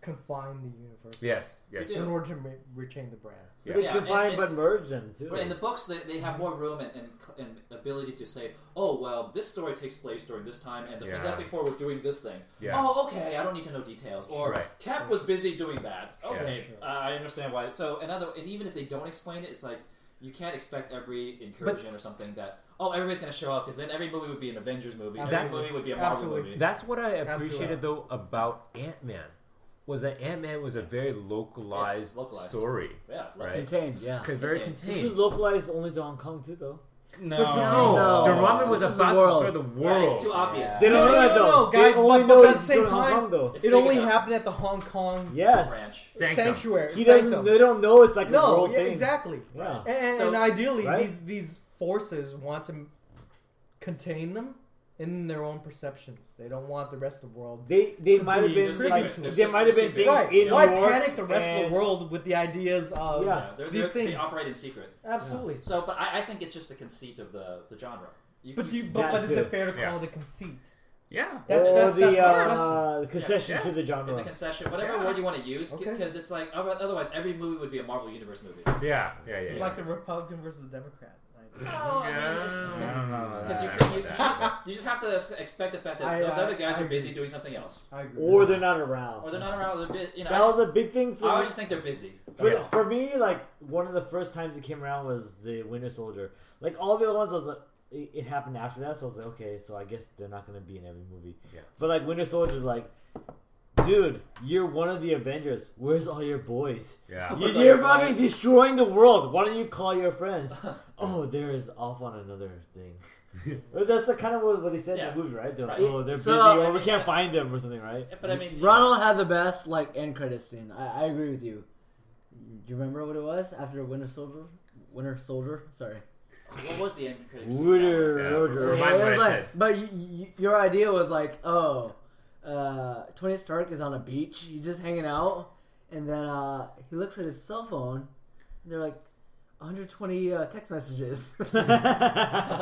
confine the universe
Yes, yes.
do.
in order to ma- retain the brand.
Yeah.
they
Yeah,
combine
and-
but merge them too.
But in the books, they, they have more room and, and, and ability to say, oh, well, this story takes place during this time, and the
Yeah.
Fantastic Four were doing this thing.
Yeah.
Oh, okay, I don't need to know details. Or
Right.
Cap was busy doing that. Okay,
Sure, sure.
uh, I understand why. So another, and even if they don't explain it, it's like you can't expect every incursion or something that oh, everybody's going to show up because then every movie would be an Avengers movie, every
Absolutely.
movie would be a Marvel
Absolutely.
movie.
That's what I
Absolutely.
appreciated though about Ant Man was that Ant Man was a very localized,
Yeah, localized.
story,
yeah,
right?
contained, yeah.
Okay, very
Contained.
this is
contained.
localized only to Hong Kong too, though.
No.
No,
No.
Dormammu Oh, was
This is the
about to
world.
destroy the
Right, it's
world.
too obvious.
They don't
No,
know
no, no,
that though.
no, guys,
they only
but-
know
but at
it's
the same
during Hong
time-
Kong though.
It's
It
big
only
enough.
happened at the Hong Kong
Yes.
Branch.
Sanctum.
sanctuary.
He doesn't.
sanctum.
They don't know it's like a
no,
world
yeah,
thing.
exactly.
Yeah.
And, and-
So-
and ideally,
Right?
these these forces want to contain them in their own perceptions. They don't want the rest of the world.
They they
To
might have
be
been
secret.
like
They're
there
secret.
might have been
They're
things
right?
in
Why
war
panic the rest of
and-
the world with the ideas of
Yeah.
Yeah, they're,
these
they're, they
things?
operate in secret.
Absolutely.
So, but I, I think it's just the conceit of the, the genre. You,
But do you,
That
but what is
too.
it fair to
Yeah.
call it a conceit?
Yeah.
That-
or
that's-
the
that's-
uh, concession to the
It's a
genre.
concession, whatever
Yeah.
word you want to use,
Okay.
because it's like other- otherwise every movie would be a Marvel Universe movie.
Yeah, yeah, yeah.
It's like the Republican versus the Democrat. Like,
No,
I don't know about
Because you,
that.
you, you, just, you just have to s- expect the fact that
I-
those
I-
other guys
I
are busy
agree.
doing something else,
I agree.
Or they're not
or
around.
they're not around. They're bu- you know, I,
That
just,
was a big thing
I
for me.
always just think they're busy.
For,
That's all.
for me, like one of the first times it came around was the Winter Soldier. Like all the other ones, I was like, it, it happened after that, so I was like, okay, so I guess they're not gonna be in every movie.
Yeah.
But like Winter Soldier, like, dude, you're one of the Avengers. Where's all your boys?
Yeah.
Your,
Where's all
your
your
fucking
boys?
destroying the world. Why don't you call your friends? oh, there is off on another thing. But That's the kind of what, what they said
Yeah.
in the movie, right? They're like,
Right.
oh, they're
So,
busy,
I
or we
mean,
can't
uh,
find them, or something, right?
But I mean,
Ronald had the best like end credit scene. I, I agree with you. Do you remember what it was after Winter Soldier? Winter Soldier, sorry.
what was the end critics?
Winter
Yeah.
Soldier.
Remind me
it
what I
was like,
said.
but y y your idea was like, oh, uh, Tony Stark is on a beach, he's just hanging out, and then uh, he looks at his cell phone, and they're like, 120 uh, text messages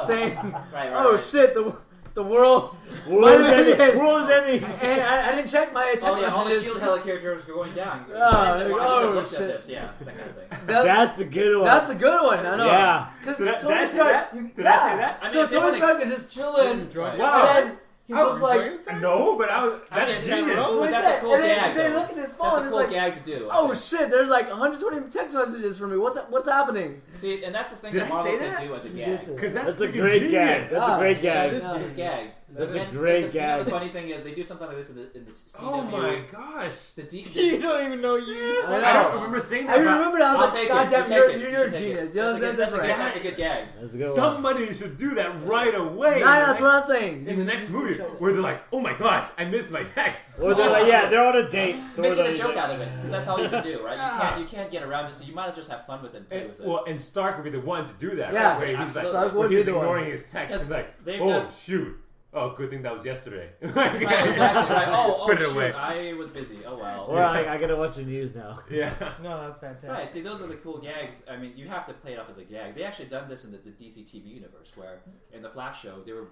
saying,
Right, right,
oh
right.
shit, the the world,
World's
Wait a
ending.
minute.
World's ending.
and I, I didn't check my text
All the, Oh, all the
messages.
shield helicopters were going down.
Oh,
Why didn't they- why
like,
should they
oh,
looked at
shit.
this? Yeah, that kind of thing.
That's,
That's a good one.
that's a good one. I know.
yeah.
Because
Did I-
Tony
did I say
Stark,
that?
you-
Did
yeah.
I say that?
I mean,
No,
if they
Tony
wanna-
Stark is just chilling.
Right.
Wow.
And then he's
Oh,
just like,
No, but I was. That's
Yeah,
genius.
But
what is
that's a
that?
cool
and then
gag,
they
though.
look at his phone
That's
and
a
it's
cool
like,
gag to do. I
oh
think.
shit, there's like 120 text messages for me. What's what's happening?
See, and that's the thing
Did
that
I
Marvel
say
can
that?
do as a
You
gag.
did say that.
Because that's,
That's a
freaking
great gag.
genius.
That's a great
Yeah.
gag.
It's just a gag.
That's a
And
great
the,
gag.
The funny thing is, they do something like this in the, in the CW.
Oh my
E.
gosh.
The D, the,
You don't even know you.
I,
I
don't
know.
remember saying
I
that. but
remember that. I
I'll
was like,
take
God
it.
damn,
you
you're,
take it.
you're,
You
you're a
take it.
genius. You
That's,
know
a
what I'm saying?
good, that's, a good,
right.
that's a good gag.
That's a good one.
Somebody should do that right away.
Nah, that's what I'm saying.
in the next movie, where they're like, "Oh my gosh, I missed my text."
Or they're like, yeah, they're on a date. Throw it
Making
on
a
a
joke
date.
out of it, because that's all you can do, right? You can't, you can't get around it, so you might as well just have fun with it and play
And,
with it.
well, and Stark would be the one to do that.
Yeah,
right? He's like,
absolutely.
Stark would
when he
be
was
the one.
ignoring his text.
Yes,
He's like,
they've
"Oh
done-
shoot! Oh, good thing that was yesterday."
Right, exactly right. Oh, oh
Put it
shoot,
away.
I was busy. Oh well.
Or I, I gotta watch the news now.
Yeah.
no, that's fantastic.
Right, see, those are the cool gags. I mean, you have to play it off as a gag. They actually done this in the, the DC TV universe, where in the Flash show they were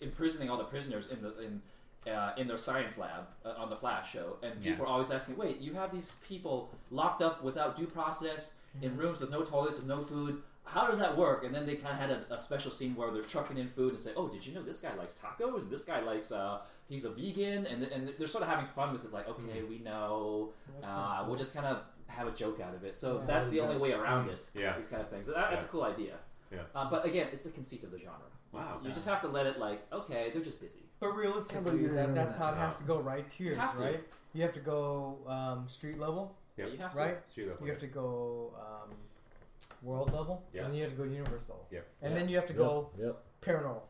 imprisoning all the prisoners in the in uh, in their science lab uh, on the Flash show, and people
Yeah.
were always asking, "Wait, you have these people locked up without due process in rooms with no toilets and no food? How does that work?" And then they kind of had a, a special scene where they're trucking in food and say, "Oh, did you know this guy likes tacos? And this guy likes uh, he's a vegan," and th- and they're sort of having fun with it, like, "Okay, we know." Uh, we'll just kind of have a joke out of it. So
Yeah.
that's the only way around it.
Mm. Yeah.
These kind of things. So that, that's a cool idea.
Yeah.
Uh, but again, it's a conceit of the genre.
Wow.
You just have to let it like, okay, they're just busy.
But realistically,
Somebody
that,
remember
that's
that.
how it has to go, right? Tiers,
have to.
right? You have to go um, street level,
Yeah.
You have to.
right?
Street level,
You have to go um, world level,
Yeah.
and then you have to go universe level,
Yeah.
and
Yeah.
then you have to go
Yep.
paranormal.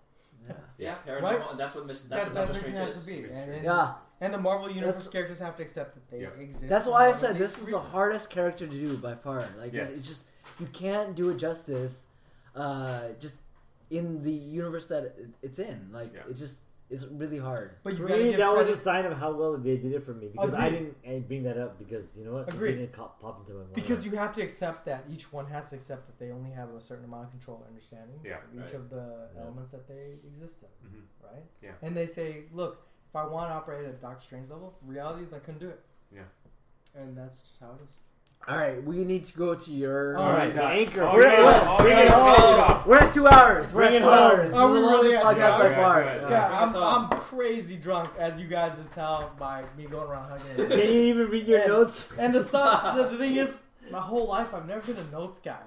Yeah. Paranormal.
Right?
And that's what Miss. That's
That,
what
that's
Doctor
what it
Strange
has
is.
to be,
It's-
and, then,
Yeah,
and the Marvel universe
That's-
characters have to accept that they
Yeah.
exist.
that's
and
why I
what it
said
makes
this is
for
the
reason.
hardest character to do by far. Like,
Yes.
it's just you can't do it justice. Uh, just in the universe that it- it's in, like
Yeah.
it just is really hard.
But you
For
gotta
me,
give
that was
credit.
a sign of how well they did it for me because I
Agreed.
didn't I didn't bring that up because you know what?
Agreed.
It didn't cop, pop into my mind.
Because you have to accept that each one has to accept that they only have a certain amount of control and understanding
Yeah,
of each
right.
of the
Yeah.
elements that they exist in,
Mhm.
right?
Yeah.
And they say, look, if I want to operate at Doctor Strange level, reality is I couldn't do it.
Yeah.
And that's just how it is.
All right, we need to go to your.
All right.
the anchor.
Oh,
We're
yeah.
at-
Oh,
bring
yeah.
it
Oh.
home.
We're at two hours. We're
Bring
at
it
two
home.
hours. This
Are
is the
we really
longest
at two
podcast by
hours?
far.
Yeah,
so-
yeah.
Yeah, I'm,
Bring us
I'm crazy drunk, as you guys can tell by me going around hugging.
Can you even read your
Yeah.
notes?
and the, sun, the, the thing is, my whole life I've never been a notes guy.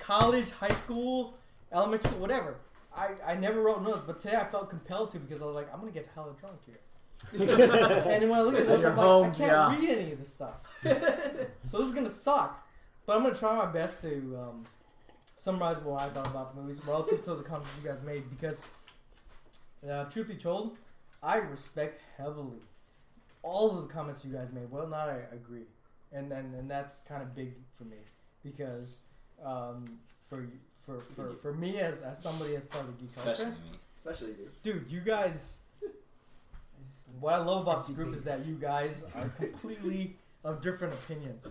College, high school, elementary, whatever. I, I never wrote notes, but today I felt compelled to because I was like, I'm gonna get hella drunk here. and when I look at notes,
You're
I'm
home,
like, I
yeah.
can't read any of this stuff. so this is gonna suck. But I'm gonna try my best to um, summarize what I thought about the movies relative to the comments you guys made because, uh, truth be told, I respect heavily all of the comments you guys made. Well, not I agree, and then and that's kind of big for me because um, for for for for me as, as somebody as part of the geek
Especially
culture,
me. Especially you.
dude, you guys. What I love about this group is that you guys are completely of different opinions.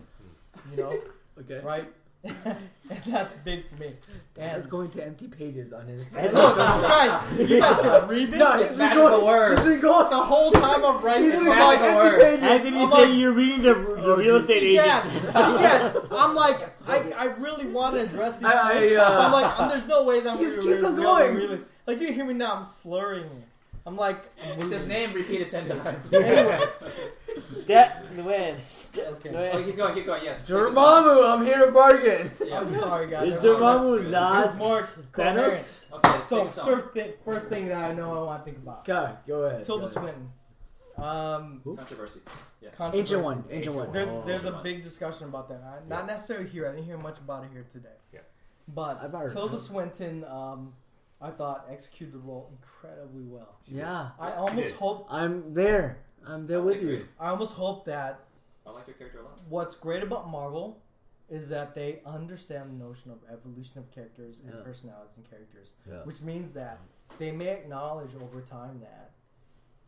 You know,
Okay.
right? and that's big for me.
That is
And
going to empty pages on his.
no, surprise! You guys don't read this.
No,
It's
he's been
magical
going-
words.
He's been going the whole time
I'm writing
He's
it's
been going
magical
empty
words.
pages.
Anthony
I'm
said
like-
you're reading the, the real estate agent.
Yes, yes. I'm like, I, I really want to address these.
I- I,
points.
uh,
I'm like, I'm- there's no way that I'm
He just
gonna
keeps
re-
on
re-
going.
re- re- like you hear me now, I'm slurring. I'm like,
It's his name repeated ten times.
anyway,
That when
okay.
Oh, keep going, keep going. Yes. take us on.
Dormammu, I'm here to bargain.
Yeah.
I'm sorry, guys.
Is
I'm
there
sorry.
Dormammu not
It's more coherent.
Thanos?
Okay.
So
take us on.
first thing, first thing that I know I want to think about.
God, go ahead.
Tilda Swinton. Um,
Controversy.
controversy.
Ancient one, ancient one.
There's there's a
Oh.
big discussion about that. I, not necessarily here. I didn't hear much about it here today.
Yeah.
But
I've heard.
Tilda Swinton, um, I thought executed the role incredibly well.
Yeah,
I
She
almost
did.
hope
I'm there. I'm there
I
with
agree.
you.
I almost hope that
I like your character a lot.
what's great about Marvel is that they understand the notion of evolution of characters and
Yeah.
personalities and characters,
Yeah.
which means that they may acknowledge over time that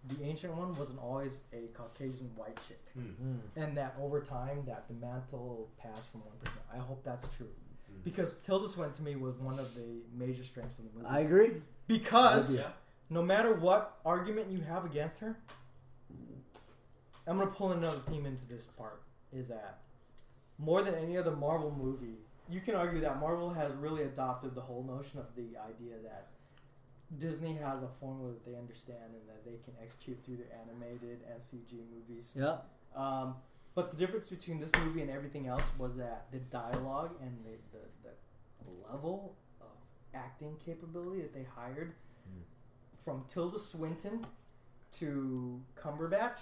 the ancient one wasn't always a Caucasian white chick,
Hmm.
and that over time that the mantle passed from one person. I hope that's true.
Hmm.
Because Tilda Swinton to me was one of the major strengths of the movie.
I agree.
because
Yeah.
no matter what argument you have against her, I'm gonna pull another theme into this part. Is that more than any other Marvel movie, you can argue that Marvel has really adopted the whole notion of the idea that Disney has a formula that they understand and that they can execute through their animated and CG movies.
Yeah.
Um, but the difference between this movie and everything else was that the dialogue and the, the, the level of acting capability that they hired from Tilda Swinton to Cumberbatch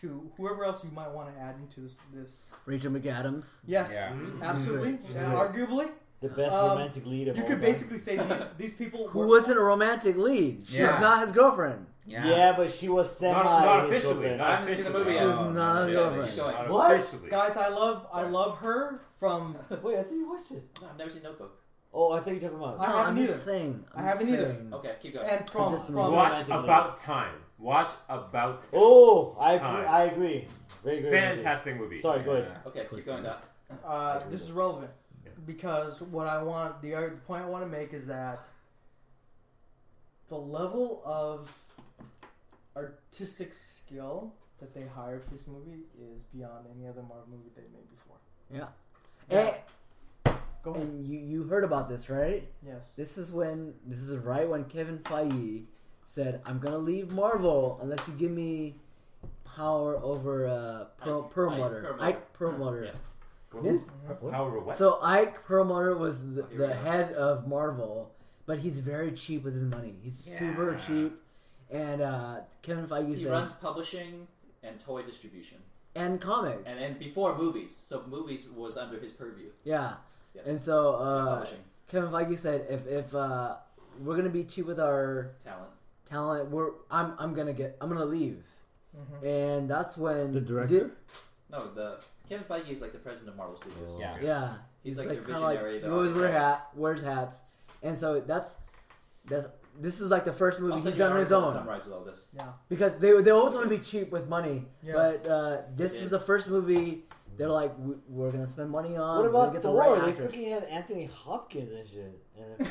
to whoever else you might want to add into this. this.
Rachel McAdams.
Yes, Mm-hmm.
Yeah.
absolutely.
Yeah.
Arguably,
the best
Um,
romantic lead of
you
all
could
time.
basically say these, these people
Who
were-
wasn't a romantic lead? She's
Yeah.
not his girlfriend.
yeah. but she was semi.
Not, not
his
officially.
girlfriend.
Not
I haven't seen the
officially.
movie
yet. She was not
officially.
governed.
She's not
What?
officially.
Guys, I love I love her from.
Wait, I thought you watched it.
No, I've never seen Notebook.
Oh, I thought you were talking about.
I
No,
haven't
I'm
either.
just saying. I'm
I haven't either.
saying.
Okay, keep going.
And from,
This
from
Watch
Romantic
About Time. Watch About
Oh, I
Time.
I agree. Very good.
Fantastic movie.
Sorry, go ahead.
Okay, keep going. Doc.
Uh, this is relevant
Yeah.
because what I want the, other- the point I want to make is that the level of artistic skill that they hired for this movie is beyond any other Marvel movie they made before.
Yeah.
Yeah.
Eh,
Go ahead.
And you, you heard about this, right?
yes.
This is when this is right when Kevin Feige said, "I'm gonna leave Marvel unless you give me power over uh, per-
Ike- Ike
Perlmutter,
Perlmutter.
Ike Perlmutter."
Yeah.
This-
Power of what?
so Ike Perlmutter was the,
Oh, here we
the
go.
head of Marvel, but he's very cheap with his money. He's super cheap, and uh, Kevin Feige
He
said,
runs publishing and toy distribution,
and comics,
and and before movies. So movies was under his purview.
yeah.
Yes.
And so uh,
publishing
Kevin Feige said, if if uh, we're gonna be cheap with our
talent.
talent, we're I'm I'm gonna get I'm gonna leave, and that's when
The director?
No, the Kevin Feige is like the president of Marvel Studios.
Yeah.
Di- yeah,
He's like, the
kinda like,
visionary.
he
the
always wear
architect.
hat, wears hats, and so that's that's this is like the first movie
I'll send
he's
you an
done on his
article that
own
Summarizes all this.
because they they always want to be cheap with money,
Yeah.
but uh, this
They
is
did.
the first movie they're like "We- we're gonna spend money on.
What
we're
about
gonna get Um, the
Thor?
right
they
actors."
freaking had Anthony Hopkins and shit. And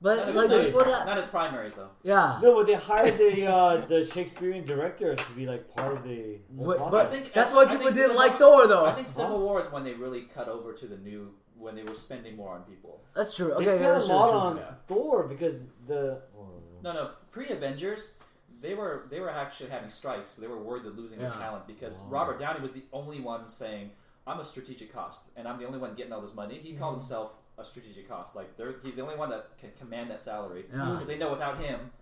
Not
But
his
like
study-
before that,
not his primaries though.
yeah.
no, but they hired the uh, the Shakespearean director to be like part of the. whole
What-
project.
but-
I think
That's
I-
why
I
people
think
didn't
Civil-
like Thor, though.
I think Civil War is when they really cut over to the new when they were spending more on people.
that's true.
They
Okay, yeah,
spent
that's
a
true,
lot
true.
on
Yeah.
Thor because the.
No, no. Pre Avengers, they were they were actually having strikes. They were worried of losing
Yeah.
their talent because
Wow.
Robert Downey was the only one saying, "I'm a strategic cost, and I'm the only one getting all this money." He called himself a strategic cost. Like they're, he's the only one that can command that salary
Yeah.
because they know without him,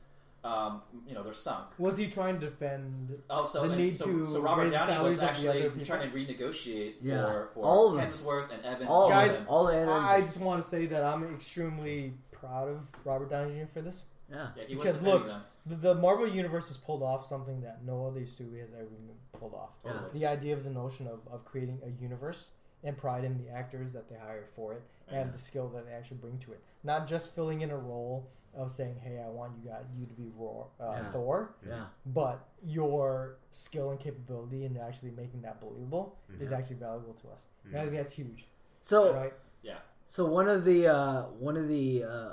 um, you know, they're sunk.
Was he trying to defend?
Also,
The
and
need
so,
to
so Robert
raise the
Downey was
salaries of the
actually
other people.
trying to renegotiate
Yeah.
for, for
All of them.
Hemsworth and Evans.
all
Guys,
guys, all the
I, I
energy.
just want to say that I'm extremely proud of Robert Downey Jr. for this.
Yeah,
yeah, he was
because
defending
look,
them.
The, the Marvel universe has pulled off something that no other studio has ever pulled off.
yeah.
the idea of the notion of, of creating a universe and pride in the actors that they hire for it and the skill that they actually bring to it not just filling in a role of saying hey i want you guys you to be Roar, uh,
Yeah.
thor
yeah.
but your skill and capability in actually making that believable is
Mhm.
Mm-hmm.
actually valuable to us and i think that's huge
So
right?
Yeah.
So one of the uh, one of the uh,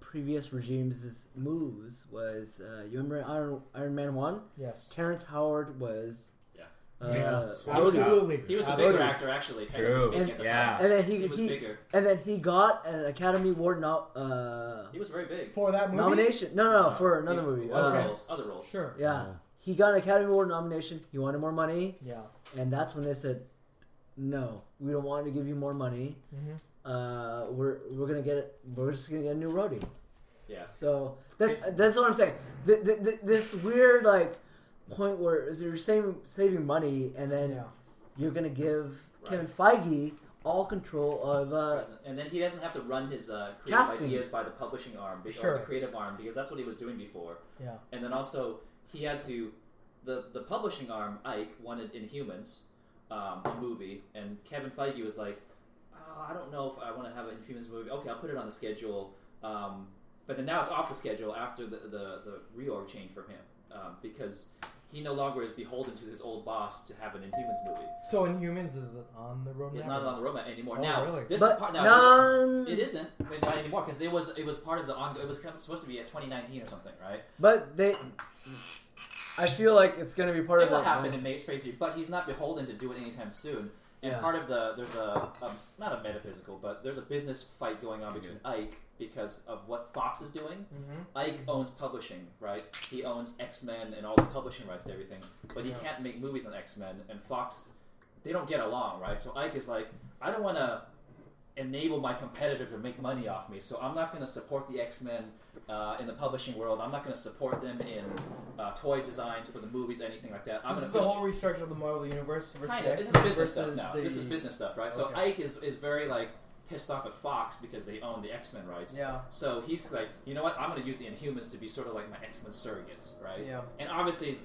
previous regimes' moves was uh, you remember Iron, Iron Man one?
Yes.
Terrence Howard was
Yeah.
uh,
Yeah.
Absolutely.
He was the
Absolutely.
bigger actor, actually. Technically
True.
speaking, at the
Yeah.
time.
And then he
He,
he,
was bigger.
and then he got an Academy Award no, uh,
He was very big.
For that movie?
nomination. No, no, no, for another
He-
movie.
Other
Uh,
roles. Other roles.
Sure.
yeah. He got an Academy Award nomination. He wanted more money.
Yeah.
and that's when they said, "No, we don't want to give you more money.
Mm-hmm.
Mhm.
Uh, we're we're gonna get it. We're just gonna get a new roadie."
Yeah.
So that's that's what I'm saying. Th th th this weird like point where is you're saving saving money, and then
Yeah.
you're gonna give Kevin Feige all control of uh,
and then he doesn't have to run his uh, creative
Casting.
ideas by the publishing arm be-
Sure.
or the creative arm because that's what he was doing before.
Yeah.
And then also he had to the the publishing arm Ike wanted Inhumans, um, a movie, and Kevin Feige was like, oh, I don't know if I want to have an Inhumans movie. Okay, I'll put it on the schedule. Um, but then now it's off the schedule after the the, the reorg change for him um, because he no longer is beholden to his old boss to have an Inhumans movie.
So Inhumans is on the road.
It's
now?
not on the roadmap anymore.
Oh,
now
really?
this
but
is part now.
none.
It isn't I mean, not anymore because it was it was part of the ongoing. It was com- supposed to be at 2019 or something, right?
But they, I feel like it's gonna be part
it
of
will
that.
happen in Mace Phase Three, but he's not beholden to do it anytime soon. And
Yeah.
part of the there's a, a not a metaphysical, but there's a business fight going on between Ike because of what Fox is doing.
Mm-hmm.
Mhm.
Ike owns publishing, right? He owns X Men and all the publishing rights to everything, but he
Yeah.
can't make movies on X Men. And Fox, they don't get along, right? So Ike is like, I don't want to enable my competitor to make money off me, so I'm not going to support the X Men uh, in the publishing world. I'm not going to support them in uh, toy designs for the movies, anything like that. I'm going
this is
to
the
push
whole restructure of the Marvel Universe versus
Kinda. This is
X-Men
business stuff
versus
now.
the-
This is business stuff, right? So
Okay.
Ike is, is very like pissed off at Fox because they own the X Men rights.
Yeah.
So he's like, you know what? I'm going to use the Inhumans to be sort of like my X Men surrogates, right?
Yeah.
And obviously,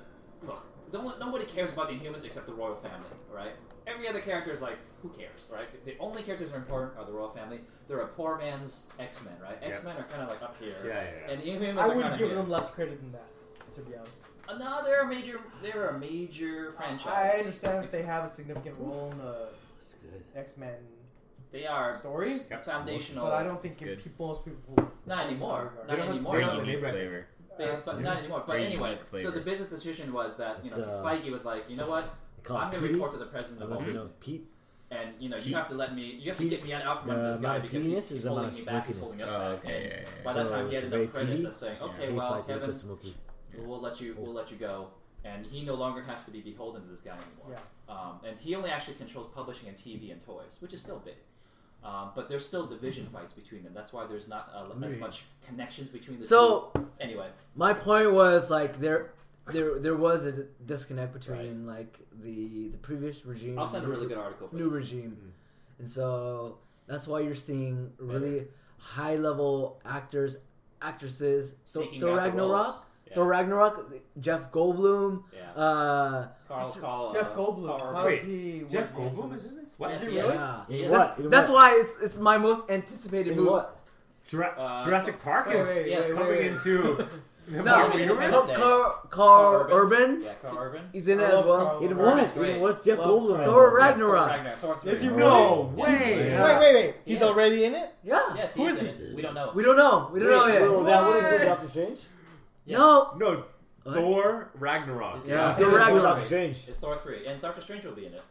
look, no, nobody cares about the Inhumans except the royal family, right? Every other character is like, who cares, right? The, the only characters that are important are the royal family. They're a poor man's X Men, right?
Yeah.
X Men are kind of like up here.
Yeah, yeah, yeah.
And the Inhumans
I
are
would
kind
have
of
given
here.
them less credit than that, to be honest.
Uh, No, they're a major. They're a major franchise.
I understand that they have a significant role in the X Men
They are
story,
Yep.
foundational.
but I don't think
It's good.
people, most people.
Not anymore.
They
Not
don't-
anymore.
they
Bring
don't
unique
get ready.
flavor.
They- but not anymore. But
Very
anyway,
unique
so
flavor.
the business decision was that you know
It's, uh,
Feige was like, you know what,
They call
I'm
it
going to
Petey.
report to the president
I
of Walt
don't
Disney,
know. Pete.
and you know you
Petey.
have to let me, you have to
Petey.
get me out from under
The
this guy
amount of
because he's,
penis
he's
is the amount
holding
of
me back, he's holding
smokiness.
us
Oh,
back.
okay,
And
yeah,
By
yeah, yeah.
that
So
time, he had
it's
enough
very
credit
Petey.
that's saying, okay,
Tastes
well,
like
Kevin,
liquid smoky.
we'll let you, we'll let you go, and he no longer has to be beholden to this guy anymore. Um, and he only actually controls publishing and TV and toys, which is still big. Um, but there's still division fights between them. That's why there's not uh, as
Right.
much connections between the
So
two. Anyway,
my point was like there there there was a disconnect between like the the previous regime
I'll send a
and
really
the
good article for
new
you.
regime and so that's why you're seeing really high level actors actresses Thor,
Seeking
Thor
out the
Ragnarok
roles. Yeah.
Thor Ragnarok Jeff Goldblum
Yeah.
uh
Carl, Carl,
Jeff
uh,
Goldblum.
Carl-
How
Wait,
is he?
Jeff
working
Goldblum
into
is in this?
Yes,
What?
yes.
yeah.
Yeah.
What? In
that's
what?
why it's it's my most anticipated
In
movie
what?
Jura-
Uh,
Jurassic Park
Wait,
is
wait,
yes,
wait,
coming
wait, wait.
into the
no
Marvel Universe?
Carl, Carl, Carl
Carl
Urban.
Yeah, Carl Urban.
he's in
I
it as
love
well
Carl
In
Urban.
what?
That's great.
In what? Jeff
Love
Goldblum.
Thor
Thor
Ragnarok
Ragnarok. Thor
Is he
three.
no
Yes.
way?
Yeah.
Wait, wait, wait.
Yes.
He's already in it?
yeah
Yes,
Who
he's
is
in it. We don't know.
we don't know we don't know yet
Well, that would include Doctor Strange.
Yes.
no
No,
What?
Thor Ragnarok.
Is he-
yeah
Is
Thor
it-
Ragnarok
Doctor Strange.
It's Thor three, and Doctor Strange will be in it.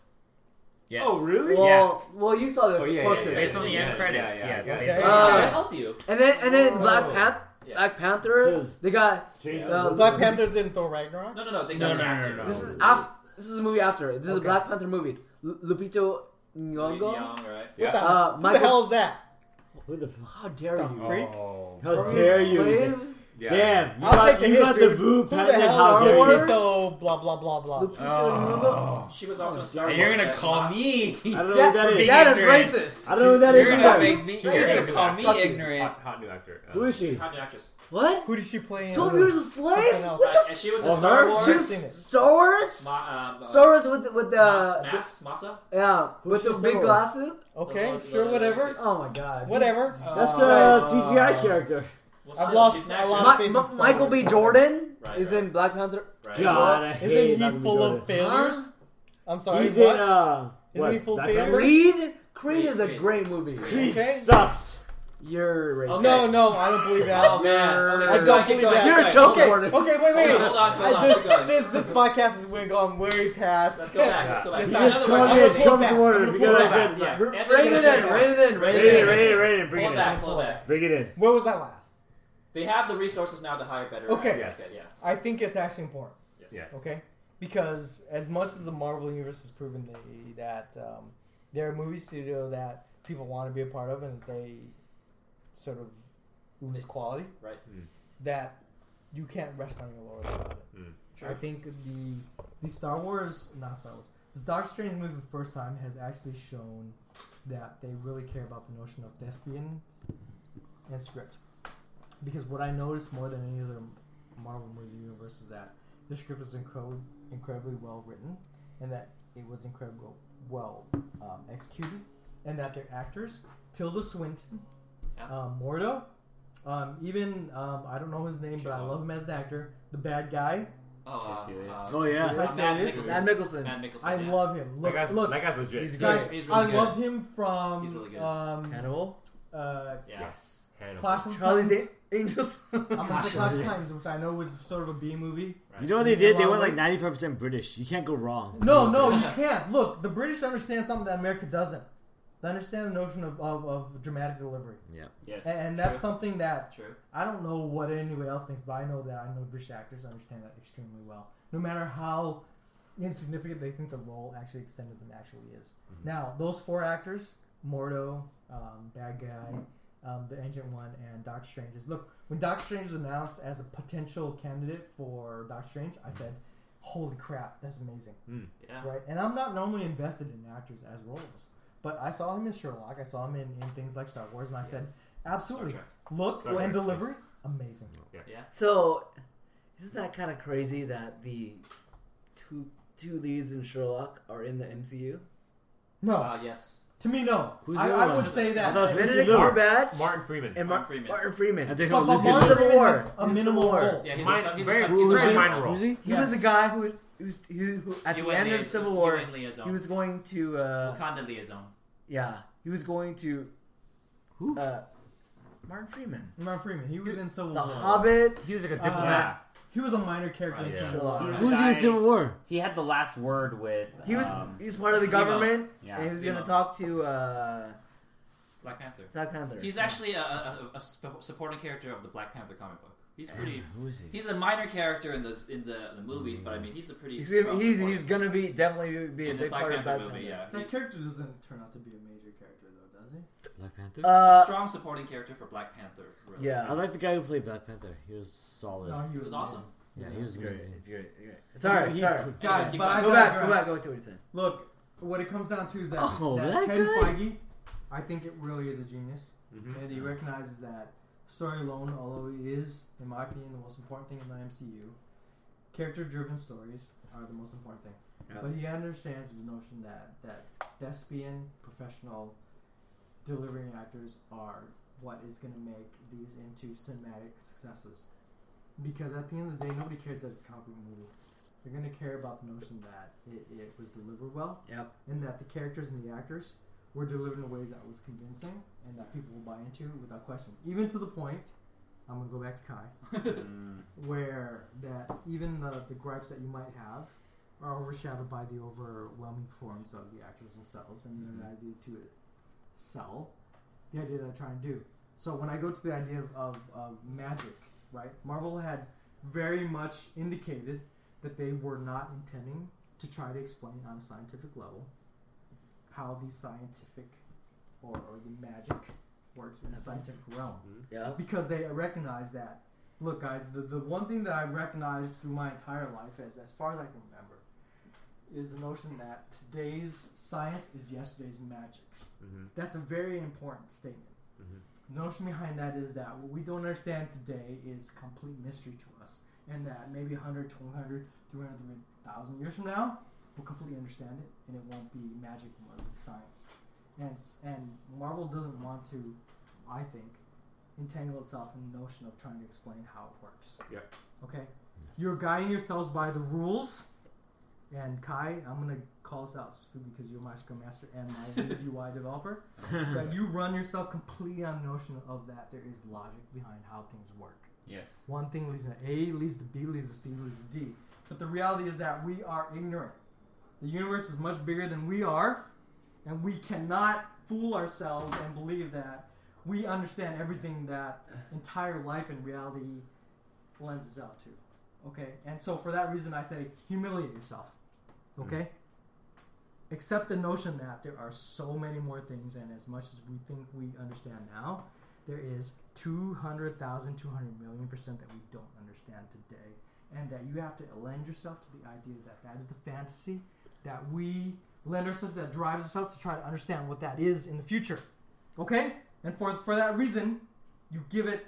Yes.
Oh, really?
Well, well, you saw the
Oh, yeah, yeah,
poster.
yeah,
Based on the
Yeah,
end
yeah,
credits,
yeah,
yes.
yeah.
based
Okay.
on the
Uh,
Can I
end
help you.
and then and then Black
Whoa.
Panther,
Yeah.
Black Panther,
Says-
they got
Strange.
uh,
Black Panther's in Thor Ragnarok?
No, no, no. They got
No, no,
an
no,
actor.
no, no.
This is af- This is a movie after. This is a
Okay.
Black Panther movie. Lu- Lupito
Young,
Nyong'o.
right?
Yeah.
What the,
Uh,
who the
Michael-
hell is that?
Who the? F-
How dare you?
Freak?
how dare you?
Slave?
Oh. Yeah.
Damn, you
I'll
got,
take the
you
hit,
got the
dude.
boo
Who the
patent.
hell
How
are
dare you?
Lord?
Lupito, blah, blah, blah, blah.
Lupito Nyong'o.
Oh.
She was also in Star Wars.
And you're gonna
as
call
Moss.
me.
I don't know
That,
what that is.
Big
that is
ignorant.
racist.
I don't know what that
You're gonna
is.
make me.
Sure.
You're gonna call me
Fuck you.
ignorant.
Hot, hot new actor. Uh,
Who is she?
Hot new actress.
What?
Who did she play in?
Twelve Years a Slave?
Something else.
What
And she was in
Well,
Star
her?
Wars.
I've seen
the
it.
Star Wars?
Ma- um, uh,
Star Wars with the, with
Mas-
the
Mas- Massa?
yeah with the
Who's
big
Star Wars?
glasses.
Okay,
The-
sure,
the-
whatever.
Oh my god.
Whatever. Uh,
That's a CGI character.
Well,
I've
still,
lost-
she's an
I
actress,
lost-
Ma-
favorite
Ma-
Star
Michael
Wars.
B. Jordan
Right,
is
right.
in Black Panther.
right?
God, I hate
Isn't he
Michael B.
full
Jordan.
of failures? I'm sorry,
He's in
what?
uh,
Isn't he
what?
full
Black
favorite?
Panther?
Creed. Creed is a
Creed.
great movie.
Creed
okay?
sucks.
You're racist.
uh, Okay.
No, no, I don't believe that.
Oh man, okay,
I
keep
don't
going, keep
believe
going,
that.
keep
You're
going.
a joke.
Okay,
supporter.
okay, wait, wait.
Hold on, hold on,
I-
keep going.
this this podcast is going on way past.
Let's go back. Let's go back.
This
So
is
in other
gonna
words,
be
I'm
a
gonna pull
jump
back.
water
I'm gonna
because
pull
I
it
said-
back, yeah.
Ra-
Anthony,
Rein it in,
pull
rein it in, rein
Rein it in,
it
rein
in.
it, rein it, bring
Pull
it
it
in.
back. Pull it back.
Bring it in. Where was I last?
They have the resources now to hire better.
Okay.
actors.
Yes.
Yeah.
I think it's actually important.
Yes.
Okay, because as much as the Marvel universe has proven they, that um, they're a movie studio that people want to be a part of and they sort of lose quality,
Right.
Mm.
That you can't rest on your laurels about it.
Mm.
I think the the Star Wars, not Star Wars, the Star Strange movie the first time has actually shown that they really care about the notion of thespians and script. Because what I noticed more than any other Marvel movie universe is that the script was incro- incredibly well written, and that it was incredibly well um, executed, and that their actors, Tilda Swinton,
Yeah.
um, Mordo, um, even um, I don't know his name, but I
Sure.
love him as an actor. The bad guy,
Oh, uh,
Casey, yeah.
uh,
Oh yeah.
Matt
Serious?
Mickelson.
Matt Mickelson.
Matt Mickelson.
I
yeah.
love him. Look,
that guy's,
look,
that guy's legit.
he's
good.
guys,
He's
I
really good.
loved him from
He's really good.
um,
Hannibal.
uh,
Yeah.
Yes. Hannibal.
Clash of
Charlie's
Titans.
Angels.
I'm gonna say Clash of
Clash of
Titans, which I know was sort of a B movie.
You know what they
You get
did? They
along
went like
with-
ninety five percent British. You can't go wrong.
No, no, you can't. Look, the British understand something that America doesn't. They understand the notion of, of, of dramatic delivery.
Yes.
A- And, that's something that
True.
I don't know what anyone else thinks, but I know that I know British actors understand that extremely well. No matter how insignificant they think the role actually extended them actually is. Now, those four actors, Mordo, um, Bad Guy, um, the Ancient One, and Doctor Strange. is- Look, when Doctor Strange was announced as a potential candidate for Doctor Strange, I said, holy crap, that's amazing.
Yeah.
Right, and I'm not normally invested in actors as roles, but I saw him in Sherlock. I saw him in, in things like Star Wars, and I said, absolutely,
Star
look
Star
and
Trek,
delivery, amazing.
So, isn't that kind of crazy that the two two leads in Sherlock are in the MCU?
No,
Oh.
Uh, yes.
to me, no.
Who's
I,
the
I
other
would
one?
say
I thought
that.
it was
Benedict
Lou.
Cumberbatch
Martin Freeman.
and
Martin
Martin
Freeman.
Freeman. Martin Freeman.
I think
But,
I'll
but
lose you.
Martin
Civil
Freeman
War.
is a
He's
minimal
Civil War.
role.
Yeah, he's
Mine-
a sub. He's a
very-
sub.
Who
He's a
was
sub
he?
minor
minor
Who
role.
was he?
He was the guy who, who, who, who at the
UN
end of
liaison-
Civil War,
UN
he
liaison.
was going to, uh,
Wakanda liaison.
yeah, he was going to,
Who?
uh, Martin Freeman,
Martin Freeman, he was in Civil
The
War.
Hobbit. Uh,
He was like a
diplomat. he was a minor character in
Right, yeah.
Civil War.
Sherlock.
the
Who's in the
guy-
Civil War?
He had the last word with.
He was
um,
he was part of the
Zemo.
government,
Yeah,
and he was going
Zemo.
to talk to uh,
Black Panther.
Black Panther.
He's actually a, a, a sp- supporting character of the Black Panther comic book. He's pretty.
Who is he?
He's a minor character in the in the, the movies, but I mean he's a pretty.
he's
strong
he's,
supporting
he's gonna be definitely be a
in the
big
Black
part
Panther
of
movie. Yeah,
That
he's
character doesn't turn out to be a major character, though, does he?
Black Panther.
Yeah.
a
Uh,
strong supporting character for Black Panther. Really.
I
yeah.
like the guy who played Black Panther. Oh, He was solid.
No,
he was awesome.
yeah, he was
It's great.
amazing.
It's great. It's great.
Sorry,
He-
sorry.
Guys,
Keep
but I
Go back,
digress.
go back, go back to what you said.
Look, what it comes down to is that,
Oh,
that
that
Ken
guy?
Feige, I think it really is a genius,
Mhm.
Mm-hmm.
and he recognizes that story alone, although it is, in my opinion, the most important thing in the MCU, character-driven stories are the most important thing.
Yeah.
But he understands the notion that that thespian professional delivering actors are what is going to make these into cinematic successes. Because at the end of the day, nobody cares that it's a comic book movie. They're going to care about the notion that it, it was delivered well
Yep.
and that the characters and the actors were delivered in ways that was convincing and that people will buy into without question. Even to the point, I'm gonna go back to Kai,
Mm-hmm.
where that even the, the gripes that you might have are overshadowed by the overwhelming performance of the actors themselves and their idea to sell the idea that I try and do. So when I go to the idea of, of, of magic, right? Marvel had very much indicated that they were not intending to try to explain on a scientific level how the scientific or, or the magic works in the scientific realm
Yeah.
because they recognize that. Look, guys, the, the one thing that I've recognized through my entire life, as, as far as I can remember, is the notion that today's science is yesterday's magic.
Mhm.
That's a very important statement. The notion behind that is that what we don't understand today is complete mystery to us, and that maybe 100, 200, 300, 3,000 years from now, we'll completely understand it, and it won't be magic anymore, it'll be science. And, s- and Marvel doesn't want to, I think, entangle itself in the notion of trying to explain how it works.
Yep.
Okay? You're guiding yourselves by the rules and Kai, I'm gonna call this out specifically because you're my Scrum Master and my UI developer. that you run yourself completely on the notion of that there is logic behind how things work.
Yes.
One thing leads to A, leads to B, leads to C, leads to D. But the reality is that we are ignorant. The universe is much bigger than we are, and we cannot fool ourselves and believe that we understand everything that entire life and reality lends us out to. Okay? And so for that reason, I say humiliate yourself. Okay? Accept the notion that there are so many more things, and as much as we think we understand now, there is 200,000, 200 million percent that we don't understand today. And that you have to lend yourself to the idea that that is the fantasy that we lend ourselves that drives us out to try to understand what that is in the future. Okay? And for, for that reason, you give it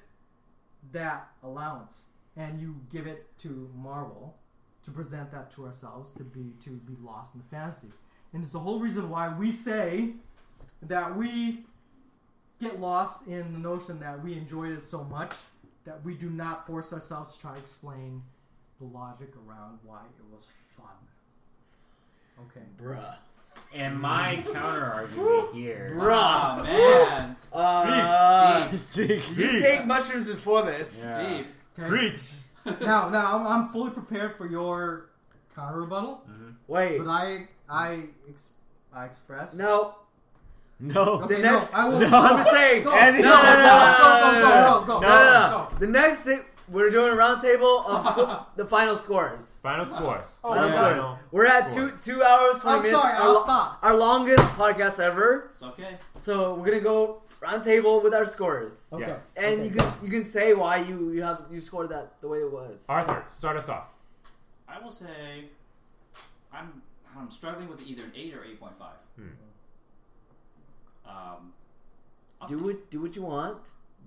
that allowance and you give it to Marvel to present that to ourselves to be to be lost in the fantasy. And it's the whole reason why we say that we get lost in the notion that we enjoyed it so much that we do not force ourselves to try to explain the logic around why it was fun. Okay.
Bruh.
And my counter argument here.
Bruh.
Oh, man.
Uh,
Speak.
you take mushrooms before this.
Yeah.
Deep.
okay.
Preach.
now, now I'm, I'm fully prepared for your counter rebuttal,
Wait.
but I, I, ex- I express.
No.
No.
Okay,
The
no,
next-
I will.
I'm just saying.
Go,
No,
Eddie.
no, no, no, no, no, no, no,
go, go, go, go, go,
no, no, no. The next thing we're doing a roundtable of sco- the final scores.
Mm. Final scores.
Oh,
Final
yeah.
scores. We're at two two hours twenty
I'm
minutes.
sorry,
our,
I'll
lo-
stop.
our longest podcast ever.
It's okay.
So we're gonna go roundtable with our scores,
Okay.
Yes.
and
Okay.
you can you can say why you you have you scored that the way it was.
Arthur, start us off.
I will say, I'm I'm struggling with either an eight or eight point five.
Hmm.
Hmm.
Um, I'll
Do
say,
what do what you want.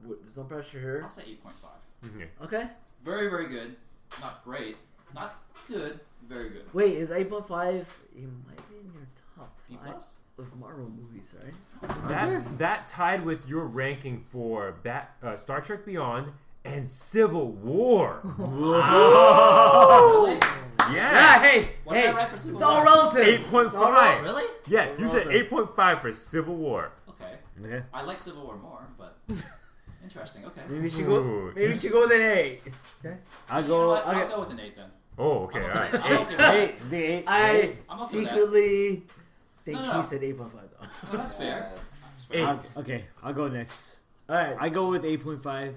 W- There's no pressure here.
I'll say eight point five.
Mhm.
Okay.
Very very good. Not great. Not good. Very good.
Wait, is eight point five? You might be in your top
B
five
E plus.
of Marvel movies, right?
That, that tied with your ranking for Bat, uh, Star Trek Beyond and Civil War.
Really?
Yeah. Hey.
What
hey.
did I write for Civil
it's all
War?
relative. All
8.5.
right,
Really?
Yes, you said
Awesome.
8.5 for Civil War.
Okay.
Okay.
I like Civil War more, but interesting. Okay.
Maybe we should go.
Ooh,
Maybe
you
we
s-
should go with an eight.
I
You know
go.
what? I'll
okay.
go with an eight then.
Oh, okay, all
I'm
right.
okay. I'm okay with that.
Hey, the eight.
I
I'm okay with that.
secretly think
No, no, no.
he said eight point five though.
No, that's fair. That's fair.
Eight.
I'll- okay, I'll go next.
All right.
I go with 8.5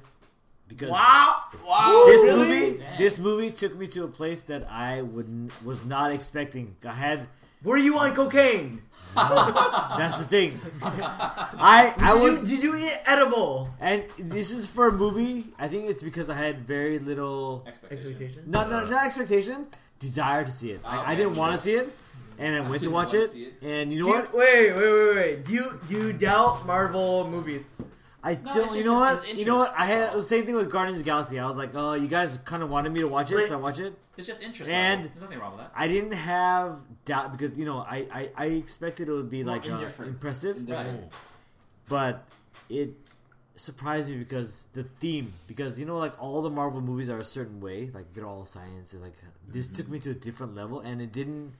because
Wow! Wow!
this
really?
movie
Dang.
this movie took me to a place that I wouldn't was not expecting. I had
Were you on cocaine?
that's the thing. I I
Did
was
You, did you eat edible?
and this is for a movie. I think it's because I had very little
Expectation.
Expectation.
not not, not expectation, desire to see it. I, I
Okay,
didn't want
sure.
to see it and I went to
didn't
watch
wanna
it,
see it.
and you know
Do you,
what?
wait, wait, wait, wait. Do you do you doubt Marvel movies?
I
No,
don't.
it's
You
just
know
his-
what?
his
You know what?
interest,
I had
that's
the same thing with Guardians of the Galaxy. I was like, oh, you guys kind of wanted me to watch it,
Wait.
so I watch it.
It's just interesting.
And-
There's nothing wrong with that.
I didn't have doubt because you know I I, I expected it would be
More
like uh,
indifference.
impressive,
Right.
but it surprised me because the theme because you know like all the Marvel movies are a certain way like they're all science and like this took me to a different level and it didn't.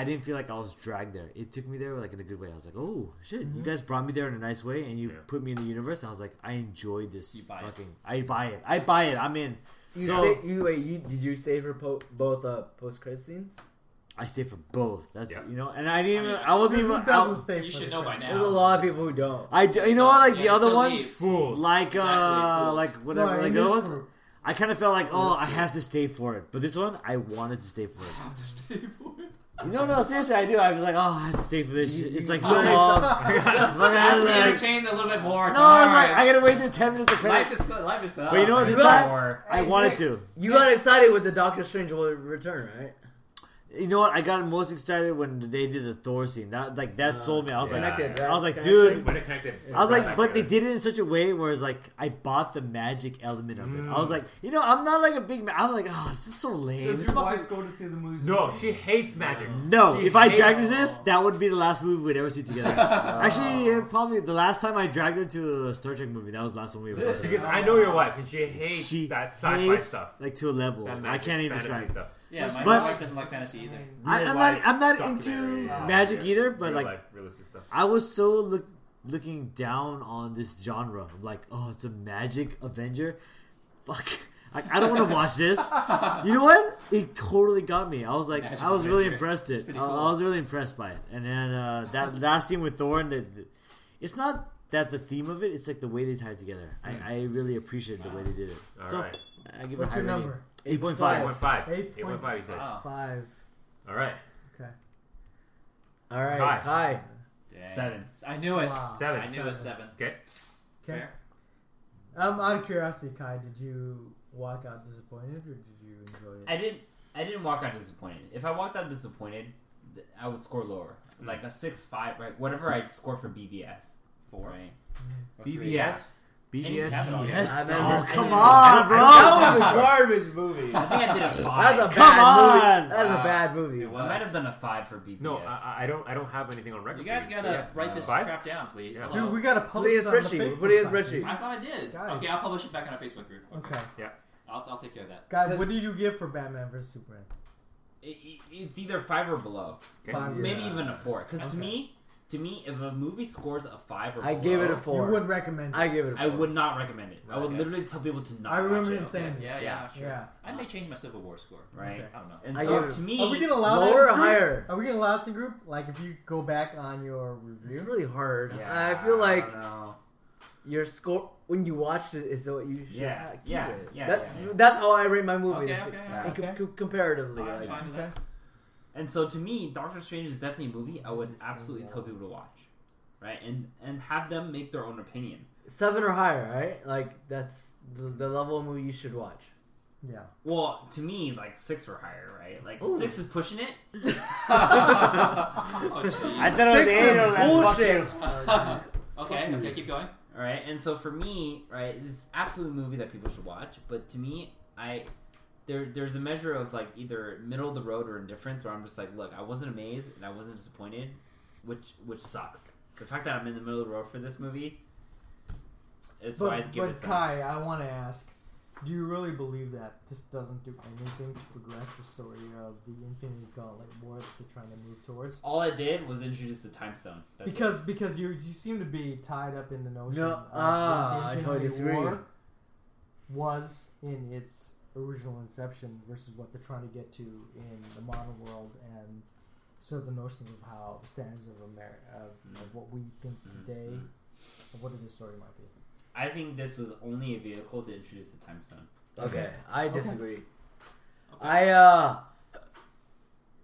I didn't feel like I was dragged there. It took me there like in a good way. I was like, "Oh shit, you guys brought me there in a nice way, and you
Yeah.
put me in the universe." And I was like, "I enjoyed this.
You buy it.
fucking, I buy it. I buy it. I'm in."
You,
so
stay, you wait. You did you stay for po- both uh, post credit scenes?
I stay for both. That's
Yeah.
you know, and I
I
didn't. even,
mean,
I wasn't even.
Who
out-
doesn't stay
You
for
should
the
know by
credits?
now.
There's a lot of people who don't.
I do- you know what, like
Yeah,
the
you
other
still
ones,
leave. Fools.
like uh,
Exactly,
like whatever,
Right,
like
in
the other
this
ones.
group.
I kind of felt like, oh, I have to stay for it, but this one, I wanted to stay for it.
Have to stay for it.
You know, no, seriously, I do. I was like, oh, I have to stay for this. shit. It's like so
you-
long.
I have to be
Like,
entertained a little bit more.
no,
It's
I was
all
like,
right.
I gotta wait till ten minutes. To
life
credit.
is life is tough.
But you know what? This
Good.
time,
Or
I wanted to.
You got excited with the Doctor Strange will return, right?
You know what? I got most excited when they did the Thor scene. That like that sold me. I was like,
Connected.
Yeah.
right?
I was like,
Connected.
dude,
When it connected.
I was like,
Back
but they
there.
did it in such a way where it's like I bought the magic element of it. I
Mm.
was like, you know, I'm not like a big. Ma- I'm like, oh, this is so lame.
Does
This
your
fucking-
wife go to see the movies?
No,
with you?
she hates magic.
no,
She
if I
hates-
dragged her to this, that would be the last movie we'd ever see together. Actually, yeah, probably the last time I dragged her to a Star Trek movie, that was the last one we ever saw. together.
Because I know your wife, and she hates
She
that sci-fi
hates,
stuff.
like to a level
That
I
magic
can't even
fantasy
describe.
stuff.
Yeah, my,
But-
my wife doesn't like fantasy either.
I,
Real
I'm
life
not. I'm not
documentary.
into
Yeah.
magic
Yeah.
either. But
Real
like,
life, realistic stuff.
I was so look, looking down on this genre. I'm like, oh, it's a magic Avenger. Fuck. Like, I don't want to watch this. You know what? It totally got me. I was like,
Magic
I was really
Avenger.
impressed. It. I,
pretty cool.
I was really impressed by it. And then uh, that last scene with Thorn. The, the- it's not that the theme of it. It's like the way they tied it together. I, I really appreciated the way they did it.
All
so
right.
I give it a
What's
high
your
rating.
number?
Eight point
Five.
five.
8.5.
Eight
8.5, he said.
Wow.
Five.
All right.
Okay.
All right,
Kai.
Kai.
Dang.
Seven.
I knew it.
Wow.
Seven.
I knew it. Seven.
Okay.
Okay.
Fair.
Um, out of curiosity, Kai, did you walk out disappointed or did you enjoy it?
I didn't. I didn't walk out disappointed. If I walked out disappointed, th- I would score lower,
Hmm.
like a six five, right? Whatever I'd score for BBS. Four. Right?
Or three.
BBS.
BBS.
capital.
Yes.
I remember-
Oh, come
I
on, bro.
That was a garbage movie.
I think I did a five.
That's a
Come
bad movie.
on.
That's a
Wow.
bad movie.
It
I might
was.
have done a five for BBS.
No, I, I don't. I don't have anything on record.
You guys
for
gotta
Yeah.
write this
Five?
crap down, please.
Yeah.
Hello.
Dude, we gotta
Put it in
post on the
spreadsheet.
Facebook
Put it in
side, dude.
spreadsheet.
I thought I did.
Guys.
Okay, I'll publish it back on our Facebook group. Okay.
Okay,
I'll, I'll take care of that.
guys, what do you give for Batman vs Superman?
It- it- it's either five or below.
Okay.
Five.
Maybe
Yeah.
even a four. Because
Okay.
to me, to me, if a movie scores a five or
I
below,
gave it a
You
four.
would recommend. It.
I give it a four.
I would not recommend it. I would
Okay.
literally tell people to not.
I remember
watch
him
it,
saying this.
Yeah, yeah, sure.
Yeah.
I may change my Civil War score.
Right.
I don't know.
And
I
so
gave it-
to me,
Are we gonna allow
Lower or
that in this group?
higher?
Are we gonna allow this in group? Like, if you go back on your
It's
review,
really hard.
Yeah,
I feel like
don't know.
your score when you watched it is what you should
Yeah,
keep
yeah,
it.
yeah,
That-
yeah, yeah.
That's how I rate my movies.
Okay, okay,
Yeah.
And
Okay.
com- com- comparatively,
I'm
like-
fine with that.
And so to me, Doctor Strange is definitely a movie I would absolutely tell
Mm-hmm.
people to watch, right? And and have them make their own opinion.
seven or higher, right? Like that's the, the level of movie you should watch.
yeah.
Well, to me, like six or higher, right? Like
Ooh.
six is pushing it.
Oh, jeez.
I said it was
Six
eight
is
or less. Fuck
bullshit.
you.
Uh, okay, okay, keep going.
All right, and so for me, right, this is absolutely a movie that people should watch. But to me, I there there's a measure of like either middle of the road or indifference where I'm just like, look, I wasn't amazed and I wasn't disappointed, which which sucks. The fact that I'm in the middle of the road for this movie, it's why I
But,
give it.
but
seven.
Kai, I want to ask: Do you really believe that this doesn't do anything to progress the story of the Infinity Gauntlet war that they're trying to move towards?
All it did was introduce the time stone. That's it.
Because because you you seem to be tied up in the notion.
No,
of
ah,
what
I totally
Infinity
disagree.
War was in its original inception versus what they're trying to get to in the modern world and sort of the notions of how the standards of America of,
Mm-hmm.
of what we think today of what a good story might be.
I think this was only a vehicle to introduce the time stone.
Okay, I disagree. I uh,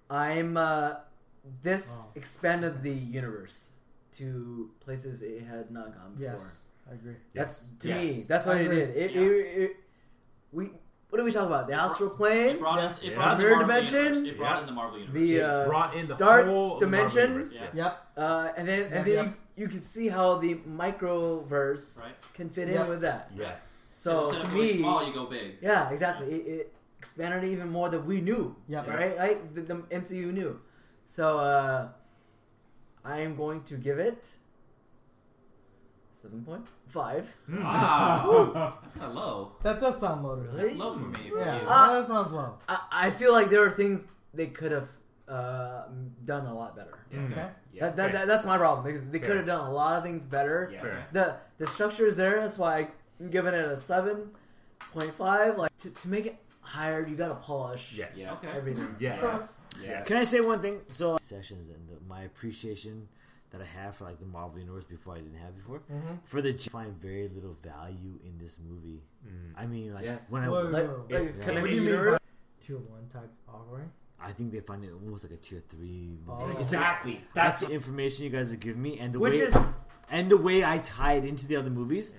I'm uh, this
Oh.
expanded the universe to places it had not gone before.
Yes, I agree.
That's to me.
Yes.
That's what
I
it
agree.
did. It,
Yeah.
it, it- we what did we talk about? The astral plane,
It brought,
Yes.
it brought in the
Mirror
Marvel
dimension?
Universe. It brought
Yeah.
in the Marvel Universe.
the
It
uh,
brought in the
dark
whole of the Marvel
dimension?
universe,
Yeah.
yes.
Yep.
uh, and then and
Yeah,
then you, you could see how the microverse
Right.
can fit
Yeah.
in with that.
Yes.
So
instead
to
of going
me,
small, you go big.
yeah, exactly. It, it expanded even more than we knew.
Yep.
right? Like the, the MCU knew. So uh, I am going to give it seven point five.
Hmm.
Wow, that's kind of low.
That does sound low, really.
That's low for me. For
Yeah,
Uh,
you.
Ah.
that sounds low.
I, I feel like there are things they could have uh, done a lot better.
Yes.
Okay.
Yeah.
That, that, that, that's my problem. Because they could have done a lot of things better.
Yes.
Fair.
The the structure is there. That's why I'm giving it a seven point five. Like to, to make it higher, you gotta polish
Yes.
Yeah.
Okay.
everything.
Yes. Yes.
Can I say one thing? So uh, sessions and the, my appreciation that I have for like the Marvel universe before I didn't have before. For the I find very little value in this movie.
Hmm.
I mean, like
Yes.
when I
Whoa,
Like,
whoa, whoa.
like
Yeah.
connected
What do you mean
universe.
Tier one type offering.
I think they find it almost like a tier three.
Oh.
movie. It's like,
Exactly.
that's
That's
the information you guys have given me, and the
Which
way
is
and the way I tie it into the other movies.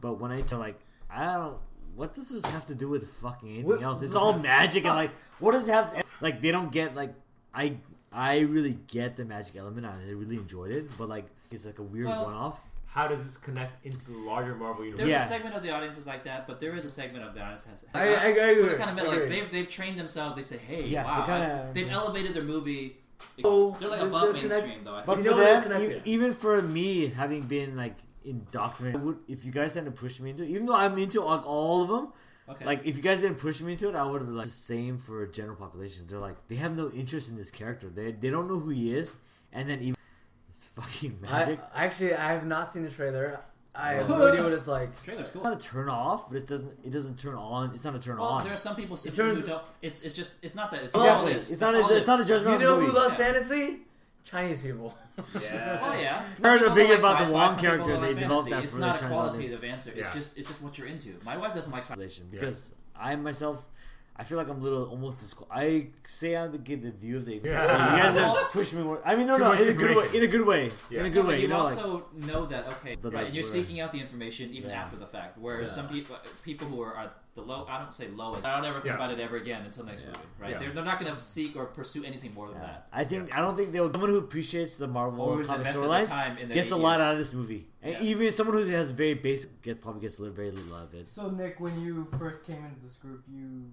But when I tell like I don't. What does this have to do with fucking anything
What-
else? It's all magic and like, what does it have to? Like, they don't get like, I I really get the magic element. I really enjoyed it, but like, it's like a weird
Well,
one-off.
How does this connect into the larger Marvel universe?
There's
Yeah.
a segment of the audience is like that, but there is a segment of the audience has.
I- I agree
We're
with-
kind of been
I
like
agree.
they've they've trained themselves. They say, hey,
Yeah,
wow,
they kinda-
I- they've elevated their movie.
Oh,
they're like
they're-
above
they're
mainstream
connect-
though. I
But
think.
You
for
know they're
them,
connected.
e- even for me, having been like indoctrinated, I would, if you guys had to push me into, it, even though I'm into like all of them,
Okay.
Like if you guys didn't push me into it, I would have been like the same for general population. They're like they have no interest in this character. They they don't know who he is, and then even it's fucking magic.
I, actually, I have not seen the trailer. I have no idea what it's like.
Trailer's cool.
it's not a turn off, but it doesn't it doesn't turn on. It's not a turn
Well,
on.
there are some people simply
turns-
who don't. It's it's just it's not that. It's all
Exactly.
it is.
It's not
That's all
a,
it
it's not a
is.
You
judgment.
know
movie.
who loves fantasy? Chinese people.
Oh yeah.
Heard
Some people
a big
like
about the
sci-fi,
Wong
some people
character,
like
they
fantasy.
developed that
It's
for
not
the
a
Chinese
qualitative answer. It's
Yeah.
just it's just what you're into. My wife doesn't like sci-fi.
population because I myself. I feel like I'm a little almost. Disqu- I say I get the view of the.
Yeah.
You guys
Well-
have pushed me. More. I mean, no,
Too
no,
much
in a good way.
information.
In a good way.
Yeah.
In a
No,
good
but
way.
you,
You know, like,
also know that okay,
But,
right,
like,
you're
we're-
seeking out the information even
Yeah.
after the fact. Whereas
Yeah.
some people, people who are at the low, I don't say lowest. I don't ever think
Yeah.
about it ever again until next movie, right?
Yeah.
They're, they're not going to seek or pursue anything more than
yeah.
that.
I think I don't think they'll. Someone who appreciates the Marvel
Or who's
comic
invested the
storylines
time in the
gets a
eight
lot
years.
out of this movie, and
Yeah.
even someone who has very basic get probably gets a little very little out of it.
So Nick, when you first came into this group, you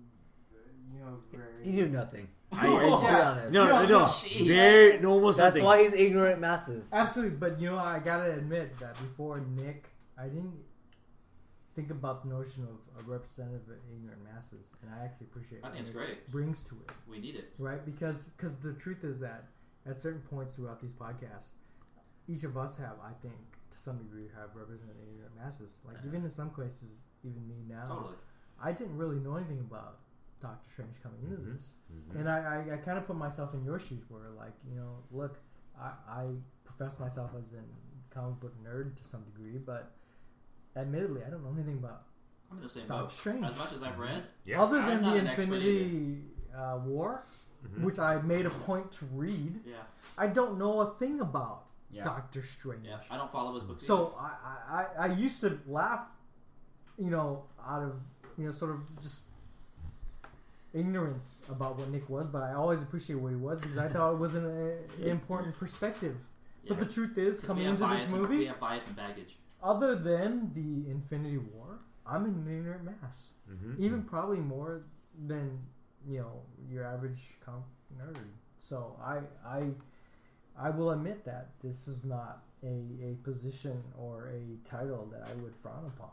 you know
He
very
knew nothing.
I,
To be
I,
Yeah.
honest.
no, no, no,
Jeez.
very no, almost
That's
nothing.
why he's ignorant masses.
Absolutely, but you know, I gotta admit that before Nick, I didn't think about the notion of a representative of ignorant masses, and I actually appreciate
I
what
think it's
Nick
great.
brings to it,
We need it.
right? Because cause the truth is that at certain points throughout these podcasts, each of us have, I think, to some degree, have represented ignorant masses. Like even in some cases, even me now,
Totally.
I didn't really know anything about Doctor Strange coming into
Mhm.
this, and I, I, I kind of put myself in your shoes, where like you know, look, I, I profess myself as a comic book nerd to some degree, but admittedly, I don't know anything about
I'm in the same boat.
Doctor Strange
As much as
Mm.
I've read,
Yeah.
other
I'm
than
not
the
an expert
Infinity uh, War,
Mhm.
which I made a point to read.
yeah,
I don't know a thing about
Yeah.
Doctor Strange.
yeah. I don't follow those books.
So I, I, I- I used to laugh, you know, out of you know sort of just ignorance about what Nick was, but I always appreciate what he was because I thought it was an, uh, important perspective.
either.
But the truth
Because
is,
we
coming
have
into
bias
this
and- we
movie,
have bias and baggage.
other than the Infinity War, I'm an ignorant mass,
Mm-hmm.
Mhm.
even probably more than you know your average comp nerd. So I I I will admit that this is not a, a position or a title that I would frown upon.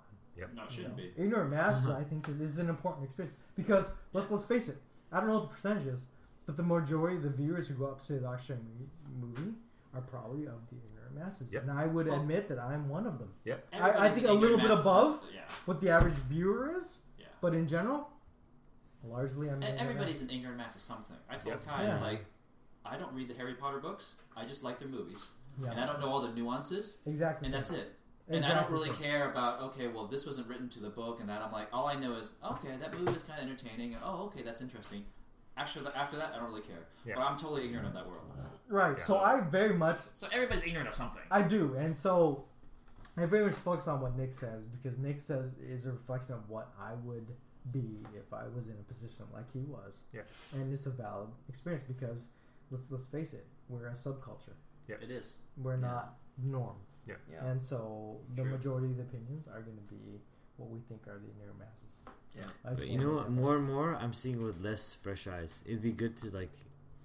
No, it shouldn't be.
Ignorant masses, I think, is, is an important experience because let's let's face it. I don't know what the percentage is, but the majority of the viewers who go out to see the Doctor Strange mo- movie are probably of the ignorant masses,
Yep.
and I would
Well-
admit that I'm one of them. I
Everybody's
think
an
a
ignorant
little bit
mass is-
What the average viewer is,
Yeah, yeah.
but in general, largely I'm.
E-
ignorant
Everybody's an ignorant mass of something. I told
Yep.
Kai,
Yeah.
like, I don't read the Harry Potter books. I just like their movies,
Yeah.
and I don't know all the nuances,
masses. exactly.
and
so.
that's it.
exactly.
And I don't really
so.
care about okay, well, this wasn't written to the book, and that I'm like, all I know is okay, that movie was kind of entertaining, and oh, okay, that's interesting. After that, after that, I don't really care.
Yeah.
But I'm totally ignorant of that world.
Right.
Yeah.
So I very much
So everybody's ignorant of something.
I do, and so I very much focus on what Nick says because Nick says is a reflection of what I would be if I was in a position like he was.
Yeah.
And it's a valid experience because let's let's face it, we're a subculture.
It is.
We're
Yeah.
not norm.
Yeah.
Yeah.
And so the
True.
majority of the opinions are going to be what we think are the inner masses.
Yeah.
I just
But you
wanted
know
to
what?
add that.
More and more, I'm seeing it with less fresh eyes. It'd be good to like,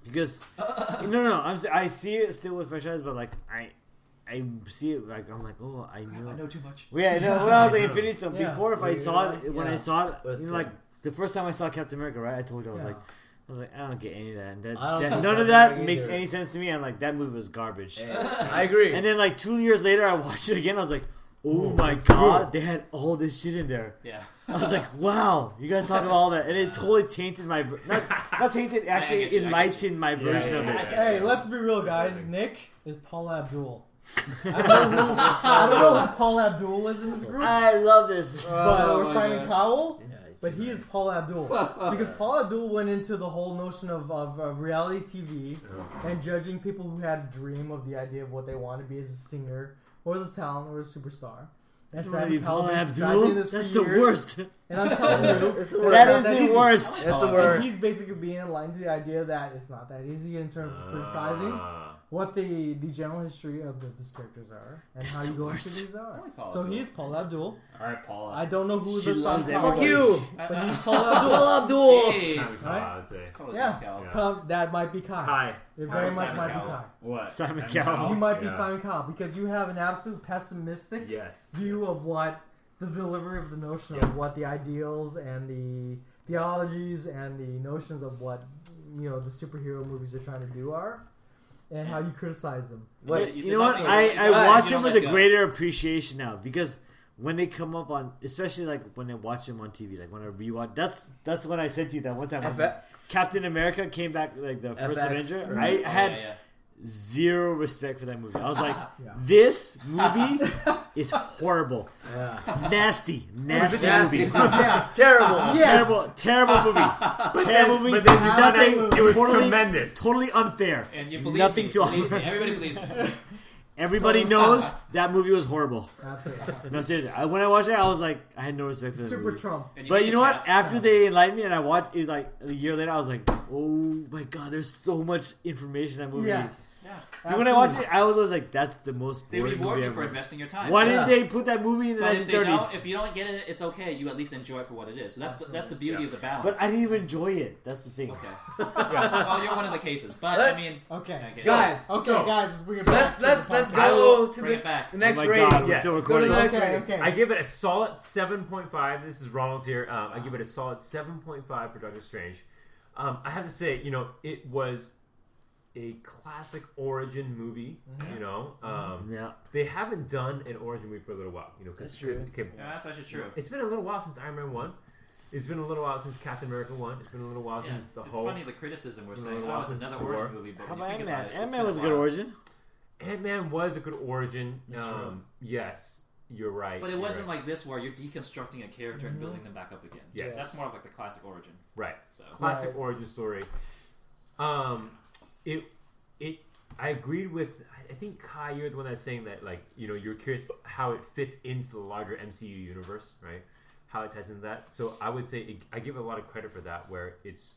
because no, no, I'm s- I see it still with fresh eyes, but like I, I see it like I'm like oh I know.
too much.
Well, yeah, no, when I was like
Yeah.
Infinity Stone
Yeah.
before, if I
Yeah.
saw it, when I
Yeah.
saw it,
But it's
you know,
good.
like the first time I saw Captain America, right? I told you I was
Yeah.
like, I was like I don't get any of that. And that,
I don't
that-
think
none
Captain
of that
America
makes
either.
any sense to me. I'm like that movie was garbage.
I agree.
And then like two years later, I watched it again. I was like, oh
Ooh,
my
that's
god, they had all this shit in there.
Yeah.
I was like, wow, you guys talk about all that, and it totally tainted my ver- not not tainted,
I
actually
get you, I get
enlightened my version
yeah,
of it.
yeah, yeah.
Hey, let's be real, guys. Nick is Paul Abdul. I don't know, I don't know who Paul Abdul is in this group.
I love this.
but, or
my
Simon
God.
Cowell. But he is Paul Abdul because Paul Abdul went into the whole notion of, of, of reality TV and judging people who had a dream of the idea of what they want to be as a singer or as a talent or a superstar. And
It's gonna be
Simon Cowell
Paul
has been
Abdul.
in this for
That's the
years,
worst.
And I'm telling you,
It's the
Well,
worst.
That
not
is
that
the
easy.
worst.
That's the
and
worst.
he's basically being aligned to the idea that it's not that easy in terms
Uh,
of criticizing
Ah.
what the, the general history of the, these characters are and
That's
how you
the
go
worst.
into these are.
like Paul
So
Abdul.
he is Paul Abdul.
All right, Paula.
I don't know who
She
the
loves
son-
everybody.
Fuck you.
But he's
uh, Paul
Paul Abdul.
Abdul.
Jeez.
Ah, say.
Call us
Yeah.
some gal.
Yeah.
Come, that might be Kai.
Hi.
It very
Hi,
much
Simon
might
Cowell.
be Kai.
What?
Simon Cowell.
You might be
Yeah.
Simon Cowell because you have an absolute pessimistic
Yes.
view of what the delivery of the notion of what the ideals and the theologies and the notions of what you know the superhero movies are trying to do are, and how you criticize them.
But
you-
you know what?
there's
I,
nothing-
I
you don't
watch
let
them with
go.
a greater appreciation now because when they come up on, especially like when I watch them on TV, like when I rewatch, that's that's when I sent you that one time. When
FX.
Captain America came back like the first
FX,
Avenger.
right.
I had
Oh, yeah, yeah.
zero respect for that movie. I was like,
Yeah.
this movie is horrible,
Yeah.
nasty, nasty
nasty.
movie.
yes.
Terrible.
Terrible, terrible movie. terrible movie.
But then you
nothing.
nothing. It was
totally,
tremendous.
totally unfair.
And you believe
nothing
me,
to
believe
offer.
me. Everybody believes me.
Everybody knows that movie was horrible.
Absolutely.
No, seriously. I, when I watched it, I was like, I had no respect for that
Super
movie.
Trump.
And
But
get
you
the
know what?
cats.
After they enlightened me and I watched it, like a year later, I was like, oh my god, there's so much information in that movie.
Yes.
Yeah.
And when I watched it, I was always like, that's the most
They
boring
reward
movie
you for
ever.
investing your time.
Why
Yeah.
didn't they put that movie in the
But if they don't,
1930s?
if you don't get it, it's okay. You at least enjoy it for what it is. So that's the, that's the beauty
Yeah.
of the balance.
But I didn't even enjoy it. That's the thing.
okay. Well, you're one of the cases. But
Let's-
I mean,
Okay.
Okay.
Guys,
Okay,
So-
guys, let's bring it
let's
back. to
let's
the
let's
podcast.
I
go
will
to
bring
the,
it back.
the
Oh
next
my
rating.
god, we're
Yes.
still
Go to
recording.
the-
Okay, okay.
I give it a solid 7.5. This is Ronald here. Um, I give it a solid 7.5 for Doctor Strange. Um, I have to say, you know, it was a classic origin movie.
Mm-hmm.
You know, um,
Yeah.
they haven't done an origin movie for a little while. You know, because
That's true.
yeah, that's actually true.
it's been a little while since Iron Man one. It's been a little while since Captain America one. It's been a little while
Yeah.
since
It's
the Hulk.
funny the criticism we're
It's
saying.
another
Oh, it's
Watson's
another
score.
origin movie, but
How
when you
about
think
Ant
about
Man?
it,
Ant Man was a good
origin.
origin.
Ant Man was a good origin.
It's
Um, yes, you're right.
But it
you're
wasn't
right. Mm-hmm.
like this where you're deconstructing a character and building them back up again.
Yes.
That's more of like the classic origin.
right.
So
classic
Right.
origin story. Um, it it I agreed with. I think Kai, you're the one that's saying that like you know you're curious how it fits into the larger MCU universe, right? How it ties into that. So I would say it, I give it a lot of credit for that, where it's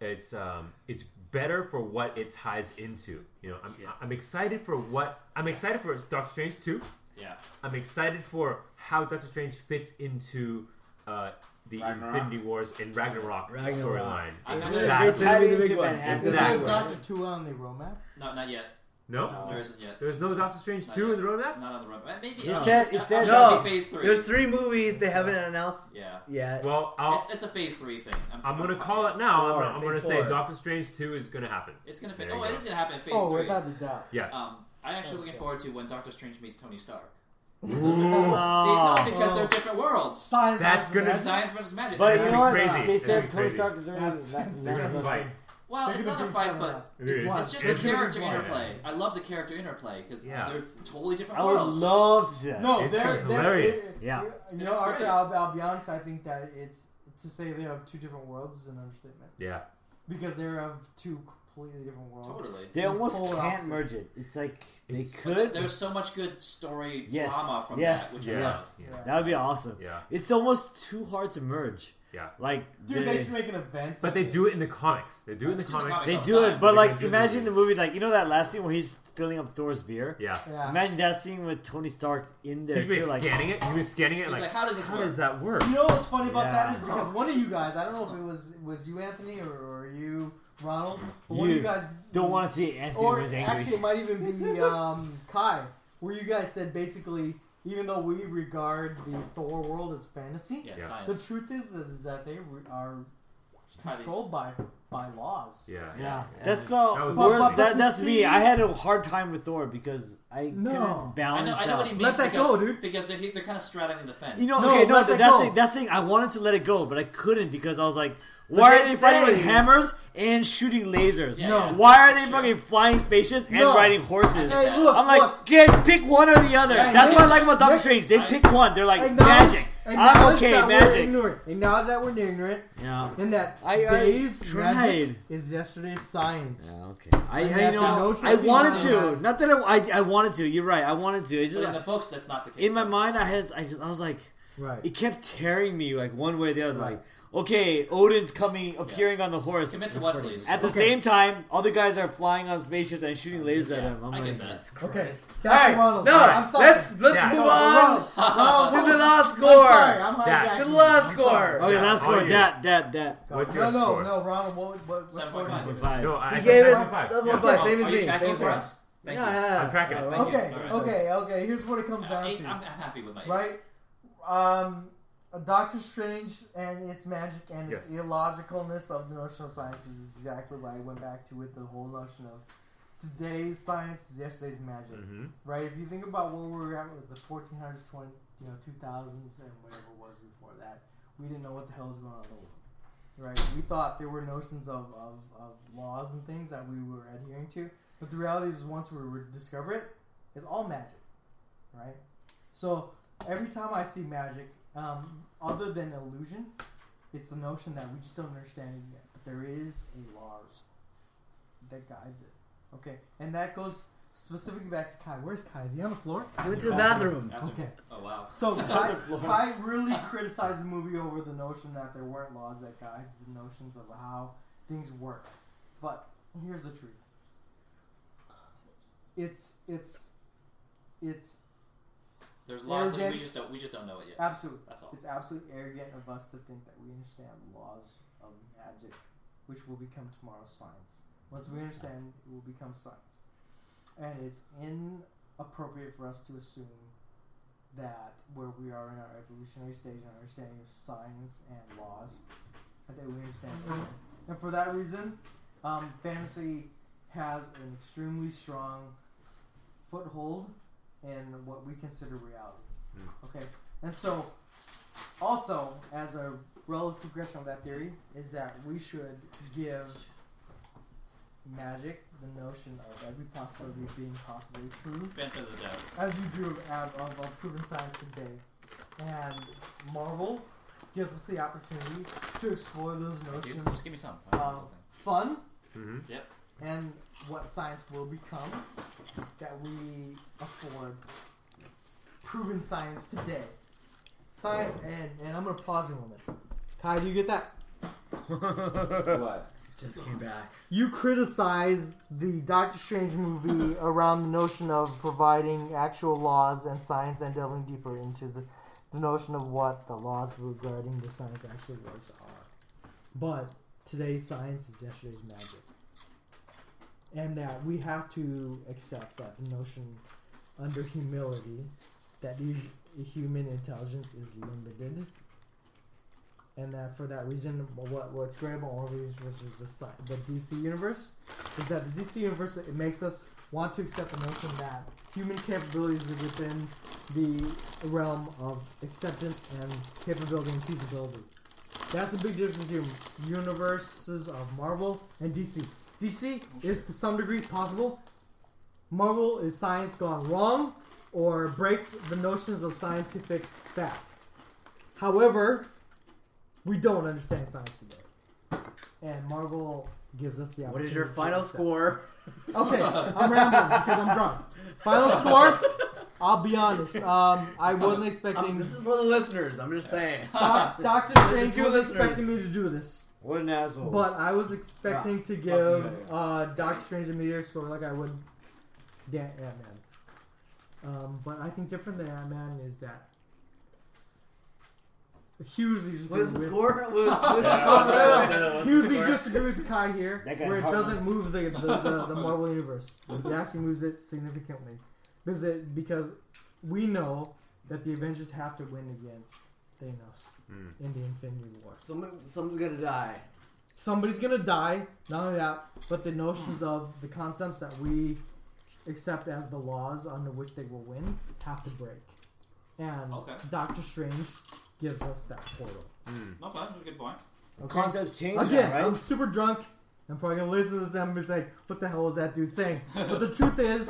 it's um it's better for what it ties into. You know, I'm
Yeah.
I'm excited for what I'm excited for Doctor Strange two.
yeah.
I'm excited for how Doctor Strange fits into uh, the
Ragnarok.
Infinity Wars and Ragnarok,
Ragnarok.
storyline.
I'm not
Exactly.
sure.
They
That's
tied
gonna be the
into
big one.
Manhattan.
Is there a
Exactly.
Doctor Two on the roadmap?
No, not yet.
No,
There isn't yet.
there's no Doctor Strange
Not
two
yet.
in the roadmap.
Not on the roadmap. Maybe
It
uh,
says-
it's-
it says-
I'm sure it'll
No.
be phase three.
There's three movies they haven't announced
Yeah.
yet.
Well, I'll,
It's, it's a phase three thing. I'm,
I'm gonna call it now.
Four,
I'm, I'm gonna
phase
say
four.
Doctor Strange two is gonna happen.
It's gonna. Fa-
There you
oh, it
go.
is gonna happen in phase
Oh,
three.
without a doubt.
Yes.
Um, I'm actually looking
Okay.
forward to when Doctor Strange meets Tony Stark.
Oh.
See, no, because they're
Oh.
different worlds.
Science
That's
versus
gonna
magic.
Science versus magic.
But
It's
you
gonna
know
be
what?
crazy.
They
It's gonna
said
be
Tony
crazy.
Stark is already.
That's-
that's-
They're
that's-
gonna fight.
well, it's not a fight, but it's
It's-
just the
It's gonna be
character
wild.
interplay. I love the character interplay because
Yeah.
they're totally different
I would
worlds.
love to see that.
No,
It's
they're,
gonna be
they're
hilarious.
it-
Yeah.
You
So
know,
it's
Arthur,
great.
I'll, I'll be honest. I think that it's to say they have two different worlds is an understatement
Yeah.
because they're of two completely different worlds.
Totally.
They almost
Polar
can't
opposites.
merge it. It's like they
It's-
But
could.
There's so much good story
Yes,
drama from
yes,
that, which I
Yeah.
love.
Yeah.
That would be awesome.
Yeah.
It's almost too hard to merge.
Yeah.
Like
Dude, they
they,
should make an event.
But they do it in the comics. They do it in the
They do it in the
comics.
they
all
do
the
it,
time.
but
They
like
don't do
imagine the
movies.
movie, like you know that last scene where he's filling up Thor's beer.
Yeah.
Yeah.
Imagine that scene with Tony Stark in there
He's been
too. Like
scanning it. He's been scanning it.
He's
Like,
like, how does this
how
work?
does that work?
You know what's funny about
Yeah.
that is because one of you guys, I don't know if it was was you, Anthony, or, or you, Ronald. But one of
You
you guys
don't want to see Anthony
Or
was angry.
actually, it might even be um, Kai, where you guys said basically, even though we regard the Thor world as fantasy,
Yeah,
Yeah.
the
science.
truth is, is that they re- are
How
controlled by by laws.
Yeah.
yeah, that's so.
That was-
whereas-
But- but
that-
to
that's me.
see-
I had a hard time with Thor because I
No.
couldn't
I
balance
know, I know
out.
what he means.
Let that
because,
go, dude.
Because they're, they're kind of straddling the fence.
You know,
No,
okay, no,
let
but
that
that's
go.
the, that's the thing. I wanted to let it go, but I couldn't because I was like, why are
they
they fighting with
say-
hammers and shooting lasers?
Yeah, No. yeah,
Why are they
sure.
fucking flying spaceships and
No.
riding horses?
Hey, look,
I'm like,
look.
get pick one or the other.
Hey,
that's what I
look,
like about Doctor
look.
Strange. They
I-
pick one. They're like
Acknowledge-
magic.
acknowledge
I'm okay,
that we're
magic.
Ignorant. Acknowledge that we're ignorant,
Yeah.
and that
I- I
today's
tried.
magic is yesterday's science.
Yeah, okay. I,
And
I
that
know.
notion
I
of being
wanted
somehow-
to. Not that I, I, I wanted to. You're right. I wanted to. It's
But
just
in the books, that's not the case.
in my mind. I had. I, I was like,
Right.
it kept tearing me like one way or the other.
Right.
Like, okay, Odin's coming, appearing on the horse.
Commit to what, please?
At the
Okay.
same time, other guys are flying on spaceships and shooting lasers at him. I'm
I get
like,
that.
Okay.
All right,
That's Ronald.
no,
I'm sorry.
let's let's
Yeah.
move
No,
on
Ronald. Ronald,
to the
Ronald.
last
I'm sorry.
score.
I'm
Dad.
hijacking
To the
you.
last
I'm
score.
sorry.
Okay,
Yeah,
last
all
score.
you.
That, that, that.
What's
no,
your
no,
score?
no, Ronald. What, what, what
Seven
score?
point five.
Five.
No, I, I
He
said
gave it
7.5.
seven
Yeah.
point five.
Are
Same as
Oh, you
me.
tracking
Same
for
as
us? Thank
yeah,
you.
yeah,
I'm tracking it.
All
Thank
right.
you.
Okay,
All right.
okay, okay. Here's what it comes
I,
down
am I'm
to,
happy with my eight.
right? Um, Doctor Strange and its magic and its
Yes.
illogicalness of the notion of science is exactly what I went back to with the whole notion of today's science is yesterday's magic,
Mm-hmm.
right? If you think about where we were at with the 1400s, 20, you know, 2000s, and whatever it was before that, we didn't know what the hell was going on in the world. Right, we thought there were notions of, of, of laws and things that we were adhering to, but the reality is, once we re- discover it, it's all magic, right? So every time I see magic, um, other than illusion, it's the notion that we just don't understand it yet. But there is a law that guides it. Okay, and that goes specifically back to Kai. Where's Kai? Is he on the floor?
He went to the bathroom.
That's a-
Okay.
Oh wow.
So Kai, Kai really criticized the movie over the notion that there weren't laws that guides the notions of how things work. But here's the truth. It's it's it's
There's laws that we
Arrogance.
just don't we just don't know it yet.
absolute
That's all.
it's absolutely arrogant of us to think that we understand the laws of magic, which will become tomorrow's science. Once we understand, it will become science. And it's inappropriate for us to assume that where we are in our evolutionary stage and our understanding of science and laws, that we understand
Mm-hmm.
science. And for that reason, um, fantasy has an extremely strong foothold in what we consider reality. Okay, and so also, as a relative progression of that theory, is that we should give magic the notion of every possibility being possibly true,
Benefit of the doubt.
as we do of, of, of proven science today. And Marvel gives us the opportunity to explore those
Dude,
notions
just give me some.
Uh, fun
Mm-hmm.
and what science will become that we afford proven science today. Science, and, and I'm going to pause in a moment. Kai, do you get that?
what?
Just came back.
You criticize the Doctor Strange movie around the notion of providing actual laws and science and delving deeper into the, the notion of what the laws regarding the science actually works are. But today's science is yesterday's magic. And that we have to accept that the notion under humility that hu- human intelligence is limited and that for that reason, what what's great about all these versus the sci- the DC universe is that the DC universe it makes us want to accept the notion that human capabilities are within the realm of acceptance and capability and feasibility. That's the big difference between universes of Marvel and DC. DC
Oh,
is to some degree possible. Marvel is science gone wrong or breaks the notions of scientific fact. However, we don't understand science today. And Marvel gives us the
What
opportunity.
is your
to
final
accept.
score?
Okay, I'm rambling because I'm drunk. Final score, I'll be honest. Um, I wasn't
Um,
expecting.
this is for the listeners. I'm just saying.
Doc- Doctor Strange
two
was
listeners.
expecting me to do this,
What an asshole.
but I was expecting to give
you.
uh, Doctor Strange a meteor score like I would Dan- Ant Man. Um, but I think different than Ant Man is that hugely
What is
disagreeing
the
with-
score? What is, what is
Oh, no, no,
the
no.
score?
hugely disagree with Kai here,
That guy's
where it
heartless.
doesn't move the, the, the, the Marvel universe. It actually moves it significantly because it, because we know that the Avengers have to win against Thanos
Mm.
in the Infinity War.
Someone, someone's gonna die.
Somebody's gonna die. Not only that, but the notions of the concepts that we accept as the laws under which they will win have to break. And
Okay.
Doctor Strange gives us that portal.
Mm.
No fun. That's a good point.
Okay?
Concept change,
Again,
right?
I'm super drunk. I'm probably gonna listen to this and be like, "What the hell was that dude saying?" But the truth is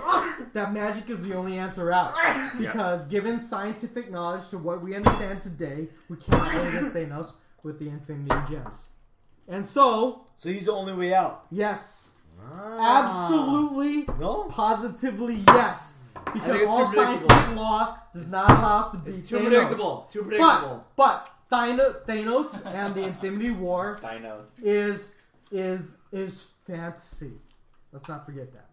that magic is the only answer out because, given scientific knowledge to what we understand today, we cannot go against Thanos with the Infinity Gems. And so,
So he's the only way out.
yes,
Ah.
absolutely,
No?
positively yes,
think
because
it's
all
too predictable.
scientific law does not allow us to beat
It's too
Thanos.
predictable. Too predictable.
But, but Thino- Thanos and the Infinity War
Dinos.
is is is fantasy. Let's not forget that.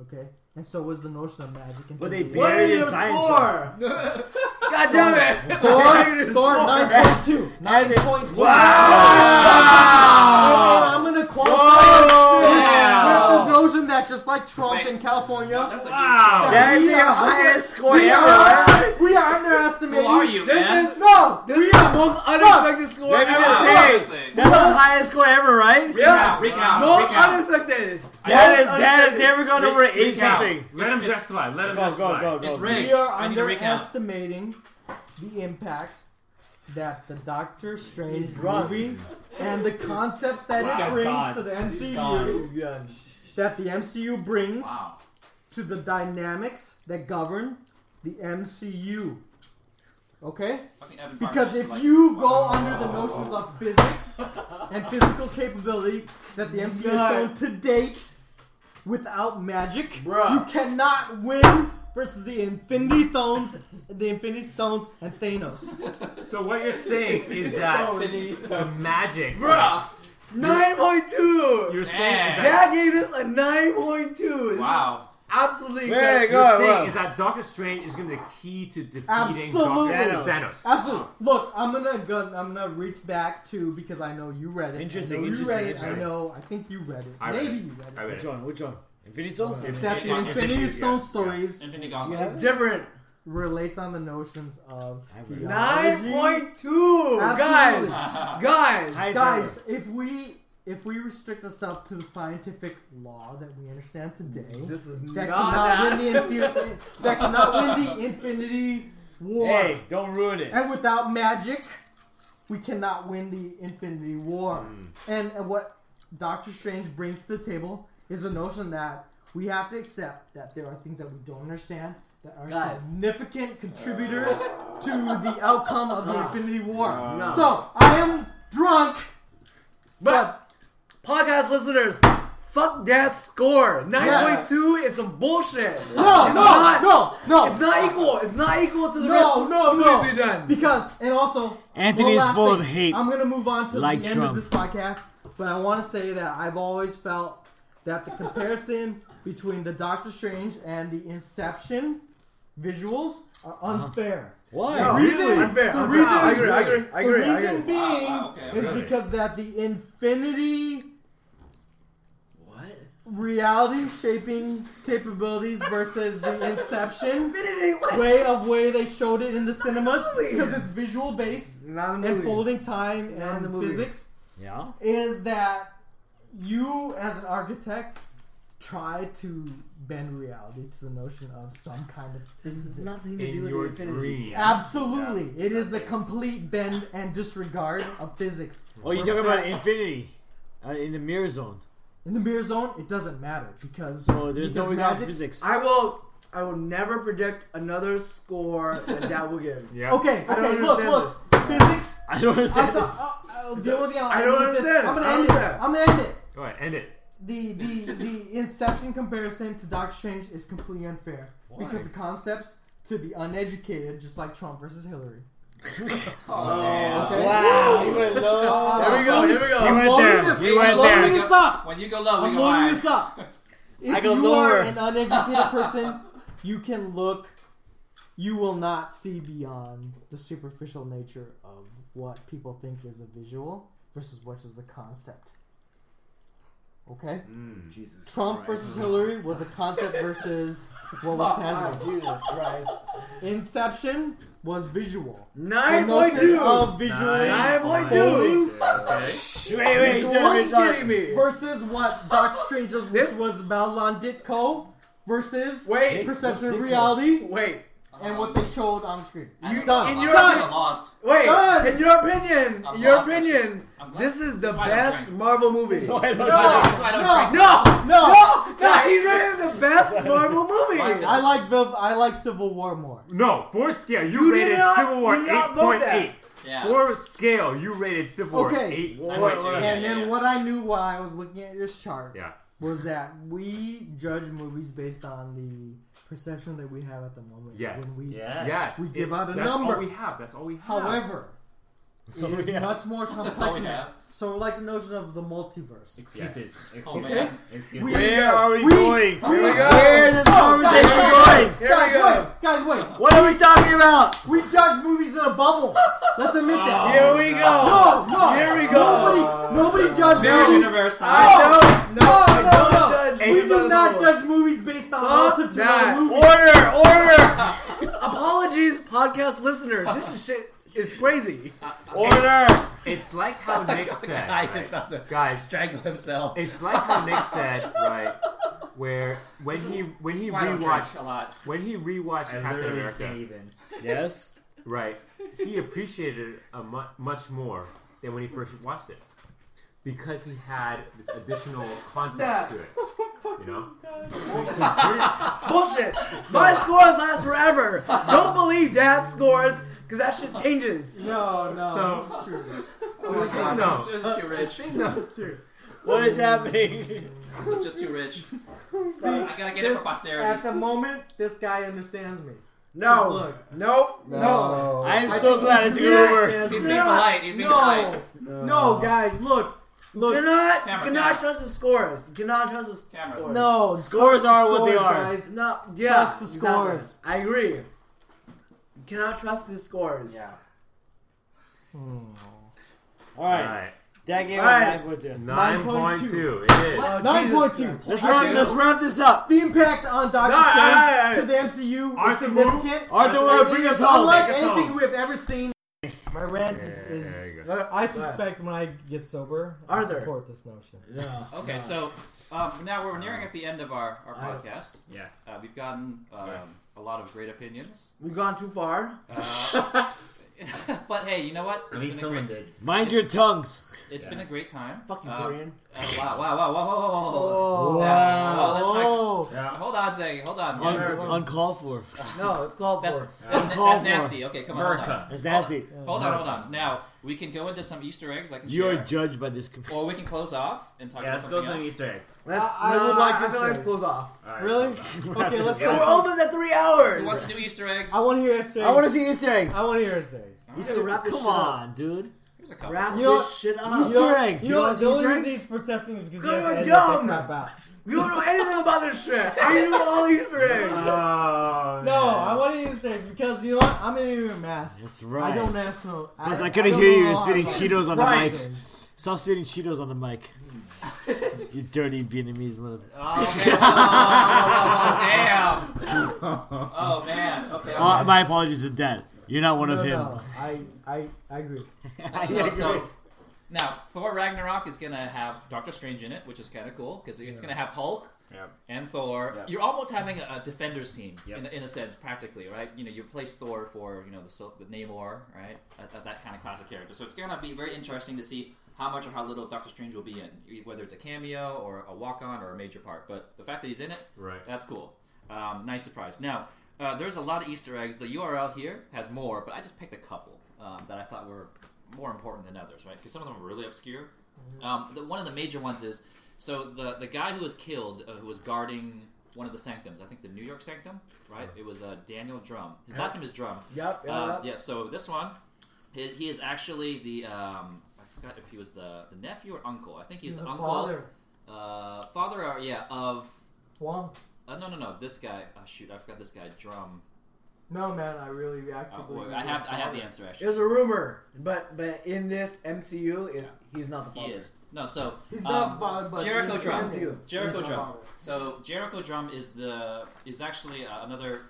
Okay? And so was the notion of magic and
But they
Thor,
What are
buried
you
in science. though.
for? God damn it!
Thor 9.2. 9.2. Wow! I'm gonna qualify
Wow! Oh!
with the notion that just like Trump in California.
That's a
Wow.
Yeah,
That's
we
your
are-
highest score
we
ever.
are, we are underestimating.
Who are you,
this
man?
Is, no, this is the most
Unexpected score.
Let me
ever.
just say, that's the highest score ever, right?
Recount, recount,
Most
recount.
unexpected. Most
That is that has
unexpected.
never gone over eight
Recount.
something.
Let him justify. Let him
Go go
justify.
go go.
It's
go.
rigged.
We are
I need a recount.
underestimating the impact that the Doctor Strange movie and the concepts that it
Wow.
brings
Gone.
to the MCU,
Yeah.
that the MCU brings
Wow.
to the dynamics that govern the MCU. Okay?
Fucking Evan Parker
Because
just
if
like-
you go under the notions of physics and physical capability that the MCU has shown to date without magic,
Bruh.
you cannot win versus the Infinity Stones, the Infinity Stones, and Thanos.
So what you're saying is that the magic.
Nine point two.
You're saying is
Yeah.
that
That gave this a nine point two.
Wow.
Absolutely.
There
You're
you go,
saying
bro.
is that Doctor Strange is going to be the key to defeating
Absolutely.
Doctor Thanos.
Absolutely. Look, I'm gonna go, I'm gonna reach back to because I know you read it.
Interesting,
I know you
interesting,
read it.
interesting.
I know. I think you read it.
I read
Maybe
it.
you read it.
I read
Which
it.
one? Which one? Infinity Stones.
That the
Yeah.
Infinity
Yeah.
Stone
Yeah.
stories
Infinity Gauntlet.
Different.
relates on the notions of
I read it.
Nine
theology.
point two.
Absolutely.
Guys, guys.
Highest
guys, if we if we restrict ourselves to the scientific law that we understand today,
This is
that
not
cannot win the infinity, that cannot win the Infinity War,
ever. Hey, don't ruin it.
and without magic, we cannot win the Infinity War. And, and what Doctor Strange brings to the table is the notion that we have to accept that there are things that we don't understand that are
Guys.
significant contributors to the outcome of the Infinity War.
No.
So I am drunk, but
Podcast listeners, fuck that score. 9.2 is some bullshit.
no,
It's
no,
not-
no, no,
It's not equal. It's not equal to the rest
no,
of
no,
the
no.
movies we done.
Because and also,
Anthony
one
is
last
full
thing.
of hate.
I'm gonna move on to
Like
the end
Trump.
of this podcast, but I want to say that I've always felt that the comparison between the Doctor Strange and the Inception visuals are
Uh-huh.
unfair.
Why?
The reason,
Unfair.
the
Unfair.
reason,
I agree, I agree, I agree,
The
I
reason
agree.
being
Wow, wow, okay,
is
okay.
because that the Infinity
What?
reality shaping capabilities versus the Inception way of way they showed it in the cinemas because it's visual based
Not in the
and
movie.
folding time
Not in the
and
movie.
physics
Yeah.
is that you as an architect try to bend reality to the notion of some kind of physics.
Nothing to do
In
with
your
Infinity.
dream.
Absolutely, it is a complete bend and disregard of physics.
Oh, you're talking about infinity uh, in the mirror zone.
In the mirror zone, it doesn't matter because
So there's no
because
regard for
magic-
physics.
I will. I will never predict another score that that will give.
Yeah.
Okay,
I don't
okay, look,
understand
look, physics uh,
I don't understand.
I saw, I'll, I'll deal with it. I'll
I
end
don't
with this.
understand it.
I'm
I don't
gonna end it.
understand.
I'm gonna end it.
Go ahead, end it.
The the the Inception comparison to Doctor Strange is completely unfair because the concepts to the uneducated, just like Trump versus Hillary.
Oh, damn.
Okay.
wow, you went low.
Here we go. Here we go.
You went
Loading
there.
this-
You
I'm
went
loading
there.
this up.
When you go low, we
I'm
go
loading
high.
this up. If
I go
you
lower.
are an uneducated person, you can look. You will not see beyond the superficial nature of what people think is a visual versus what is the concept. Okay.
Mm.
Trump versus Hillary was a concept versus what was tangible.
Jesus Christ.
Inception was visual.
Nine
The notion
point two.
of visual
Nine point two.
Holy
Okay.
Wait, wait, you
Are
turned
you
this on.
kidding me?
versus what Doctor Strange was,
This-
was Balon Ditko versus
Wait.
perception of
Ditko.
reality
Wait.
and what they showed on screen.
I don't
You-
know.
in
I'm
your-
kinda lost.
Wait.
Done.
In your opinion,
I'm
in your
lost, actually.
opinion,
I'm glad-
this is the
That's why I don't
best
drink.
Marvel movie.
Oh, I don't know.
That's why I don't drink.
No,
No,
no, no! He's rated the best Marvel movie.
I like Viv, I like Civil War more.
No, for scale, you,
You did
rated
not-
Civil War
you did not vote
8.8.
that.
Yeah.
For scale, you rated Civil War
Okay.
I'm
8.
with you.
And
Yeah,
And
yeah, yeah.
then what I knew while I was looking at this chart
Yeah.
was that we judge movies based on the perception that we have at the moment.
Yes.
When we,
Yeah.
Yes.
We
it-
give out a
that's
number.
all we have. That's all we have.
However,
So
it is
we have-
much more
That's all
complex.
we
than
have.
that. So like the notion of the multiverse.
Excuses.
Oh,
Excuses.
man.
Excuses.
Where are we
We-
going?
we-
Where is this conversation going?
There
guys,
we go.
wait, guys, wait.
What are we talking about?
We judge movies in a bubble. Let's admit
Oh,
that.
Oh. Here we go.
No, no.
Here we go.
Nobody, nobody judges
Mirror
movies.
universe time.
I don't. Oh, No, I
no,
don't
no.
judge
We
movies
do
on
not
the
judge movies based on
Fuck
relative to
that.
other
Order,
movies.
order,
Apologies, podcast listeners. This is shit is crazy.
order.
It's like how Nick said,
Guy is
right?
about to
guys.
strangle himself.
It's like how Nick said, right? Where when he when
This
he
is why I don't drink
rewatched
a lot.
when he rewatched
I
Captain
literally
America,
can't even.
Yes.
Right. He appreciated it a mu- much more than when he first watched it because he had this additional context
That-
to it. You know?
Bullshit. My scores last forever. Don't believe dad's scores because that shit changes.
No, no.
So-
this is true.
Oh my god,
No.
this, is, this is too rich.
This is true.
What is happening?
This is just too rich.
See,
I gotta get it for
at
posterity.
the moment, this guy understands me.
No.
Look.
Nope. No.
I'm so glad it's
Yeah,
over.
man.
He's being
No,
polite. He's being
no,
polite.
No, guys, look,
You
look.
cannot, you
Camera,
cannot
camera.
trust the scores. You cannot trust the scores.
Camera.
No,
Scores are what they
scores,
are.
guys.
No, yeah,
Trust the
exactly.
scores.
I agree. You cannot trust the scores.
Yeah.
All right, that game
All
was
right.
nine point two.
Nine point two. It is.
Oh,
Nine
Jesus
point two.
Christ.
Let's wrap, let's wrap this up.
The impact on Doctor
No,
Strange
I- I- I-
to the MCU was
Arthur
significant.
Arthur,
Arthur,
bring us home.
Oh,
Unlike
Take us
anything
home.
we have ever seen.
My rant is. is
There you go.
Uh,
I suspect when I get sober, I
Arthur.
support this notion.
Okay, so um, now we're nearing at the end of our, our
I-
podcast.
Yes.
Uh, we've gotten um, a lot of great opinions.
We've gone too far.
Uh, but hey, you know what?
At
It's
least
been a
someone
great,
did.
Mind your tongues.
It's been a great time.
Fucking
Uh,
Korean.
uh, wow, wow, wow, wow, wow, wow.
Oh, Wow.
let's not-
Oh,
Yeah.
Hold on a second. Hold on.
Un-
That's,
uncalled for.
No, it's called
that's,
for.
that's,
Uncalled
that's
for.
nasty. Okay, come on. Hold on.
America.
That's nasty.
Hold on, hold on. Now, we can go into some Easter eggs. I can
You are
share.
judged by this. computer.
Or we can close off and talk
Yeah,
about
let's go
something
to
else.
some Easter eggs.
Let's,
I would
no,
like
I feel
Easter
like
eggs.
let's close off.
All right,
Really?
hold on.
okay. Let's.
We're almost at three hours.
Who wants to do Easter eggs?
I want to hear Easter eggs.
I want to see Easter eggs.
I want to hear Easter eggs.
All right,
Easter,
wrap this
come
shit up.
on, dude.
Here's a couple.
Wrap
You know-
this shit up.
Easter
You know-
eggs. You
You know,
want
the
Easter
only reason
eggs?
he's protesting is because he
Good
has to edit
gum!
that crap out.
You don't know anything about this shit. I knew all Easter eggs.
Oh,
No, I want to use this because you know what? I'm gonna do a mask.
That's right.
I don't ask no.
Plus, I,
I
couldn't
don't
hear
know
you. You're
how
spitting
about
Cheetos on
Right.
the mic. Stop spitting Cheetos on the mic. you dirty Vietnamese mother.
Oh, okay. Oh, damn. Oh, man. Okay.
Uh, my apologies to Dad. You're not one
No,
of him.
no, I, I, I agree.
okay. So, now, Thor Ragnarok is going to have Doctor Strange in it, which is kind of cool because it's going to have Hulk
Yep.
and Thor.
Yep.
You're almost having a, a Defenders team,
Yep.
in, in a sense, practically, right? You know, you replace Thor for, you know, the, Sil- the Namor, right? That, that, that kind of classic character. So, it's going to be very interesting to see how much or how little Doctor Strange will be in, whether it's a cameo or a walk on or a major part. But the fact that he's in it,
Right.
That's cool. Um, nice surprise. Now, uh, there's a lot of Easter eggs. The URL here has more, but I just picked a couple um, that I thought were more important than others, right? Because some of them are really obscure. Um, the, one of the major ones is so the the guy who was killed, uh, who was guarding one of the sanctums, I think the New York sanctum, right? It was uh, Daniel Drum. His last name is Drum.
Yep, yep.
Uh, yeah, so this one, he, he is actually the, um, I forgot if he was the, the nephew or uncle. I think he's, the, uncle.
father.
Uh, father, or, yeah, of
Wong.
uh, no, no, no. This guy. Oh, shoot, I forgot this guy. Drum.
No, man, I really actually.
Oh, boy,
believe
I
he's
have.
a
I have the
father.
answer. Actually,
There's a rumor, but but in this MCU, it, he's not the
he
father.
is. No, so
He's
um,
not father, but
Jericho
he's
Drum.
the MCU.
Jericho
He's not
Drum.
father.
So Jericho Drum is the is actually uh, another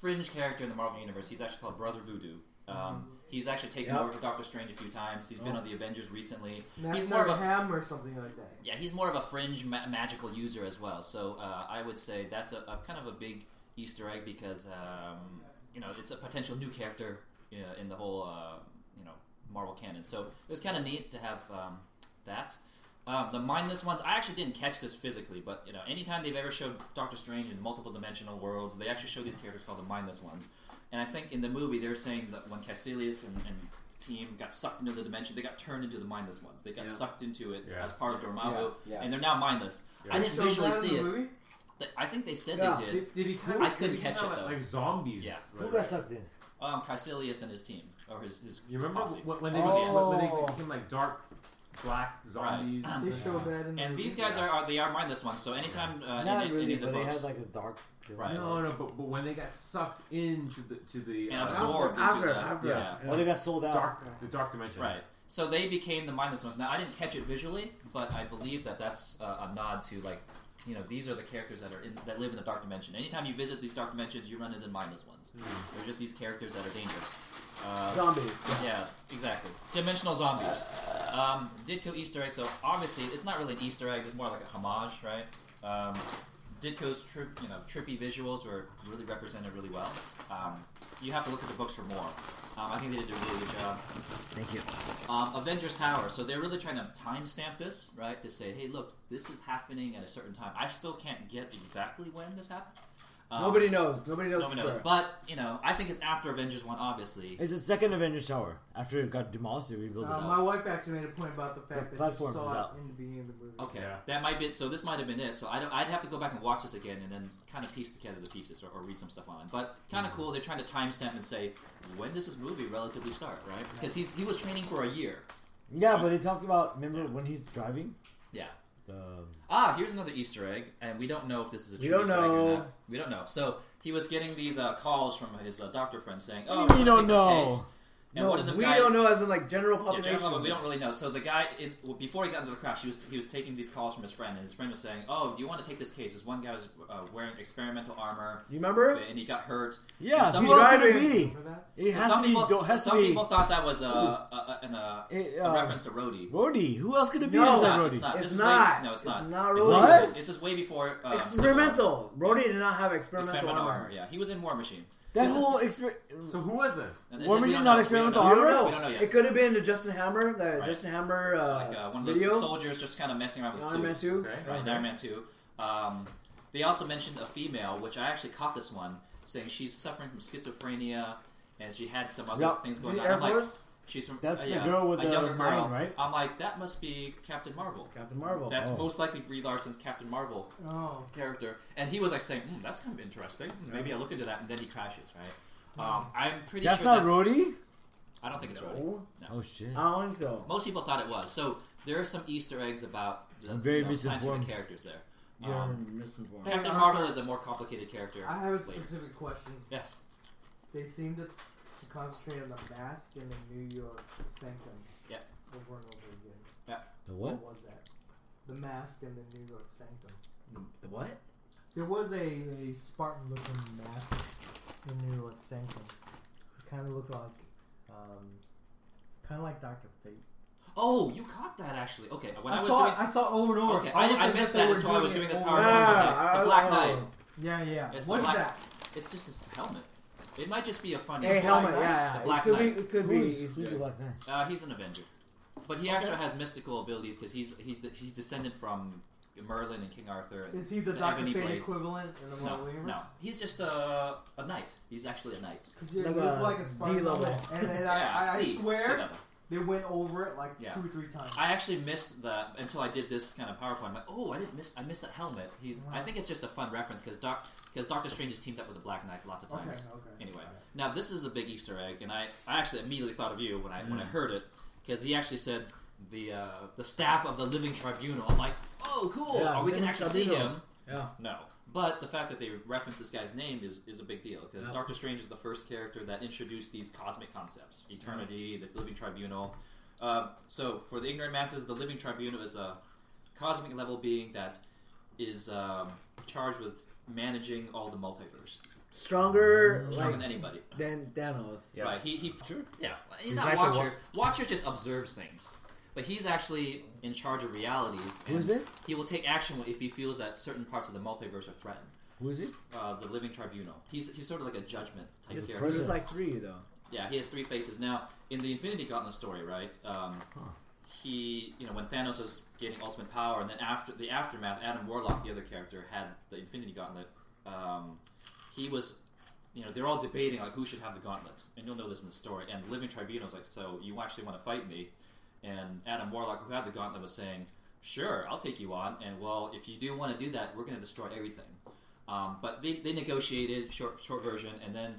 fringe character in the Marvel universe. He's actually called Brother Voodoo. Um, he's actually taken
Yep.
over for Doctor Strange a few times. He's been on the Avengers recently.
Next
He's more of a-
ham or something like that.
Yeah, he's more of a fringe ma- magical user as well. So uh, I would say that's a, a kind of a big Easter egg because um, you know it's a potential new character you know, in the whole uh, you know Marvel canon. So it was kind of neat to have um, that. Um, the mindless ones, I actually didn't catch this physically, but you know, anytime they've ever showed Doctor Strange in multiple dimensional worlds, they actually show these characters called the mindless ones. And I think in the movie they're saying that when Cassilius and, and team got sucked into the dimension, they got turned into the mindless ones. They got sucked into it
Yeah.
as part of Dormammu,
Yeah, yeah.
and they're now mindless. I didn't
So
visually
that in
see
the
it.
movie?
Th- I think they said
Yeah.
they did.
They, they become,
I couldn't
they become
catch it,
like,
though.
like zombies.
Yeah.
Right,
got
right.
sucked in?
Um, Caecilius and his team, or his his,
You
his
Mm-hmm.
remember
posse.
when, when they
Oh.
became, when they became like dark black zombies.
Right.
They show that in
And
the
these guys are, are they are mindless ones. So anytime uh,
Not
in, in
really,
the
but they
books,
had like a dark.
Right.
No, no, but, but when they got sucked into the to the
and
uh,
absorbed into
Abra,
the
Abra.
yeah.
Well, they got sold out.
dark the dark dimension.
Right. So they became the mindless ones. Now I didn't catch it visually, but I believe that that's uh, a nod to like, you know, these are the characters that are in, that live in the dark dimension. Anytime you visit these dark dimensions, you run into mindless ones.
Mm.
They're just these characters that are dangerous. Uh,
Zombies.
yeah, exactly. Dimensional zombies. Um, Ditko Easter egg. So obviously, it's not really an Easter egg. It's more like a homage, right? Um, Ditko's trip, you know, trippy visuals were really represented really well. Um, you have to look at the books for more. Um, I think they did a really good job.
Thank you.
Um, Avengers Tower. So they're really trying to timestamp this, right? To say, hey, look, this is happening at a certain time. I still can't get exactly when this happened. Um,
Nobody knows. Nobody knows.
Nobody
for
knows.
sure.
But you know, I think it's after Avengers One, obviously.
It's the second Avengers Tower. After it got demolished, they rebuilt
Uh,
Um,
it.
my wife actually made a point about the fact
The
that you
platform was
saw
out.
it in the beginning of the movie.
Okay,
Yeah.
that might be. So this might have been it. So I don't, I'd have to go back and watch this again and then kind of piece together the pieces or, or read some stuff online. But kind of cool. They're trying to timestamp and say when does this movie relatively start, right? Because he's he was training for a year.
Yeah, but they talked about. Remember when he's driving?
Yeah.
The,
Ah, here's another Easter egg, and we don't know if this is a
We
true
don't
Easter egg
know.
or not. We don't know. So he was getting these uh, calls from his uh, doctor friend saying, "Oh,
What do you mean
we're
you don't
gonna take
know?
this case." And
No,
one of the
we
guy,
don't know as in like general
Yeah,
population.
Jerry Falwell, we don't really know. So the guy, in, well, before he got into the crash, he was he was taking these calls from his friend, and his friend was saying, "Oh, do you want to take this case?" This one guy was uh, wearing experimental armor,
You remember?
and he got hurt.
yeah,
some
who else could
driving-
it be?
Remember that?
It
So
has
some
to be.
people,
Don't, has
some
to be.
people thought that was a, a, a, an, uh,
It,
a
uh,
reference to Rhodey.
Rhodey. Who else could it be?
No,
it's
besides
not.
Rhodey?
It's not.
It's
this Is
not.
way, no, it's
It's
not.
not
It's
Rhodey.
way- It's just way before um,
experimental. Rhodey did not have
Civil War.
experimental,
experimental
armor.
armor. Yeah, he was in War Machine.
That
This is-
whole experience.
So who was this?
And- and
War
we
Machine
don't
not
know.
experimental
we
We
don't
don't
know.
know.
We don't know yet.
It could have been the Justin Hammer, the
Right.
Justin Hammer uh,
like uh, one of those
video.
soldiers just kind of messing around with
Iron Man
suits.
two.
Okay.
Right,
Uh-huh.
Iron Man 2. Um, they also mentioned a female, which I actually caught this one, saying she's suffering from schizophrenia and she had some other
Yeah.
things
The
going on.
Air
I'm like,
Force,
she's from
That's
uh,
the
yeah,
girl with
a
the
younger girl.
mind, right?
I'm like, that must be Captain Marvel.
Captain Marvel.
That's
Oh.
most likely Brie Larson's Captain Marvel
Oh,
character, and he was like saying, mm, "That's kind of interesting. Maybe I will look into that." And then he crashes, right? Um, I'm pretty
That's
sure
not
that's
Rhodey.
I don't think it's Rhodey.
No,
Oh shit.
I don't think so.
Most people thought it was. So there are some Easter eggs about the
I'm very
you know, scientific
misinformed.
characters there.
You're
Um,
misinformed.
Hey,
Captain
Arthur.
Marvel is a more complicated character.
I have a
later.
specific question.
Yeah.
They seem to, to concentrate on the mask and the New York Sanctum.
Yeah.
Over and over again.
The what?
was that? The mask and the New York Sanctum.
The what?
There was a, a Spartan looking mask in New York Sanctum. It kind of looked like, um, kind of like Doctor Fate.
Oh, you caught that actually. Okay, when I,
I,
was
saw
doing.
it. I saw it over and over.
Okay,
Almost
I, I
as if
missed
they
that
were
until I
doing
was
it Ah, oh.
doing this
over
power
PowerPoint.
and
move
over.
Yeah,
thing.
I-
The Black
I-
Knight.
Yeah, yeah.
It's the
What is
black-
that?
It's just his helmet. It might just be a funny.
Hey,
story.
helmet. Yeah,
The
yeah.
Black
it could
Knight.
be. It could
Who's,
be.
who's the black knight?
Uh, he's an Avenger, but he actually has mystical abilities because he's he's de- he's descended from Merlin and King Arthur. And
Is he the
The
Doctor
ebony
Fate
blade.
equivalent in the
no,
Marvel universe?
no, he's just a a knight. He's actually a knight.
Because it
Like
looked
a
like a Spartan
D-level.
helmet. And, and
yeah,
I, I, I
C, C
swear
level.
they went over it like
Yeah.
two or three times.
I actually missed that until I did this kind of PowerPoint. I'm like, oh, I didn't miss. I missed that helmet. He's. I think it's just a fun reference because Doc because Doctor Strange has teamed up with the Black Knight lots of
okay,
times.
okay.
Anyway, now this is a big Easter egg, and I, I actually immediately thought of you when I when
Mm.
I heard it because he actually said the uh, the staff of the Living Tribunal. I'm like, oh, cool.
Yeah,
Or we can
Living
actually see
Tribunal.
him.
Yeah.
No, but the fact that they reference this guy's name is, is a big deal because
Yeah.
Doctor Strange is the first character that introduced these cosmic concepts: eternity, the Living Tribunal. Um, so, for the ignorant masses, the Living Tribunal is a cosmic level being that is um, charged with managing all the multiverse,
Stronger
stronger
like,
than anybody.
than Thanos.
Right. He, he Yeah. He's
He's
not
like a wa-
Watcher. Watcher just observes things. But he's actually in charge of realities. And
Who's it?
He will take action if he feels that certain parts of the multiverse are threatened.
Who's it?
Uh, the Living Tribunal. He's, he's sort of like a judgment type
He's a
character.
There's
Person.
like three though.
Yeah, he has three faces. Now, in the Infinity Gauntlet story, right? Um, He, you know, when Thanos was gaining ultimate power, and then after the aftermath, Adam Warlock, the other character, had the Infinity Gauntlet. Um, he was, you know, they're all debating like who should have the gauntlet, and you'll know this in the story. And the Living Tribunal was like, "So you actually want to fight me?" And Adam Warlock, who had the gauntlet, was saying, "Sure, I'll take you on." And well, if you do want to do that, we're going to destroy everything. Um, but they, they negotiated short short version, and then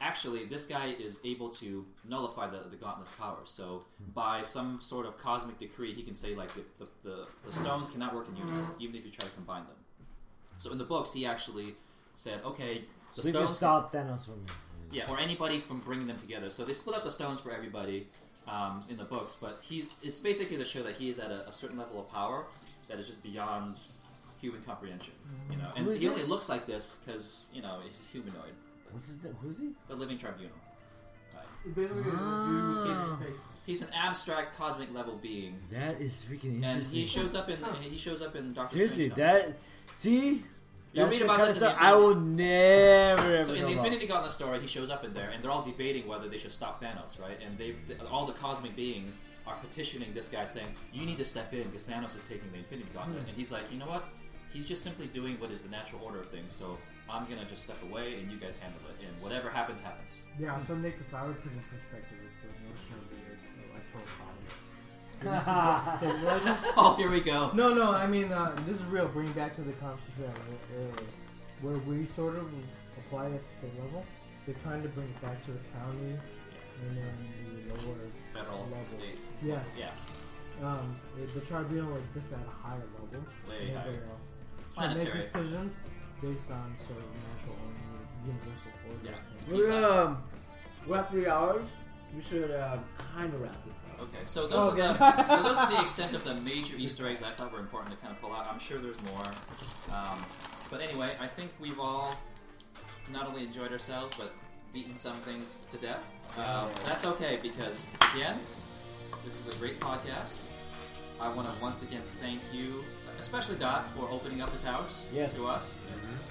actually, this guy is able to nullify the, the gauntlet's power. So, by some sort of cosmic decree, he can say, like, the, the, the, the stones cannot work in unison, even if you try to combine them. So, in the books, he actually said, okay, the
So you can
stones.
stop Thanos from.
Yeah, or anybody from bringing them together. So they split up the stones for everybody um, in the books, but he's it's basically to show that he is at a, a certain level of power that is just beyond human comprehension. You know, and
Mm-hmm. Who is
he
it?
only looks like this because you know he's humanoid.
What's his name? Who's he?
The Living Tribunal.
It basically is a dude with
Ah.
basic face.
He's an abstract cosmic level being,
That is freaking
and he
interesting.
shows up in he shows up in Doctor.
Seriously,
Strange now.
that see.
You'll
That's
read
the
about
kind
this
of
in the
stuff I will never ever
So in
know
the
about.
Infinity Gauntlet story, he shows up in there, and they're all debating whether they should stop Thanos, right? And they, th- all the cosmic beings, are petitioning this guy, saying, "You need to step in because Thanos is taking the Infinity Gauntlet." And he's like, "You know what? He's just simply doing what is the natural order of things. So I'm gonna just step away, and you guys handle it, and whatever happens, happens."
Yeah, so Nick, if I were from the perspective, it's an emotional weird, so I told Colin. Did you see that?
Oh, here we go.
No, no, I mean, uh, this is real. Bring back to the conversation we had earlier, where we sort of apply that to state level. They're trying to bring it back to the county and then the lower
Federal,
level.
state,
Yes.
yeah,
Um, it- the tribunal exists at a higher level
Way
than everybody
higher.
else. It's trying to make
planetary.
decisions based on sort of natural and universal order.
Yeah.
things.
He's
We're
not-
um, we're at three hours. We should uh, kind of wrap this up.
Okay, so those
Okay.
are the so those are the extent of the major Easter eggs I thought were important to kind of pull out. I'm sure there's more, um, but anyway, I think we've all not only enjoyed ourselves but beaten some things to death. Uh, that's okay because again, this is a great podcast. I want to once again thank you, especially Dot, for opening up his house
Yes.
to us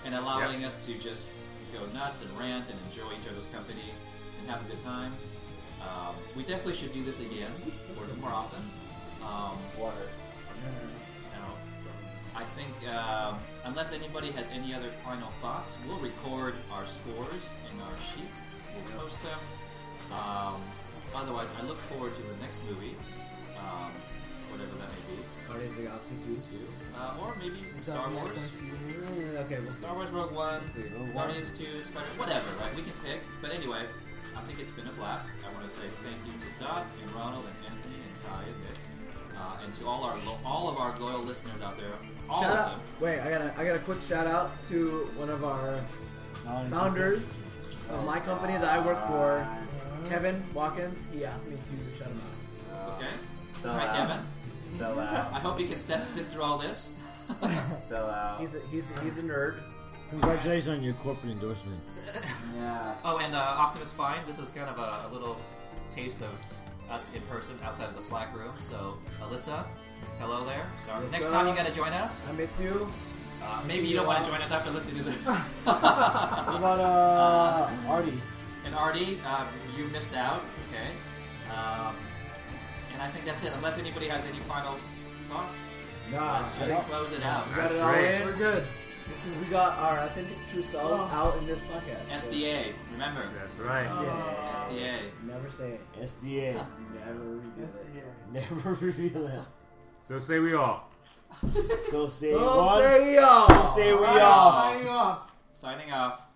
and allowing us to just go nuts and rant and enjoy each other's company and have a good time. Um, we definitely should do this again or more often. Um,
Water.
you know, I think um, unless anybody has any other final thoughts, we'll record our scores in our sheet. We'll post them. Um, otherwise, I look forward to the next movie, um, whatever that may be,
Guardians of the Galaxy
uh, or maybe
Is that
Star
the
Wars.
next one?
two. Okay, we'll
Star Wars Rogue One,
Let's see, Rogue One.
Guardians 2, Spider whatever, right? We can pick. But anyway, I think it's been a blast. I want to say thank you to Dot and Ronald and Anthony and Kai and Nick. Uh, and to all our lo- all of our loyal listeners out there, all
shout
of
out.
them.
Wait, I got to I got a quick shout out to one of our founders of my company that I work for,
Uh-huh.
Kevin Watkins. He asked me to shout him out.
Okay,
Oh,
So,
hi
uh,
Kevin.
So, uh,
I hope you can sit, sit through all this.
so, uh,
He's a, he's a, he's a nerd.
Congratulations on your corporate endorsement.
Yeah.
Oh, and uh, Optimus Fine. This is kind of a, a little taste of us in person outside of the Slack room. So Alyssa, hello there. Sorry.
Yes,
Next
sir.
time you gotta join us.
I miss you.
Uh, maybe you don't want to join us after listening to
What
this.
about uh, Artie?
And Artie, um, you missed out. Okay. Um, and I think that's it. Unless anybody has any final thoughts,
Nah,
let's
I
just
got-
close it out.
we got it all
Right.
in.
We're good.
This is we got our authentic true selves out in this podcast. So
SDA, remember
That's right.
Uh,
SDA.
Never say it.
SDA.
Never reveal it.
Yes, yeah.
Never reveal it.
So say we all.
So say
Don't
one.
say y'all.
say we
Signing
all.
off. Signing off.